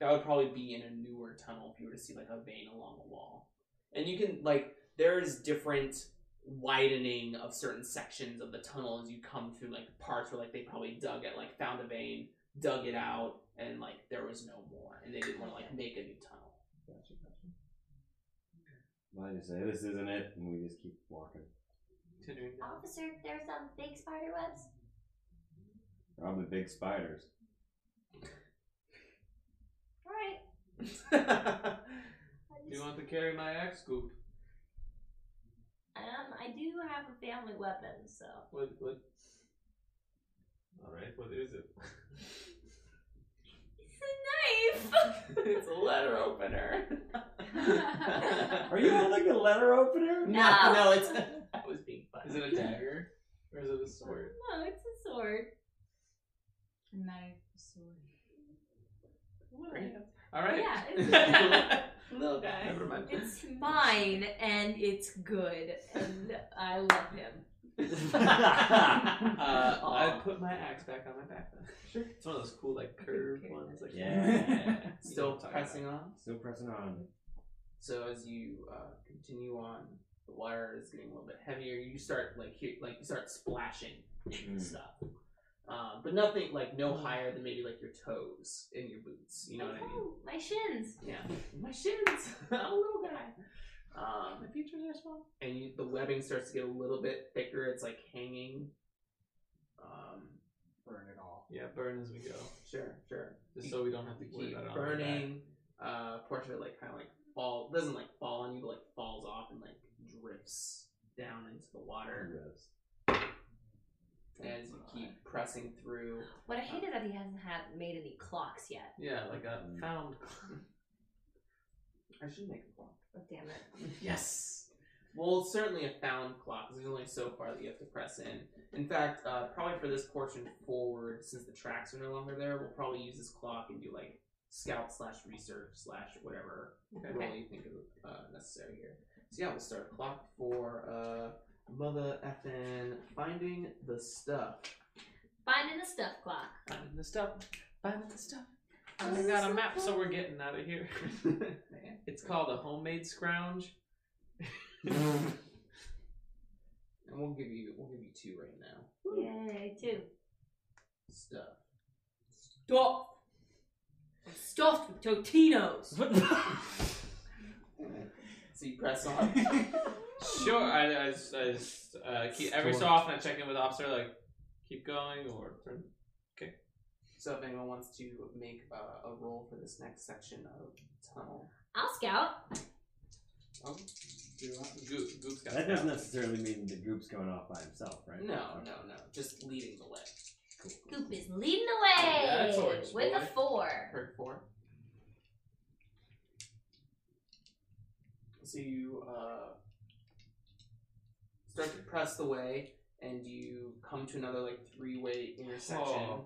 S1: That would probably be in a newer tunnel if you were to see like a vein along a wall. And you can like there's different widening of certain sections of the tunnel as you come through like parts where like they probably dug it, like found a vein, dug it out, and like there was no more, and they didn't want to like make a new tunnel.
S5: Gotcha, gotcha. Well, I just say this isn't it, and we just keep walking.
S6: Continuing [laughs] down.
S4: Officer, there's some big spider webs.
S5: Probably big spiders.
S4: All right. I
S6: Do you
S4: just-
S6: want to carry my axe scoop?
S4: Um, I do have a family weapon, so
S6: What? What? All right. What is it? [laughs]
S4: it's a knife.
S14: [laughs]
S1: [laughs] it's a letter opener. [laughs]
S5: Are you holding a letter opener?
S1: no, no, it's [laughs] I was being funny.
S6: Is it a dagger or is it a sword?
S4: no, it's a sword.
S12: A knife, a sword.
S6: All right.
S4: Yeah,
S1: [laughs]
S4: it's-
S1: Little guy.
S6: Never mind.
S7: [laughs]
S4: It's mine, and it's good, and I love him.
S6: [laughs] Uh,
S1: [laughs]
S6: I
S1: uh,
S6: put my axe back on my back. Then. Sure. It's one of those cool [laughs] like curved ones. Like [laughs]
S5: Yeah.
S1: still
S6: Talking
S1: pressing on.
S5: Still pressing on.
S1: So as you uh, continue on, the water is getting a little bit heavier. You start like hear, like you start splashing and
S5: Mm.
S1: stuff, um, but nothing like no higher than maybe like your toes
S14: Oh.
S1: in your boots. You know what I mean?
S4: Oh, my shins.
S1: [laughs] Yeah, my shins. I'm a little guy. Um,
S6: The features are small.
S1: and you, the webbing starts to get a little bit thicker. It's like hanging. Um,
S3: Burn it all.
S6: Yeah, burn as we go.
S1: sure, sure.
S6: Just so we don't have to
S1: You
S6: worry
S1: keep
S6: about it on the way back.
S1: burning. Uh, portion of it, like kind of like fall doesn't like fall on you, but like falls off and like drips down into the water as you keep pressing through.
S14: What I hate is that he hasn't had made any clocks yet.
S6: Yeah, like a
S5: Mm.
S6: found.
S1: [laughs] I should make a clock.
S14: Oh, damn
S1: [laughs]
S14: it.
S1: Yes. Well, it's certainly a found clock. 'cause There's only so far that you have to press in. In fact, uh, probably for this portion forward, since the tracks are no longer there, we'll probably use this clock and do like scout slash research slash whatever role you think is uh, necessary here. So yeah, we'll start a clock for uh, mother effing finding the stuff.
S14: Finding the stuff clock.
S6: Finding the stuff. Finding the stuff. I got a map, so we're getting out of here.
S1: [laughs]
S6: it's called a homemade scrounge.
S1: And we'll give you we'll give you two right now.
S14: Yay, two.
S1: Stuff.
S14: Stuffed. I'm stuffed with Totinos.
S1: [laughs] So you press
S6: [laughs]
S1: on.
S6: Sure, I, I, just- I just, uh, keep, every so often I check in with the officer, like, keep going or turn.
S1: so if anyone wants to make uh, a roll for this next section of tunnel. Oh,
S14: I'll scout.
S3: Do I?
S6: Goop, Goop's got
S5: That
S6: the
S5: doesn't
S6: map.
S5: necessarily mean the group's going off by himself, right?
S1: No, no, no. Just leading the way.
S14: Goop is leading the way
S6: That's orange,
S14: with a
S6: boy.
S14: four.
S1: Heard four. So you uh, start to press the way, and you come to another like three-way intersection,
S6: Oh.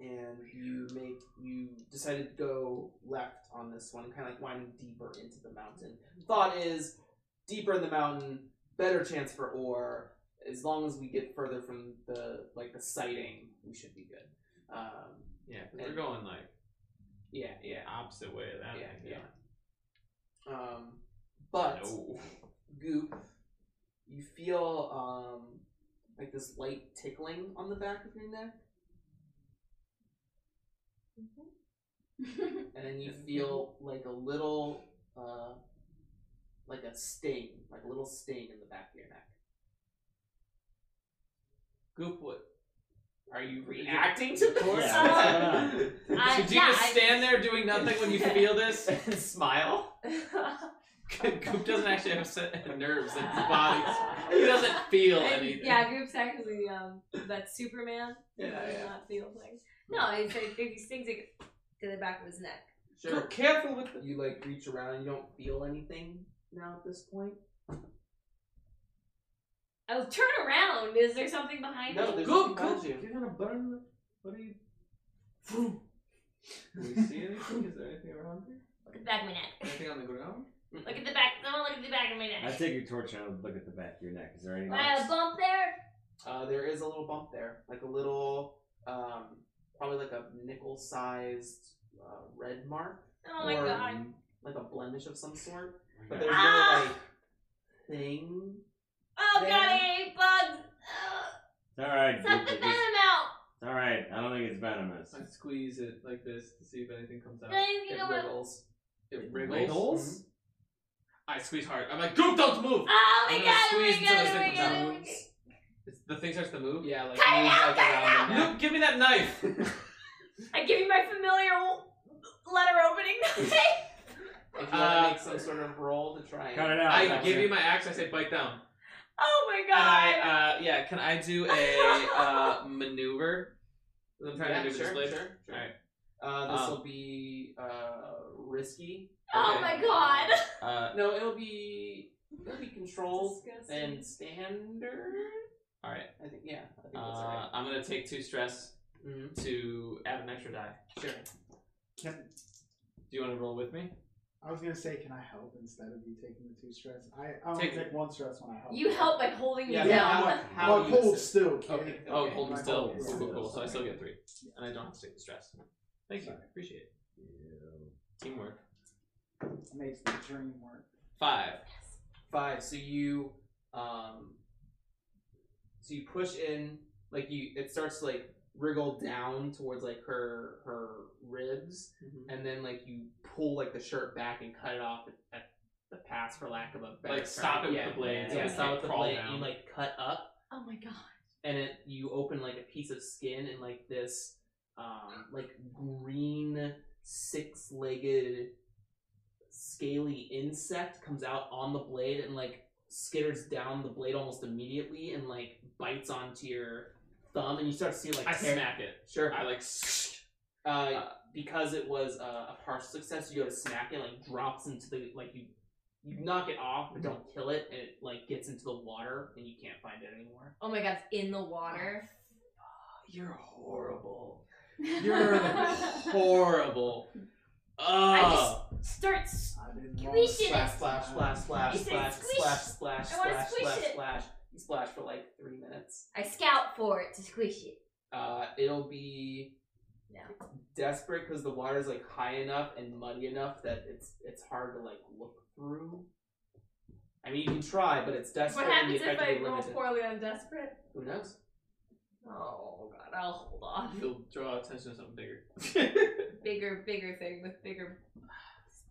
S1: and you make you decided to go left on this one, kind of like winding deeper into the mountain. Thought is deeper in the mountain, better chance for ore. As long as we get further from the like the sighting, we should be good. Um,
S6: Yeah, 'cause we're going, like,
S1: yeah, yeah.
S6: opposite way of that.
S1: Yeah,
S6: yeah.
S1: Um, but
S6: No.
S1: goop, you feel um like this light tickling on the back of your neck, and then you feel like a little uh like a sting, like a little sting in the back of your neck.
S6: Goop, what?
S1: Are you
S6: Is it-
S1: reacting to this? [laughs]
S6: [laughs]
S5: Yeah, what's
S14: I-
S6: Should you
S14: yeah,
S6: just
S14: I-
S6: stand there doing nothing when you feel [laughs] this?
S1: and smile.
S6: [laughs]
S14: [laughs]
S6: Goop doesn't actually have set nerves in his
S14: [laughs]
S6: body. He doesn't feel
S12: And,
S6: anything.
S12: yeah, group's actually um that Superman.
S1: Yeah,
S12: He does
S1: yeah.
S12: not feel things.
S14: no, he said he stings it to the back of his neck.
S1: [laughs] Sure. careful with You like reach around and you don't feel anything now at this point.
S14: Oh, turn around. Is there something behind
S1: No,
S14: me?
S1: there's nothing
S6: Goop,
S1: behind
S6: goop.
S1: you.
S6: You're gonna burn the. What are you. [laughs] Do we see anything? Is there anything around here?
S14: Look at the back of my neck.
S6: Anything on the ground?
S14: Look at the back. Someone look at the back of my neck.
S5: I take your torch and I look at the back of your neck. Is there any?
S14: Am I a bump there?
S1: Uh, there is a little bump there, like a little, um, probably like a nickel-sized uh, red mark,
S14: Oh my
S1: Or-
S14: god.
S1: like a blemish of some sort. But
S5: Okay.
S1: there's no
S14: Ah!
S1: like thing.
S14: Oh god, I
S1: There.
S14: hate bugs. Ugh.
S5: It's all right.
S14: Suck
S5: Goop,
S14: the
S5: it
S14: venom
S5: just-
S14: out.
S5: It's all right. I don't think it's venomous.
S6: I squeeze it like this to see if anything comes out.
S14: Then you
S1: It
S14: know what?
S1: wiggles.
S6: It Mm-hmm.
S1: Wiggles?
S6: I squeeze hard. I'm like, Goop, don't move!
S14: Oh my
S6: I'm
S14: god,
S6: gonna
S14: oh
S6: squeeze
S14: my
S6: until
S14: god,
S6: this thing
S14: oh
S6: comes
S14: my god,
S6: out.
S14: oh my god.
S6: It's, the thing starts to move?
S1: Yeah, like
S14: Cut it
S1: moves,
S14: out,
S1: like,
S14: cut it
S1: around the neck.
S6: Goop, give me that knife!
S1: [laughs]
S14: I give you my familiar letter opening [laughs] knife.
S1: If you want
S6: Uh,
S1: to make some sort of roll to try
S5: Cut it out.
S6: I
S5: Gotcha.
S6: give you my axe, I say, bite down.
S14: oh my
S6: And
S14: god.
S6: I, uh, yeah, can I do a
S14: [laughs]
S6: uh, maneuver? I'm trying
S1: Yeah,
S6: to do
S1: sure,
S6: this later.
S1: sure, sure.
S6: Alright.
S1: Uh, this will
S6: Um,
S1: be uh, risky.
S14: oh
S6: okay.
S14: my god.
S6: Uh,
S1: [laughs] No, it'll be it'll be controlled
S12: Disgusting.
S1: and standard.
S6: alright.
S1: I think yeah. I think that's
S6: Uh,
S1: alright.
S6: I'm gonna take two stress
S1: Mhm.
S6: to add an extra die.
S1: Sure.
S3: Can,
S6: Do you want to roll with me?
S3: I was gonna say, can I help instead of you taking the two stress? I, I only
S6: Take-
S3: take one stress when I help.
S14: You help by holding me
S1: Yeah,
S3: but
S14: down.
S1: how, how
S3: well,
S1: do you
S3: hold
S1: assist?
S3: still. Okay.
S1: Okay.
S6: Oh,
S1: Okay.
S6: hold me
S3: My
S6: still.
S3: hold is
S6: Cool, cool,
S3: still.
S6: cool. So I still get three, and I don't have to take the stress. Thank you. Appreciate it. Teamwork.
S3: Makes the dream work.
S6: Five.
S1: Five. So you, um, so you push in, like you. It starts to like wriggle down towards like her
S6: Mm-hmm.
S1: her ribs, and then like you pull like the shirt back and cut it off at, at the pass, for lack of a better
S6: Like,
S1: term.
S6: stop it with
S1: yeah.
S6: the blades
S1: Yeah,
S6: and
S1: stop
S6: like
S1: with the
S6: crawl
S1: blade.
S6: down.
S1: You like cut up,
S14: Oh my god.
S1: and it you open like a piece of skin and like this, um, like green six-legged scaly insect comes out on the blade and like skitters down the blade almost immediately and like bites onto your thumb and you start to see like
S6: I
S1: tear-
S6: smack it.
S1: sure
S6: I like.
S1: uh, because it was a, a partial success, you go to smack it, like drops into the like you you knock it off, but don't kill it, and it like gets into the water, and you can't find it anymore.
S14: Oh my god, it's in the water.
S1: You're [laughs] horrible. You're
S4: [laughs]
S14: You're
S1: horrible. Oh,
S14: Start. s-
S3: I didn't
S14: Squish
S3: want to
S14: it.
S1: splash,
S3: splash,
S1: splash, splash, splash,
S14: You said
S1: splash,
S14: squish.
S1: splash, splash,
S14: I wanna
S1: splash,
S14: squish
S1: splash,
S14: it.
S1: splash. You splash for like three minutes.
S14: I scout for it to squish it.
S1: Uh, it'll be
S14: No.
S1: desperate because the water's like high enough and muddy enough that it's it's hard to like look through. I mean, you can try, but it's desperate.
S14: What
S1: and
S14: happens
S1: the
S14: if I
S1: effectively
S14: roll
S1: limited.
S14: poorly on desperate?
S1: Who knows?
S14: Oh god, I'll hold off.
S6: You'll draw attention to something bigger. [laughs]
S14: Bigger, bigger thing with bigger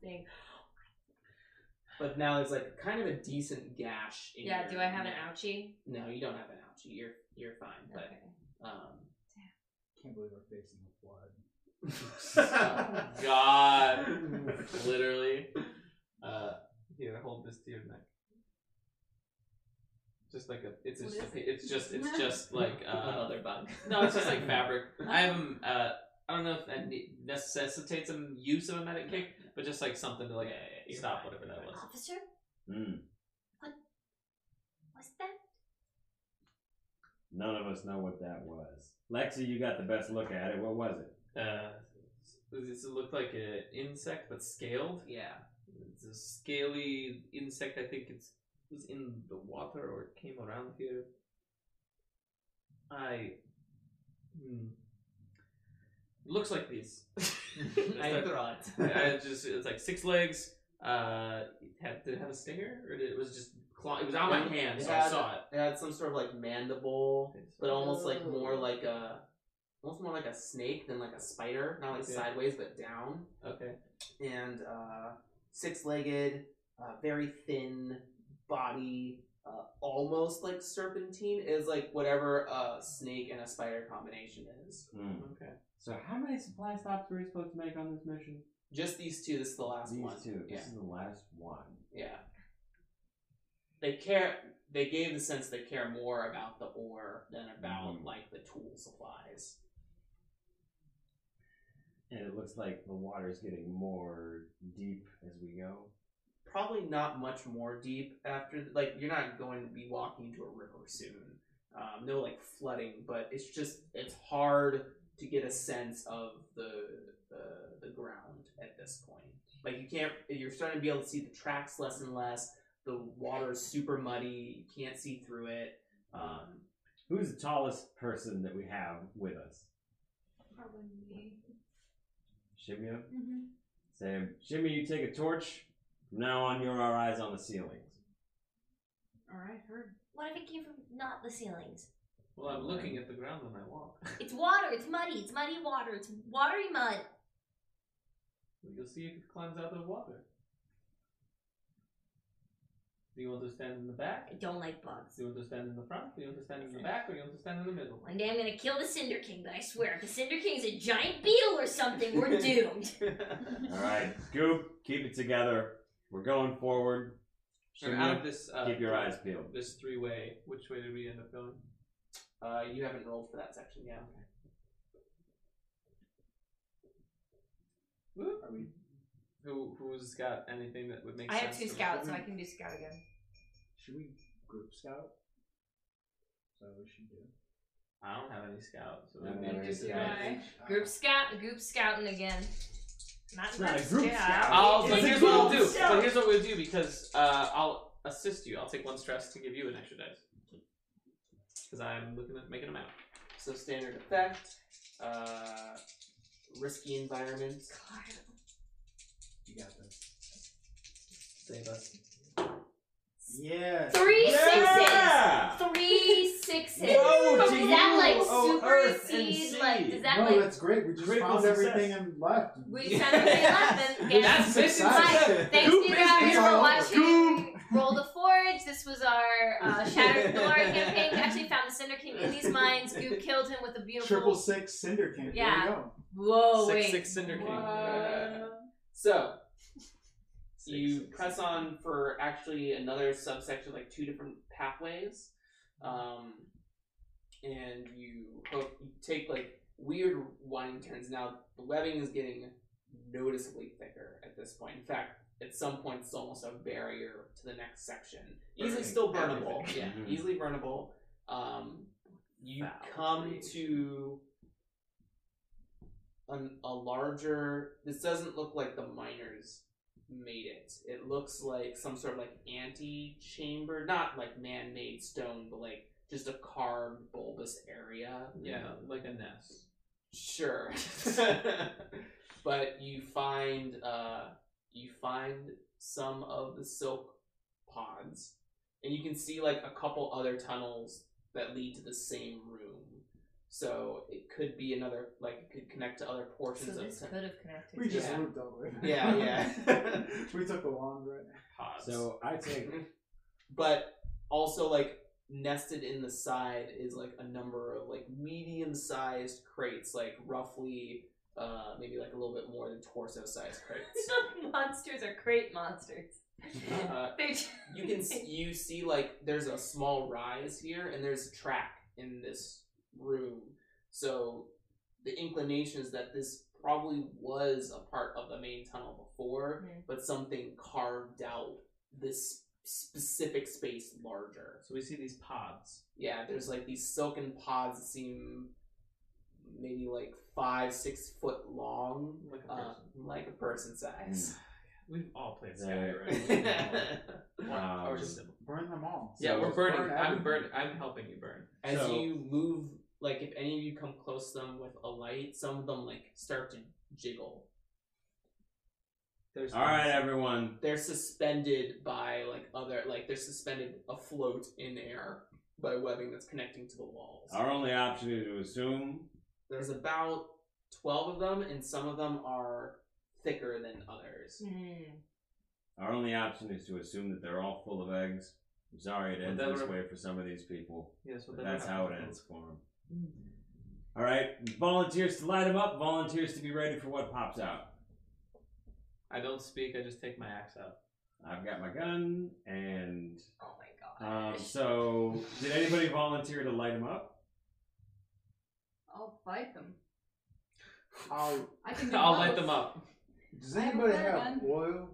S14: thing.
S1: But now there's like kind of a decent gash. In
S14: Yeah,
S1: your
S14: do I have an
S1: neck.
S14: ouchie?
S1: No, you don't have an ouchie. You're you're fine.
S14: Okay.
S1: But um, [laughs]
S3: Can't believe I'm facing the flood.
S6: God, literally. Uh, here, hold this to your neck. Just like a, it's
S7: What
S6: just,
S7: is it?
S6: it's
S1: [laughs]
S6: just, it's just like uh,
S1: another bug.
S6: no, it's just like
S1: [laughs]
S6: fabric. I have um, uh, I don't know if that ne- necessitates some use of a medic kick, but just like something to like
S1: Yeah, yeah, yeah,
S6: stop
S1: you're fine,
S6: whatever that
S1: you're
S6: was.
S14: Officer,
S5: Hmm.
S14: what's that?
S5: None of us know what that was. Lexi, you got the best look at it. What was it?
S6: Uh, this looked like an insect, but scaled.
S1: Yeah.
S6: It's a scaly insect. I think it's it was in the water or it came around here. I. Hmm. Looks
S1: [laughs]
S6: like this.
S1: I
S6: I,
S1: thought. [laughs]
S6: I just it's like six legs. Uh, it had did it have a stinger or did it was just claw? It was on my hand, so I saw it.
S1: It had some sort of like mandible. but almost like
S6: Oh.
S1: more like a almost more like a snake than like a spider, not like
S6: Okay.
S1: sideways but down,
S6: okay.
S1: and uh, six-legged, uh, very thin body, uh, almost like serpentine is like whatever a snake and a spider combination is.
S5: Hmm.
S6: Okay.
S5: So, how many supply stops were we supposed to make on this mission?
S1: Just these two. This is the last
S5: These
S1: one.
S5: two.
S1: Yeah,
S5: This is the last one.
S1: yeah. They care. They gave the sense they care more about the ore than about
S5: Mhm.
S1: like the tool supplies.
S5: And it looks like the water's getting more deep as we go.
S1: probably not much more deep after like you're not going to be walking into a river soon um, no like flooding but it's just it's hard to get a sense of the the, the ground at this point like you can't you're starting to be able to see the tracks less and less the water is super muddy you can't see through it um,
S5: Uh,
S1: [laughs]
S5: Who's the tallest person that we have with us?
S7: Probably me.
S5: Shimya?
S4: Mm-hmm.
S7: Mhm.
S5: Say, Shimmy, you take a torch. From now on, you're our eyes on the ceilings.
S7: All right, heard.
S14: What if it came from not the ceilings?
S6: Well, I'm looking at the ground when I walk.
S14: It's water. It's muddy. It's muddy water. It's watery mud.
S6: You'll see if it climbs out of the water. Do you want to stand in the back?
S14: I don't like bugs.
S6: Do you want to stand in the front? Do you want to stand in the back? Or do you want to stand in the middle?
S14: One day I'm gonna kill the Cinder King, but I swear, if the Cinder King's a giant beetle or something, [laughs] we're doomed.
S5: All [laughs] right, Goop, keep it together. We're going forward.
S6: Or out of
S5: Shimya,
S6: this. Uh,
S5: keep your eyes peeled.
S6: This three way. Which way did we end up going?
S1: uh, you haven't rolled for that section yet
S3: Are we?
S6: Who who's got anything that would make
S14: I
S6: sense?
S14: have two
S6: for-
S14: scouts, so I can do scout again.
S3: Should we group scout? So we should do.
S6: I don't have any scouts. So that'd
S5: No,
S6: be
S5: neither do
S6: disadvantage.
S14: Group scout, group scouting again. Not
S5: It's
S14: group,
S5: not a group scout.
S6: I'll, but
S14: It's a
S6: here's what we'll do.
S14: group
S6: But here's what we'll do because uh, I'll assist you. I'll take one stress to give you an extra dice because I'm looking at making them out.
S1: so standard effect uh, risky environment
S3: You got this.
S6: Save us.
S3: Yeah.
S14: Three
S5: Yeah!
S14: sixes. Three sixes.
S5: Woe to
S14: does that
S5: you,
S14: like
S5: O earth and
S14: supersede? Like,
S5: sea.
S14: does that
S3: No,
S14: Exactly.
S3: that's great. We just
S5: Critical
S3: found
S5: success.
S3: everything and left.
S14: we just
S3: [laughs]
S14: found everything left and
S3: Which
S14: and
S3: is
S1: That's mission
S3: exciting.
S1: success.
S14: Thanks to
S1: Goop
S14: you
S1: is
S14: guys
S3: all
S14: for
S3: over.
S14: watching Roll the Forge. This was our uh, Shattered Glory campaign. We actually found the Cinder King in these mines. Goop killed him with a beautiful.
S3: Triple six Cinder King.
S14: Yeah.
S3: There you go.
S14: Whoa,
S6: Six,
S14: wait.
S6: six Cinder King.
S14: Whoa.
S1: So
S6: Six,
S1: you
S6: six,
S1: press
S6: six.
S1: on for actually another subsection, like two different pathways, um, and you hope you take like weird winding turns. Now the webbing is getting noticeably thicker at this point. In fact, at some point, it's almost a barrier to the next section. Easily
S6: Burning
S1: still burnable.
S6: everything. Mm-hmm.
S1: Yeah,
S5: Mhm.
S1: easily burnable. Um, you
S6: Mm, Foul
S1: come
S6: creation.
S1: to an, a larger. This doesn't look like the miners made it. It looks like some sort of like anti-chamber, not like man-made stone, but like just a carved bulbous area.
S6: Yeah, like a nest.
S1: Sure. [laughs] but you find uh you find some of the silk pods and you can see like a couple other tunnels that lead to the same room. So it could be another like it could connect to other
S4: So
S1: portions of
S4: this could have
S3: We
S4: connected.
S3: just
S14: [laughs]
S1: Yeah.
S3: looped all the way. back.
S1: Yeah, yeah.
S3: [laughs] we took a long ride.
S1: pods.
S5: So I take
S1: [laughs] but also like nested in the side is like a number of like medium-sized crates, like roughly uh maybe like a little bit more than torso-sized crates.
S14: monsters are crate monsters.
S1: uh,
S14: [laughs] They just-
S1: you can s- you see like there's a small rise here and there's a track in this room so the inclination is that this probably was a part of the main tunnel before
S14: Mhm.
S1: but something carved out this specific space larger
S6: So we see these pods.
S1: yeah there's like these silken pods that seem maybe like five six foot long
S6: Like a
S1: uh,
S6: person.
S1: like a person [laughs] size
S6: We've all played
S5: They're-
S1: [laughs]
S6: Skyrim. [laughs]
S5: Um,
S6: or just
S3: Burn them all.
S6: yeah,
S5: So
S6: we're
S5: it's
S6: burning.
S3: burn
S6: I'm
S3: everything.
S6: burning. I'm helping you burn.
S1: As
S5: So-
S1: you move, like if any of you come close to them with a light, some of them like start to jiggle.
S6: There's
S5: all right, everyone.
S1: They're suspended by like other, like they're suspended afloat in air by webbing that's connecting to the walls.
S5: Our only option is to assume.
S1: There's about twelve of them, and some of them are thicker than others.
S14: Hmm.
S5: Our only option is to assume that they're all full of eggs. I'm sorry it
S6: But
S5: ends
S6: that
S5: this
S6: would-
S5: way for some of these people.
S6: Yes,
S5: But that's how it ends for them. All right, volunteers to light them up. Volunteers to be ready for what pops out.
S6: I don't speak. I just take my axe out.
S5: I've got my gun, and
S14: Oh my
S5: um,
S14: gosh.
S5: so did anybody volunteer to light them up?
S12: I'll fight them.
S3: [laughs]
S6: [laughs]
S3: I'll,
S12: I can do
S6: I'll
S12: both.
S6: light them up.
S3: Oh, does anybody
S12: Burn one.
S3: have oil?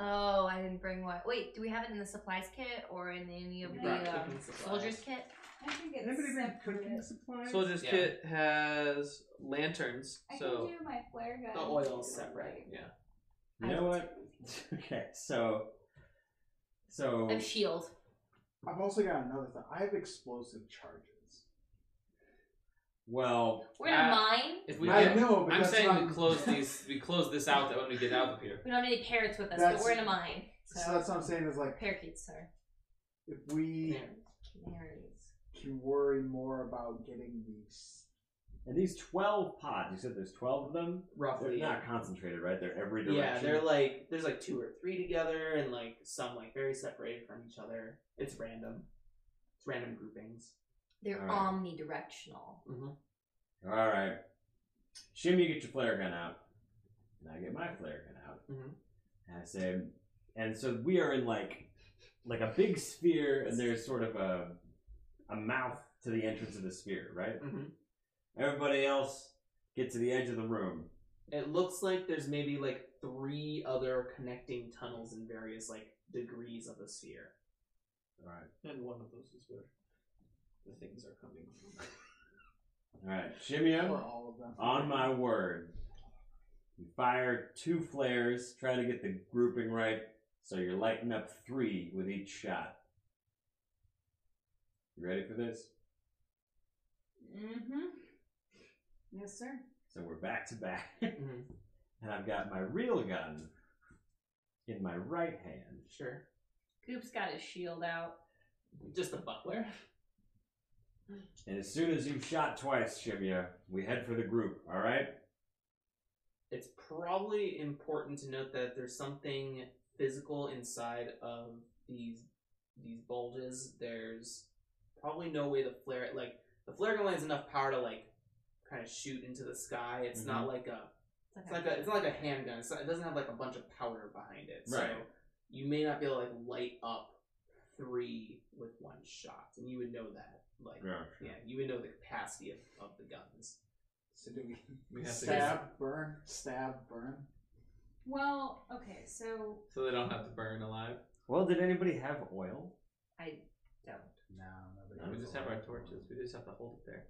S14: Oh, I didn't bring what? Wait, do we have it in the supplies kit or in any of
S1: You
S14: the
S1: brought
S14: um,
S1: cooking supplies.
S14: soldiers kit?
S12: I can get
S3: Anybody bring cooking
S12: separate.
S3: supplies?
S6: Soldier's
S1: Yeah.
S6: kit has lanterns.
S12: I
S6: So
S12: can do my flare gun.
S1: The oil's separate.
S6: yeah,
S5: You know what? [laughs] okay, so so
S14: A shield.
S3: I've also got another thing. I have explosive charges.
S5: well,
S14: We're in a
S6: Uh,
S14: mine. [laughs]
S6: if we.
S3: I
S6: get-
S3: know, but
S6: I'm
S3: that's
S6: saying
S3: not-
S6: we
S3: [laughs]
S6: close these. We close this out. That when we get out of here.
S14: We don't have any parrots with us,
S3: That's-
S14: but we're in a mine. So,
S3: So that's what I'm saying is like
S14: parakeets, sorry.
S3: if we
S1: There.
S14: Canaries.
S3: can worry more about getting these.
S5: and these twelve pods. You said there's twelve of them. They're
S1: Roughly.
S5: not concentrated, right? They're every direction.
S1: Yeah, they're like there's like two or three together, and like some like very separated from each other. It's random. It's random groupings.
S14: They're
S5: Alright.
S14: omnidirectional.
S5: All right. Shim, you get your flare gun out, and I get my flare gun out,
S1: Mhm.
S5: and I say, and so we are in like, like a big sphere, and there's sort of a, a mouth to the entrance of the sphere, right?
S1: Mm-hmm.
S5: Everybody else get to the edge of the room.
S1: It looks like there's maybe like three other connecting tunnels in various like degrees of the sphere.
S5: All right,
S6: And one of those is where the things are coming from.
S5: all right,
S3: Or
S5: Shimio,
S3: all of them.
S5: on my word, you fire two flares, try to get the grouping right, so you're lighting up three with each shot. You ready for this?
S12: Mm-hmm. Yes, sir.
S5: So we're back to back. [laughs]
S1: Mhm.
S5: And I've got my real gun in my right hand.
S1: Sure.
S14: Goop's got his shield out.
S1: Just a butler.
S5: And as soon as you've shot twice, Shimya, we head for the group, alright?
S1: It's probably important to note that there's something physical inside of these these bulges. There's probably no way the flare like the flare gun has enough power to like kind of shoot into the sky. It's not like a it's like a it's not like a handgun. It's not, it doesn't have like a bunch of powder behind it. So
S5: Right.
S1: you may not be able to like light up three with one shot, and you would know that. Like
S5: Yeah.
S1: yeah, you would know the capacity of, of the guns.
S3: So do we,
S6: We have to
S3: stab,
S6: get,
S3: burn, stab, burn?
S12: Well, okay, so
S6: [laughs] so they don't have to burn alive.
S5: Well, did anybody have oil?
S4: I don't.
S3: No, nobody.
S6: We
S3: has
S6: just have
S3: oil.
S6: our torches. We just have to hold it there.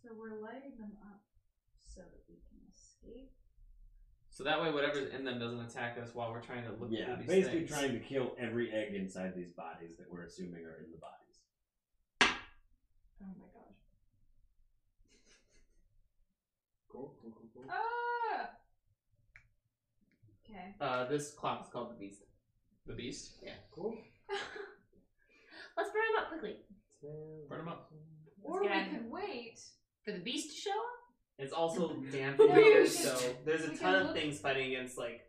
S12: so we're lighting them up so that we can escape.
S6: So that way, whatever's in them doesn't attack us while we're trying to look
S5: yeah,
S6: through these
S5: basically
S6: things.
S5: trying to kill every egg inside these bodies that we're assuming are in the bodies.
S12: Oh my gosh.
S3: Go, go, go, go.
S12: Ah! Okay.
S1: Uh, this clock is called the Beast.
S6: the beast.
S1: Yeah.
S3: Cool.
S14: Let's burn him up quickly.
S6: Burn 'em up.
S12: Or
S14: get
S12: we
S14: out of
S12: could wait.
S14: For the beast to show up?
S1: It's also
S5: [laughs]
S1: damn
S12: Or we
S1: familiar,
S12: could-
S1: so there's a
S12: we
S1: ton
S12: could
S1: of
S12: look-
S1: things fighting against like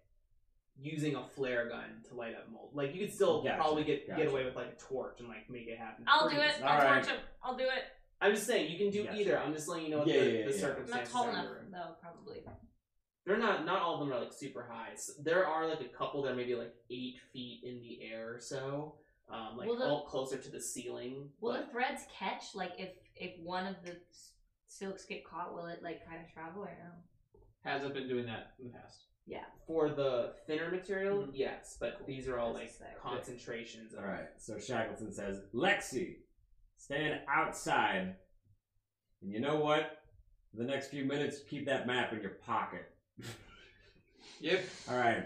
S1: using a flare gun to light up mold. Like you could still
S5: Gotcha,
S1: probably get
S5: gotcha.
S1: get away with like a torch and like make it happen.
S14: I'll do
S1: pretty
S14: it.
S1: easily.
S14: I'll
S5: Alright.
S14: torch him. I'll do it.
S1: I'm just saying you can do
S5: Gotcha.
S1: either. I'm just letting you know what
S5: Yeah,
S1: the,
S5: yeah, yeah,
S1: the
S5: yeah.
S1: circumstances
S14: I'm not tall
S1: are in the
S14: enough,
S1: room.
S14: though, probably.
S1: They're not. Not all of them are like super high. So there are like a couple that are maybe like eight feet in the air or so, um, like
S14: Will the-
S1: all closer to the ceiling.
S14: Will
S1: but-
S14: the threads catch? Like, if if one of the s- silks get caught, will it, like, kind of travel or no?
S6: Hasn't been doing that in the past.
S1: for the thinner material,
S6: Mhm.
S1: yes, but these are all
S14: Mm-hmm. That's
S1: like
S14: just there.
S1: concentrations. Of,
S5: Alright, so Shackleton says, Lexi, stand outside. And you know what? For the next few minutes, keep that map in your pocket.
S6: Yep.
S5: Alright.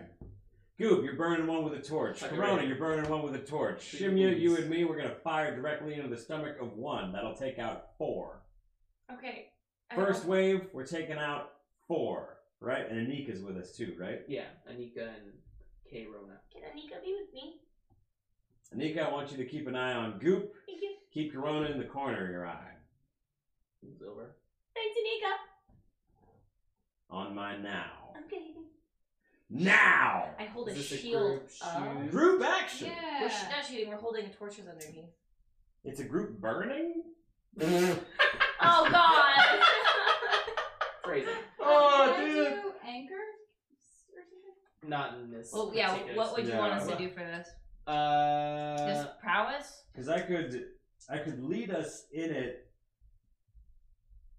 S5: Goop, you're burning one with a torch.
S6: Okay,
S5: Corona,
S6: right.
S5: you're burning one with a torch.
S6: Three
S5: Shimya, you
S6: wounds.
S5: and me, we're gonna fire directly into the stomach of one. That'll take out four.
S12: Okay. I
S5: First
S12: don't-
S5: wave, we're taking out four. Right? And Anika's with us too, right?
S1: Yeah, Anika and K Rona.
S14: Can Anika be with me?
S5: Anika, I want you to keep an eye on Goop.
S14: Thank you.
S5: Keep Corona in the corner of your eye.
S1: It's
S5: [laughs]
S1: over.
S14: Thanks, Anika.
S5: On my now.
S14: Okay.
S5: Now!
S14: I hold a
S1: Is this a
S14: shield
S1: group
S14: up.
S1: shoot?
S5: Group action!
S12: Yeah.
S14: We're sh- not shooting, we're holding torches underneath.
S5: It's a group burning?
S14: Oh, God!
S1: Crazy.
S5: Oh,
S12: Can I
S5: dude.
S12: do anchor? Or something?
S1: Not in this.
S14: well, yeah,
S1: particular
S14: what would you want us to
S5: Yeah.
S14: do for this?
S1: Uh,
S14: Just prowess?
S5: Because I could, I could lead us in it.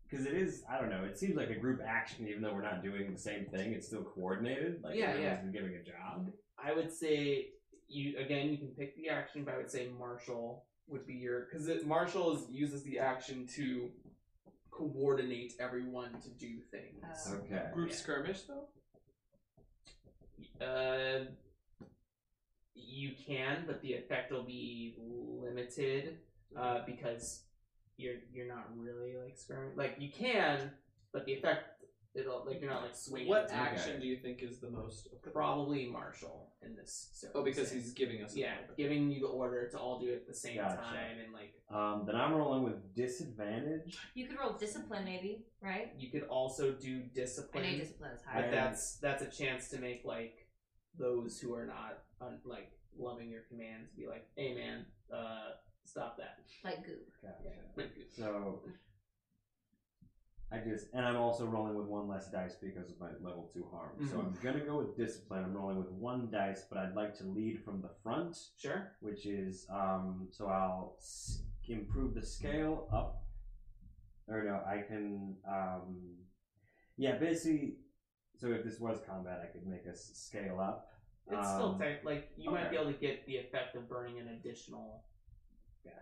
S5: Because it is, I don't know. It seems like a group action, even though we're not doing the same thing. It's still coordinated. Like
S1: Yeah,
S5: everyone's
S1: yeah.
S5: been giving a job.
S1: I would say you again. You can pick the action, but I would say martial would be your because martial is, uses the action to coordinate everyone to do things.
S5: Okay.
S6: Group
S1: Yeah.
S6: skirmish though. Oh.
S1: Uh, you can, but the effect will be limited uh,
S6: Mm-hmm.
S1: because you're you're not really like skirming. Like you can, but the effect it'll like you're not like swinging.
S6: What
S1: Okay.
S6: action do you think is the most?
S1: Probably martial in this.
S6: Oh, because
S1: circumstance.
S6: he's giving us. an
S1: yeah
S6: order.
S1: giving you the order to all do it at the same
S5: Gotcha.
S1: time and like
S5: Um, then I'm rolling with disadvantage.
S14: You could roll discipline, maybe, right?
S1: you could also do
S14: I
S1: discipline.
S14: know discipline is
S1: But
S5: Yeah.
S14: high.
S1: that's that's a chance to make like those who are not un, like loving your commands be like, hey man, uh, stop that.
S14: Like goop.
S5: Gotcha. So I just, and I'm also rolling with one less dice because of my level two harm. So I'm gonna go with discipline. I'm rolling with one dice, but I'd like to lead from the front.
S1: Sure.
S5: which is um, so I'll s- improve the scale up, or no, I can um, yeah, basically. So if this was combat, I could make us scale up.
S1: It's still
S5: Um,
S1: tech, like you might be
S5: okay.
S1: able to get the effect of burning an additional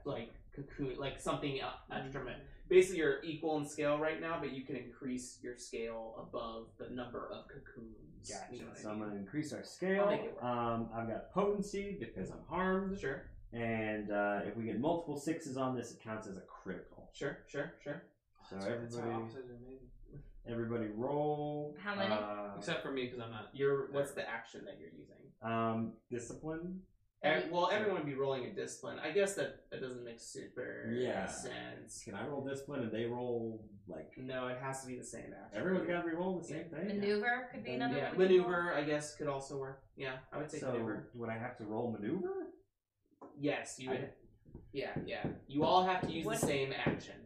S1: like cocoon, like something uh,
S5: Mm-hmm.
S1: extra. ma- Basically, you're equal in scale right now, but you can increase your scale above the number of cocoons.
S5: Gotcha.
S1: You know what I
S5: so I'm
S1: mean?
S5: gonna increase our scale.
S1: I'll make it work.
S5: Um, I've got potency because I'm harmed,
S1: Sure,
S5: and uh, if we get multiple sixes on this, it counts as a critical.
S1: sure, sure, sure.
S5: So
S6: That's right, that's right,
S5: everybody,
S6: opposite is amazing.
S5: everybody, roll.
S14: How many?
S5: Uh,
S6: Except for me, because I'm not.
S1: Your what's the action that you're using?
S5: um, discipline.
S1: Ev- well, everyone would be rolling a discipline. I guess that, that doesn't make super.
S5: Yeah.
S1: sense.
S5: Can I roll discipline and they roll like
S1: No, it has to be the same action.
S5: everyone's got to be rolling the same thing?
S4: Maneuver could be another
S1: Yeah,
S4: one. we can roll.
S1: maneuver, I guess, could also work. Yeah, I would say
S5: so
S1: maneuver.
S5: would I have to roll maneuver?
S1: Yes, you
S5: I-
S1: would. Yeah, yeah. You all have to use
S4: What-
S1: the same action.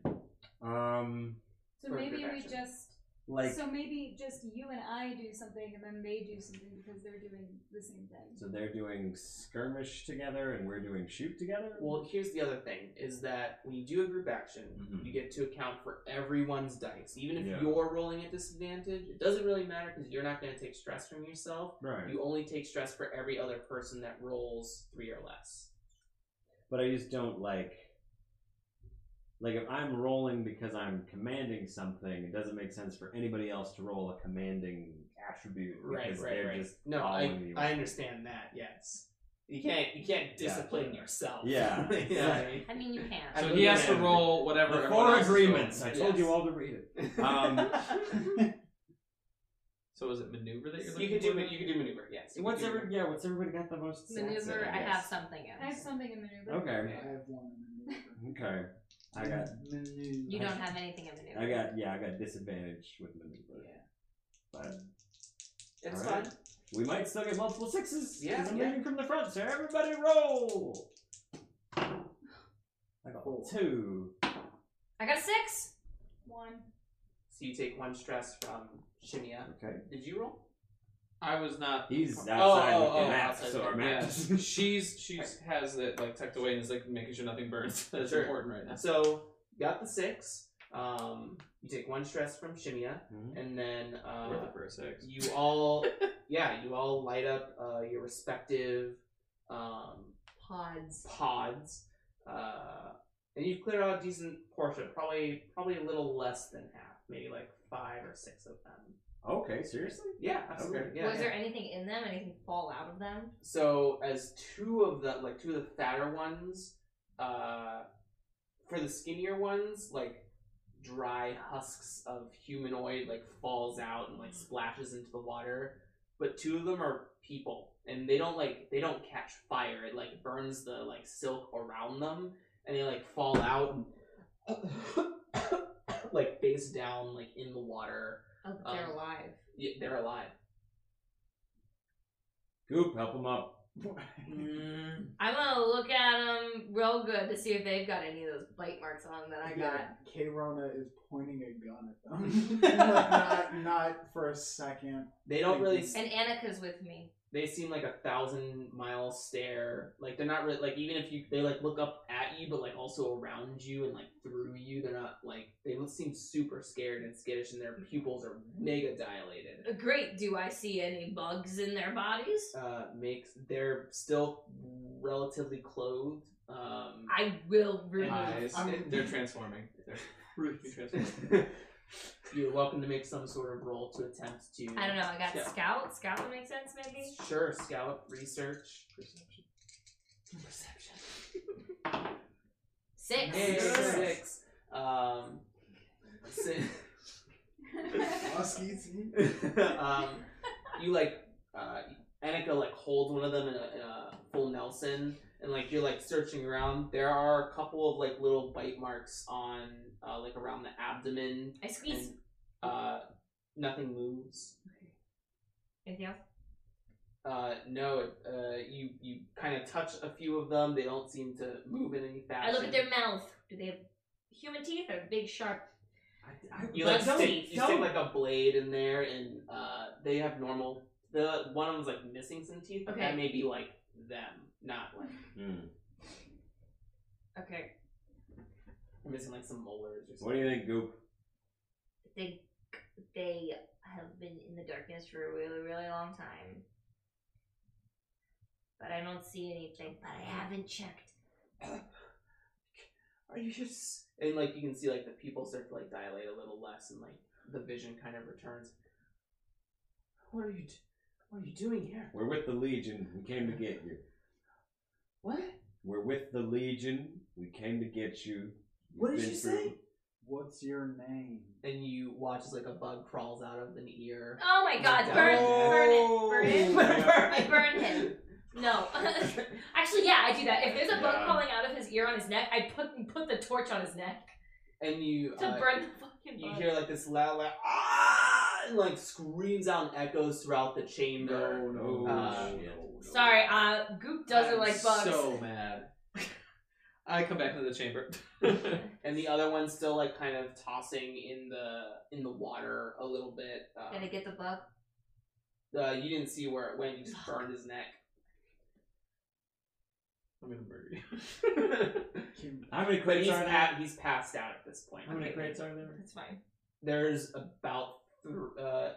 S5: Um,
S12: So
S1: For a
S12: maybe
S1: group
S12: we
S1: action.
S12: just
S5: like so,
S12: so maybe just you and I do something, and then they do something because they're doing the same thing.
S5: they're doing skirmish together and we're doing shoot together.
S1: Well, here's the other thing: is that when you do a group action,
S5: Mhm.
S1: you get to account for everyone's dice. Even if
S5: Yeah.
S1: you're rolling at disadvantage, it doesn't really matter because you're not going to take stress from yourself.
S5: right.
S1: You only take stress for every other person that rolls three or less.
S5: But I just don't like. Like if I'm rolling because I'm commanding something, it doesn't make sense for anybody else to roll a commanding attribute
S1: Right,
S5: because
S1: right,
S5: they're
S1: right.
S5: just
S1: No, I,
S5: following you.
S1: I understand that. Yes, you can't you can't discipline yourself.
S5: Yeah.
S1: [laughs] You know what I
S5: [laughs]
S1: mean?
S4: I
S1: [laughs]
S4: mean, you can.
S1: I
S6: So
S1: mean,
S6: he has to
S1: yeah.
S6: roll whatever.
S5: the
S6: everyone
S5: four
S6: else is
S5: agreements. I
S6: rolling.
S5: told
S1: Yes.
S5: you all to read it. Um,
S6: So is it maneuver that you're
S1: you
S6: looking
S1: can do
S6: for?
S1: ma- you can do maneuver. Yes. you
S5: What's
S1: can do
S5: every yeah? What's everybody got the most? sense in,
S4: maneuver. I
S5: guess?
S4: have something
S12: I have
S4: else.
S12: something in maneuver.
S5: Okay.
S3: I have one maneuver.
S5: Okay. I
S3: [laughs]
S5: got.
S3: Maneuver.
S4: You don't have anything in maneuver.
S5: I got. Yeah, I got disadvantage with maneuver.
S1: Yeah.
S5: But
S1: It's
S5: All right.
S1: fun.
S5: we might still get multiple sixes. 'cause
S1: Yeah,
S5: I'm
S1: yeah.
S5: leading from the front, so everybody roll.
S1: [gasps]
S5: I got
S3: Four.
S5: two.
S4: I got a six.
S12: One.
S1: So you take one stress from Shimia.
S5: Okay.
S1: Did you roll?
S6: I was not.
S5: He's
S6: Oh,
S5: outside
S1: oh,
S5: with the
S1: oh,
S5: map,
S1: outside
S5: so
S1: the
S5: our
S6: Yeah,
S5: map.
S6: she's she's has it like tucked away and is like making sure nothing burns. That's
S1: Sure.
S6: important right now.
S1: So you got the six. Um, you take one stress from Shimia,
S5: Mhm.
S1: and then
S6: Worth
S1: uh,
S6: it for a six.
S1: you all, yeah, you all light up uh, your respective um,
S4: Pods.
S1: pods, uh, and you clear out a decent portion. Probably, probably a little less than half, maybe like five or six of them.
S5: Okay. Seriously.
S1: Yeah, absolutely.
S5: Okay.
S1: Yeah,
S4: Was
S1: yeah.
S4: there anything in them? Anything fall out of them?
S1: So as two of the like two of the fatter ones, uh, for the skinnier ones, like dry husks of humanoid like falls out and like splashes into the water. But two of them are people, and they don't like they don't catch fire. It like burns the like silk around them, and they like fall out and [coughs] like face down like in the water.
S4: Oh, but they're
S1: Um,
S4: alive.
S1: Yeah, they're alive.
S5: Goop, help him up.
S6: Mm-hmm.
S4: I'm gonna look at them real good to see if they've got any of those bite marks on them that I got.
S3: K Rona is pointing a gun
S4: [laughs]
S3: at them. [laughs] like, not, not for a second.
S1: They don't really
S4: And Annika's with me.
S1: they seem like a thousand mile stare. Like they're not really like even if you they like look up at you, but like also around you and like through you. They're not like they don't seem super scared and skittish, and their pupils are mega dilated.
S4: Uh, Great. Do I see any bugs in their bodies?
S1: Uh, makes they're still relatively clothed. Um,
S4: I will remove.
S6: Eyes.
S3: I'm-
S6: They're transforming. They're
S1: [laughs]
S6: transforming.
S1: [laughs] you're welcome to make some sort of roll to attempt to.
S4: I don't know. I got
S1: Yeah.
S4: scout. Scout would make sense, maybe.
S1: Sure, scout research.
S6: Perception.
S4: Six.
S1: Hey,
S3: Six.
S1: six. Um, si- [laughs]
S4: [laughs]
S3: Muskies.
S1: um, you like uh, Annika like holds one of them in a, in a full Nelson, and like you're like searching around. There are a couple of like little bite marks on uh, like around the abdomen,
S4: I squeeze.
S1: and uh, nothing moves.
S4: Anything else?
S1: Uh, no, uh, you you kind of touch a few of them. They don't seem to move in any fashion.
S4: I look at their mouth. Do they have human teeth or big sharp?
S5: I, I,
S1: You
S4: But
S1: like
S4: don't-
S1: stick, you stick
S4: don't-
S1: like a blade in there, and uh, they have normal. The one of them's like missing some teeth, but that
S4: Okay.
S1: may be like them, not like
S5: Hmm.
S4: Okay.
S1: missing like some molars or
S5: What
S1: something.
S5: do you think, Goop?
S4: They they have been in the darkness for a really really long time. But I don't see anything. But I haven't checked.
S1: Are you just and like you can see like the pupils start to like dilate a little less, and like the vision kind of returns. What are you? d- What are you doing here?
S5: We're with the Legion. We came to get you.
S1: What?
S5: We're with the Legion. We came to get you. You've
S1: What did
S5: been
S1: you
S5: through-
S1: say?
S3: What's your name?
S1: And you watch as like a bug crawls out of an ear.
S4: Oh my God!
S1: God.
S4: Burn! Burn it!
S5: Oh.
S4: Burn it! I burn him.
S14: No. [laughs] Actually, yeah, I do that. If there's a bug
S5: Yeah.
S14: crawling out of his ear on his neck, I put put the torch on his neck
S1: and you
S14: to
S1: uh,
S14: burn the fucking
S1: You
S14: bug.
S1: hear like this loud, like ah, and like screams out and echoes throughout the chamber.
S5: no,
S1: Uh,
S14: Sorry, uh, Goop doesn't
S6: Oh, I'm
S14: like bugs.
S6: So mad. [laughs] I come back into
S1: [laughs]
S6: the chamber. [laughs]
S1: and the other one's still like kind of tossing in the in the water a little bit. Um,
S4: Gotta get the bug.
S1: uh, you didn't see where it went. You just burned his neck.
S6: I'm gonna murder you. [laughs]
S5: How many
S1: But
S5: crates
S1: he's,
S5: are there?
S1: at, he's passed out at this point.
S5: How many crates are there?
S14: That's fine.
S1: There's about th- uh,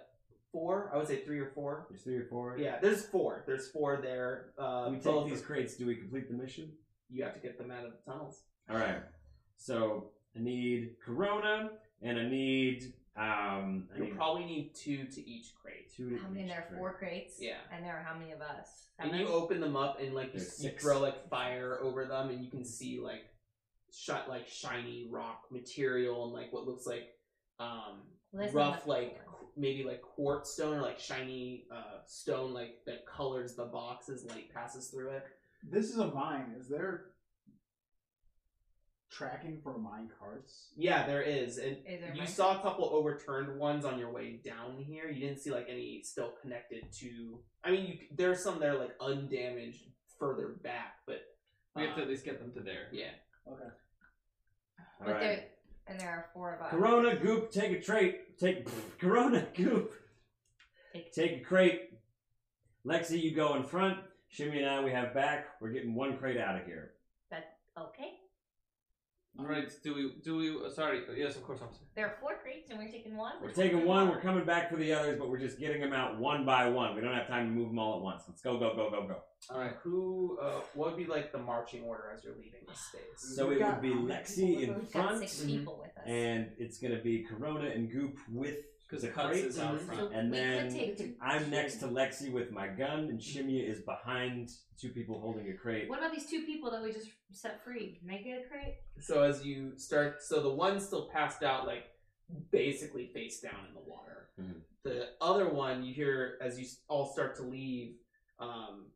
S1: four. I would say three or four.
S5: There's three or four.
S1: Yeah, there's four. There's four there. Uh,
S5: we
S1: both-
S5: take these crates. Do we complete the mission?
S1: You have to get them out of the tunnels.
S5: All right. So I need Corona, and I need um. I
S1: You'll
S5: need
S1: probably need two to each crate.
S5: two to
S4: How many
S5: each
S4: there are
S5: crate.
S4: four crates?
S1: Yeah.
S4: And there are how many of us?
S1: And you open them up and like you,
S5: There's
S1: you
S5: six.
S1: throw like fire over them and you can see like shut like shiny rock material and like what looks like um rough like qu- maybe like quartz stone or like shiny uh stone like that colors the box as light passes through it.
S3: This is a mine. Is there tracking for mine carts?
S1: Yeah, there is. And
S4: Is there
S1: you
S4: mine-
S1: saw a couple overturned ones on your way down here. You didn't see like any still connected to I mean you there's some that are like undamaged further back, but
S6: We have to
S1: uh,
S6: at least get them to there.
S1: yeah.
S3: Okay.
S5: All
S4: But
S5: right.
S4: there, and there are four of us.
S5: Corona goop, take a crate. Take [laughs] Corona goop.
S4: Take-
S5: a crate. Lexi, you go in front. Shimmy and I, we have back. We're getting one crate out of here.
S4: Okay.
S6: All right. Do we? Do we? Uh, sorry. Yes, of course, officer.
S4: There are four crates and we're taking one.
S5: We're taking one. We're coming back for the others, but we're just getting them out one by one. We don't have time to move them all at once. Let's go, go, go, go, go.
S1: All right. Who? Uh, what would be like the marching order as you're leaving this space?
S5: So
S3: We
S5: it
S3: got
S5: would be
S3: how many
S5: Lexi
S3: people
S5: in
S3: with
S4: We've got six
S5: front,
S1: Mhm.
S4: people with us.
S5: and it's gonna be Corona and Goop with
S6: Because
S5: The
S6: the cuts
S5: crate?
S6: is out
S1: Mhm.
S6: front.
S5: and
S4: we
S5: then
S4: could take two.
S5: I'm next to Lexi with my gun, and Shimya is behind two people holding a crate.
S4: What about these two people that we just set free? Can I get a crate?
S1: So as you start, so the one still passed out, like basically face down in the water.
S5: Mhm.
S1: The other one, you hear as you s- all start to leave, um,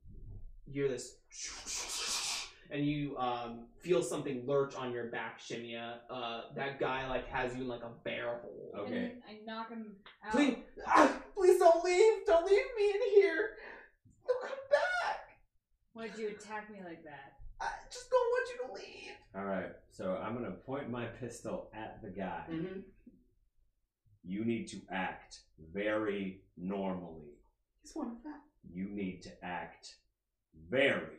S1: you hear this, [laughs] and you um, feel something lurch on your back, Shimya. Uh, that guy like has you in like a bear hole.
S5: Okay.
S12: And I knock him out.
S1: Please, [laughs] ah, please don't leave! Don't leave me in here. No, come back.
S12: Why'd you attack me like that?
S1: I just don't want you to leave.
S5: All right. So I'm gonna point my [laughs] pistol at the guy.
S1: Mm-hmm.
S5: You need to act very normally.
S1: He's one of them.
S5: You need to act very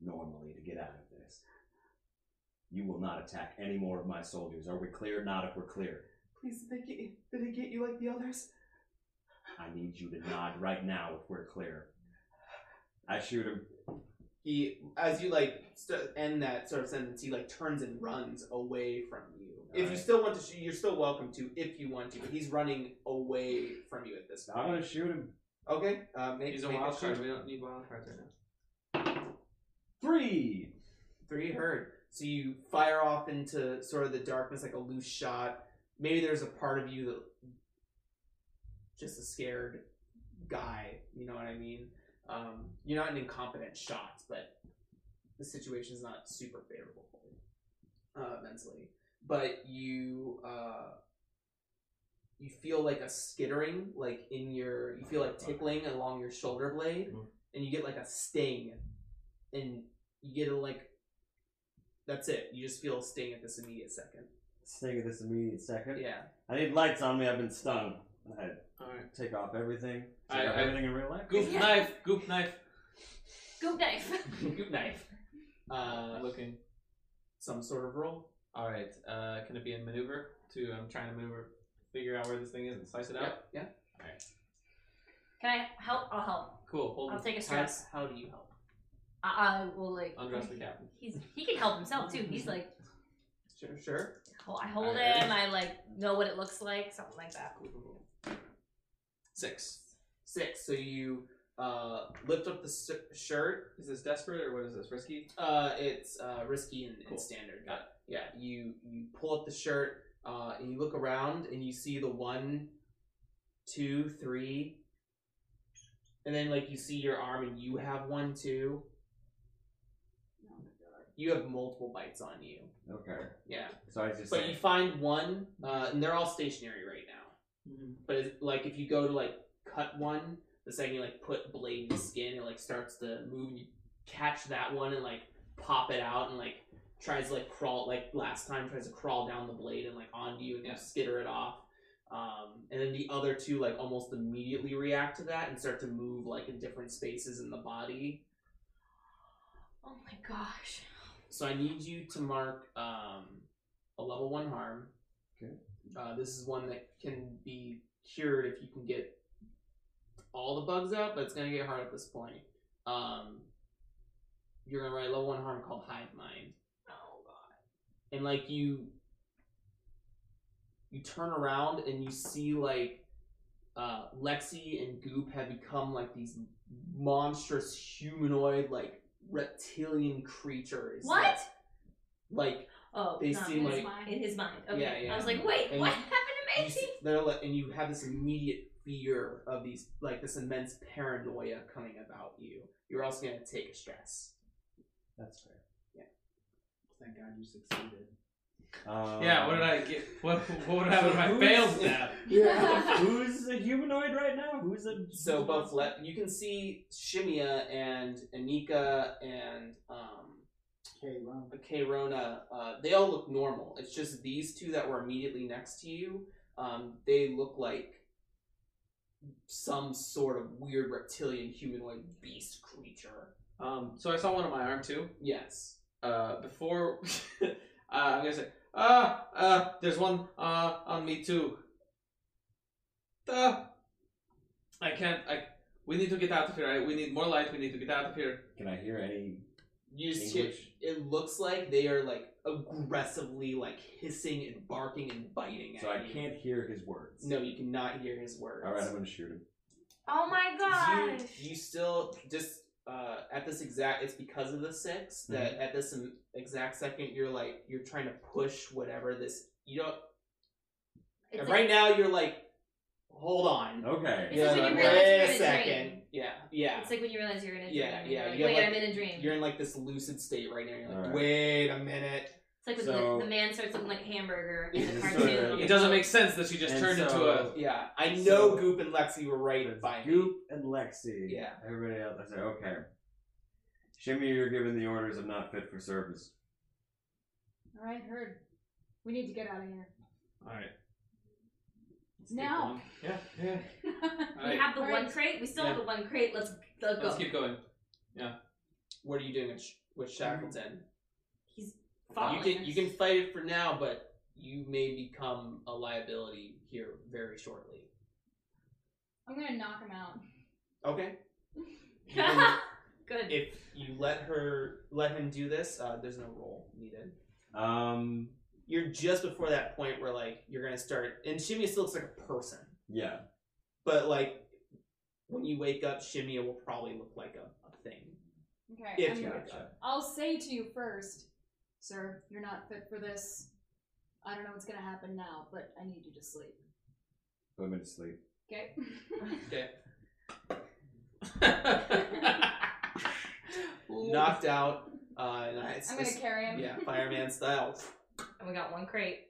S5: normally to get out of this. You will not attack any more of my soldiers. Are we clear? Not if we're clear.
S1: Please, did they get you, did they get you like the others?
S5: I need you to nod right now if we're clear. I shoot him.
S1: He, as you like st- end that sort of sentence, he like turns and runs away from you. if you
S5: Alright.
S1: still want to, sh- you're still welcome to if you want to. But he's running away from you at this
S5: I'm
S1: point.
S5: gonna shoot him.
S1: Okay, uh, make,
S6: He's a
S1: make
S6: wild
S1: check.
S6: card. We don't need wild cards right now.
S5: Three.
S1: Three heard. So you fire off into sort of the darkness like a loose shot. Maybe there's a part of you that just a scared guy. You know what I mean? Um, you're not an incompetent shot, but the situation's not super favorable for you uh, mentally. But you uh, you feel like a skittering, like in your you feel like tickling along your shoulder blade, and you get like a sting, and you get a like that's it. You just feel a sting at this immediate second.
S5: Sting at this immediate second.
S1: Yeah.
S5: I need lights on me. I've been stung. I
S6: All right.
S5: take off everything. Take
S6: I-
S5: off
S6: I-
S5: everything in real life.
S6: Goop
S14: Yeah.
S6: knife. Goop knife.
S14: Goop knife.
S1: [laughs] Goop knife. Uh,
S6: Looking.
S1: some sort of roll.
S6: All right. Uh, can it be a maneuver? To I'm trying to maneuver, figure out where this thing is and slice it out.
S1: Yeah.
S4: [laughs] Can I help? I'll help.
S6: Cool. Hold
S4: I'll
S6: on.
S4: take a
S1: How,
S4: stress.
S1: how do you help?
S4: I, I will like.
S6: Undress the captain.
S4: He's he can help himself too. He's like,
S1: Sure, sure.
S4: hol- I hold
S6: Alright.
S4: him. I like know what it looks like, something like that.
S6: Six.
S1: Six. So you uh, lift up the s- shirt.
S6: Is this desperate or what is this? Risky?
S1: Uh, it's uh, risky and, and
S6: Cool.
S1: standard. Got it. Yeah. You you pull up the shirt uh, and you look around and you see the one, two, three, And then like you see your arm and you have one too.
S7: Oh my god.
S1: You have multiple bites on you.
S5: Okay.
S1: Yeah.
S5: So I just
S1: But
S5: like,
S1: you find one, uh, and they're all stationary right now. But it's, like if you go to like cut one, the second you like put blade in the skin, it like starts to move. And you catch that one and like pop it out and like tries to like crawl like last time tries to crawl down the blade and like onto you and you skitter it off. Um, and then the other two like almost immediately react to that and start to move like in different spaces in the body.
S14: Oh my gosh.
S1: So I need you to mark um, a level one harm.
S5: Okay.
S1: Uh, this is one that can be cured if you can get all the bugs out, but it's gonna get hard at this point. Um, you're gonna write level one harm called Hive Mind. Oh god. And like you, you turn around and you see like. Uh, Lexi and Goop have become like these monstrous humanoid, like reptilian creatures.
S14: What?
S1: that- like
S14: Oh,
S1: They
S14: not
S1: seem
S14: in
S1: like-
S14: his mind. in his mind. Okay.
S1: Yeah, yeah.
S14: I was like, wait,
S1: And
S14: what
S1: you- you
S14: happened to
S1: s-
S14: me?
S1: they're like, and you have this immediate fear of these, like this immense paranoia coming about you. You're also gonna take a stress.
S5: that's fair.
S3: Thank God you succeeded.
S5: Um,
S6: Yeah, what did I get? What, what would happen if I
S5: Who's-
S6: failed
S1: [laughs]
S6: that?
S5: Who's a humanoid right now? Who's a
S1: So both le- you can see Shimia and Anika and um,
S3: Okay, well,
S1: Kayrona. Uh, they all look normal. It's just these two that were immediately next to you. Um, they look like some sort of weird reptilian humanoid beast creature.
S6: Um, so I saw one on my arm too.
S1: Yes.
S6: Uh, before [laughs] uh, I'm gonna say, ah, uh, there's one uh on me too. Duh. I can't. I. We need to get out of here. I, we need more light. We need to get out of here.
S5: Can I hear any
S1: You just hear-
S5: English?
S1: it looks like they are like aggressively like hissing and barking and biting
S5: So
S1: at
S5: I
S1: you.
S5: can't hear his words.
S1: No, you cannot hear his words.
S5: All right, I'm gonna shoot him.
S14: Oh my gosh.
S1: You, you still just uh, at this exact. It's because of the 6 that at this im- exact second you're like you're trying to push whatever this. You don't.
S14: It's
S1: right
S14: like,
S1: now you're like, hold on.
S5: Okay.
S14: It's like
S1: Yeah,
S14: when you
S1: wait
S14: realize you're in
S1: a
S14: a
S1: second.
S14: dream.
S1: Yeah, yeah.
S14: It's like when you realize you're in a dream.
S1: Yeah,
S14: and
S1: yeah,
S14: You're like,
S1: you have,
S14: wait,
S1: like-
S14: I'm in a dream.
S1: You're in like this lucid state right now. You're like,
S5: Alright.
S1: wait a minute.
S14: It's like when
S5: So-
S14: the, the man starts looking like hamburger
S1: Yeah,
S14: in the
S5: so-
S14: cartoon.
S6: It doesn't make sense that she just
S5: And
S6: turned into
S5: so-
S6: a
S1: Yeah, I know
S5: So-
S1: Goop and Lexi were right
S5: It's
S1: by me.
S5: Goop and Lexi.
S1: Yeah.
S5: Everybody else. I said, okay. Shimmy, you're given the orders of not fit for service.
S7: All right, heard. We need to get out of here. [laughs]
S6: All right. Let's
S7: Now.
S6: keep going. Yeah. Yeah. All
S14: We
S6: right.
S14: have the
S7: Alright.
S14: one crate. We still have the one crate. Let's, let's go.
S6: Let's keep going. [laughs]
S1: What are you doing with, Sh- with
S14: Mm-hmm.
S1: Shackleton?
S14: He's
S1: You
S14: following
S1: can
S14: us.
S1: you can fight it for now, but you may become a liability here very shortly.
S7: I'm gonna knock him out.
S1: [laughs] Okay. You can-
S14: Good.
S1: if you let her let him do this, uh, there's no roll needed.
S5: Um.
S1: You're just before that point where like you're gonna start, and Shimmy still looks like a person,
S5: Yeah.
S1: but like when you wake up, Shimmy will probably look like a, a thing.
S7: Okay.
S1: If
S7: I'm
S1: you
S7: gonna-
S1: wake up.
S7: I'll say to you first, sir, you're not fit for this. I don't know what's gonna happen now, but I need you to sleep.
S5: Put him to sleep.
S7: Okay. [laughs]
S1: Okay. [laughs]
S6: Ooh.
S1: Knocked out. Uh, and I, it's,
S7: I'm gonna
S1: it's-
S7: carry him.
S1: yeah, fireman style.
S14: And we got one crate.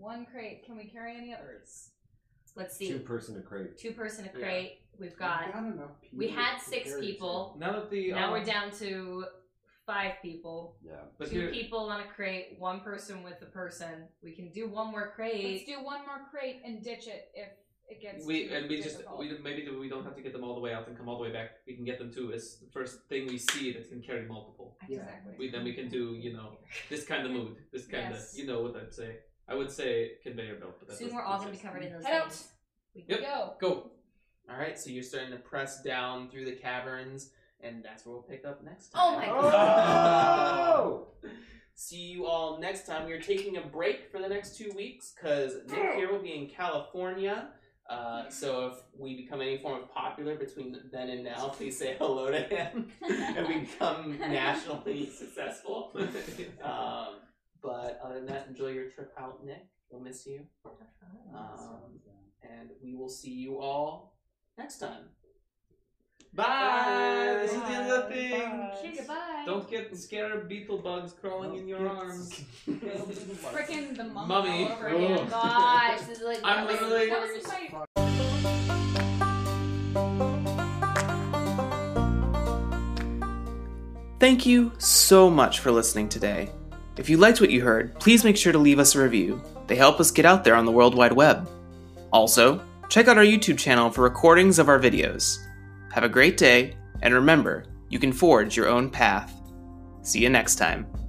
S7: One crate. Can we carry any others?
S14: Let's see.
S5: Two
S14: Two,
S5: person to crate.
S14: person a
S1: Yeah.
S14: crate. We've
S3: we've
S14: got.
S3: enough people
S14: We had
S3: to
S14: six
S3: carry
S14: people.
S6: Now that the
S14: Now
S6: um,
S14: we're down to five people.
S5: Yeah.
S6: But
S14: Two
S6: here,
S14: people on a crate. One person with the person. We can do one more
S7: Let's
S14: crate.
S7: do one more crate and ditch it if it gets.
S6: we
S7: too
S6: and we just
S7: difficult.
S6: we maybe that we don't have to get them all the way out and come all the way back. We can get them to is the first thing we see that can carry multiple.
S3: Yeah.
S7: Exactly.
S6: We then we can do you know this kind of mood, this kind
S7: Yes.
S6: of you know what I'd say. I would say conveyor belt. But that's
S14: Soon
S6: what
S14: we're all
S6: it
S14: gonna be
S6: says.
S14: covered in those
S7: Head
S14: things. We
S6: Yep.
S7: Go.
S6: Go.
S1: All right, so you're starting to press down through the caverns, and that's where we'll pick up next time.
S14: Oh my
S4: Oh!
S5: God.
S1: See you all next time. We are taking a break for the next two weeks because Nick here will be in California. Uh, so if we become any form of popular between then and now, please say hello to him [laughs] and we become nationally
S6: [laughs]
S1: successful. Um, but other than that, enjoy your trip out, Nick. We'll miss you.
S3: Sounds,
S1: Um,
S3: uh,
S1: and we will see you all next time.
S6: Bye. This is the end of the
S3: Oh!
S6: thing.
S4: Uh,
S7: Goodbye.
S6: Don't get scared beetle bugs crawling in your arms. [laughs]
S1: [laughs]
S7: Frickin' the mummy
S6: Mummy.
S7: all over
S6: Oh.
S7: again.
S1: Gosh, this is like
S6: I'm
S1: that was-
S6: literally-
S7: That was my
S15: Thank you so much for listening today. If you liked what you heard, please make sure to leave us a review. They help us get out there on the World Wide Web. Also, check out our YouTube channel for recordings of our videos. Have a great day, and remember, you can forge your own path. See you next time.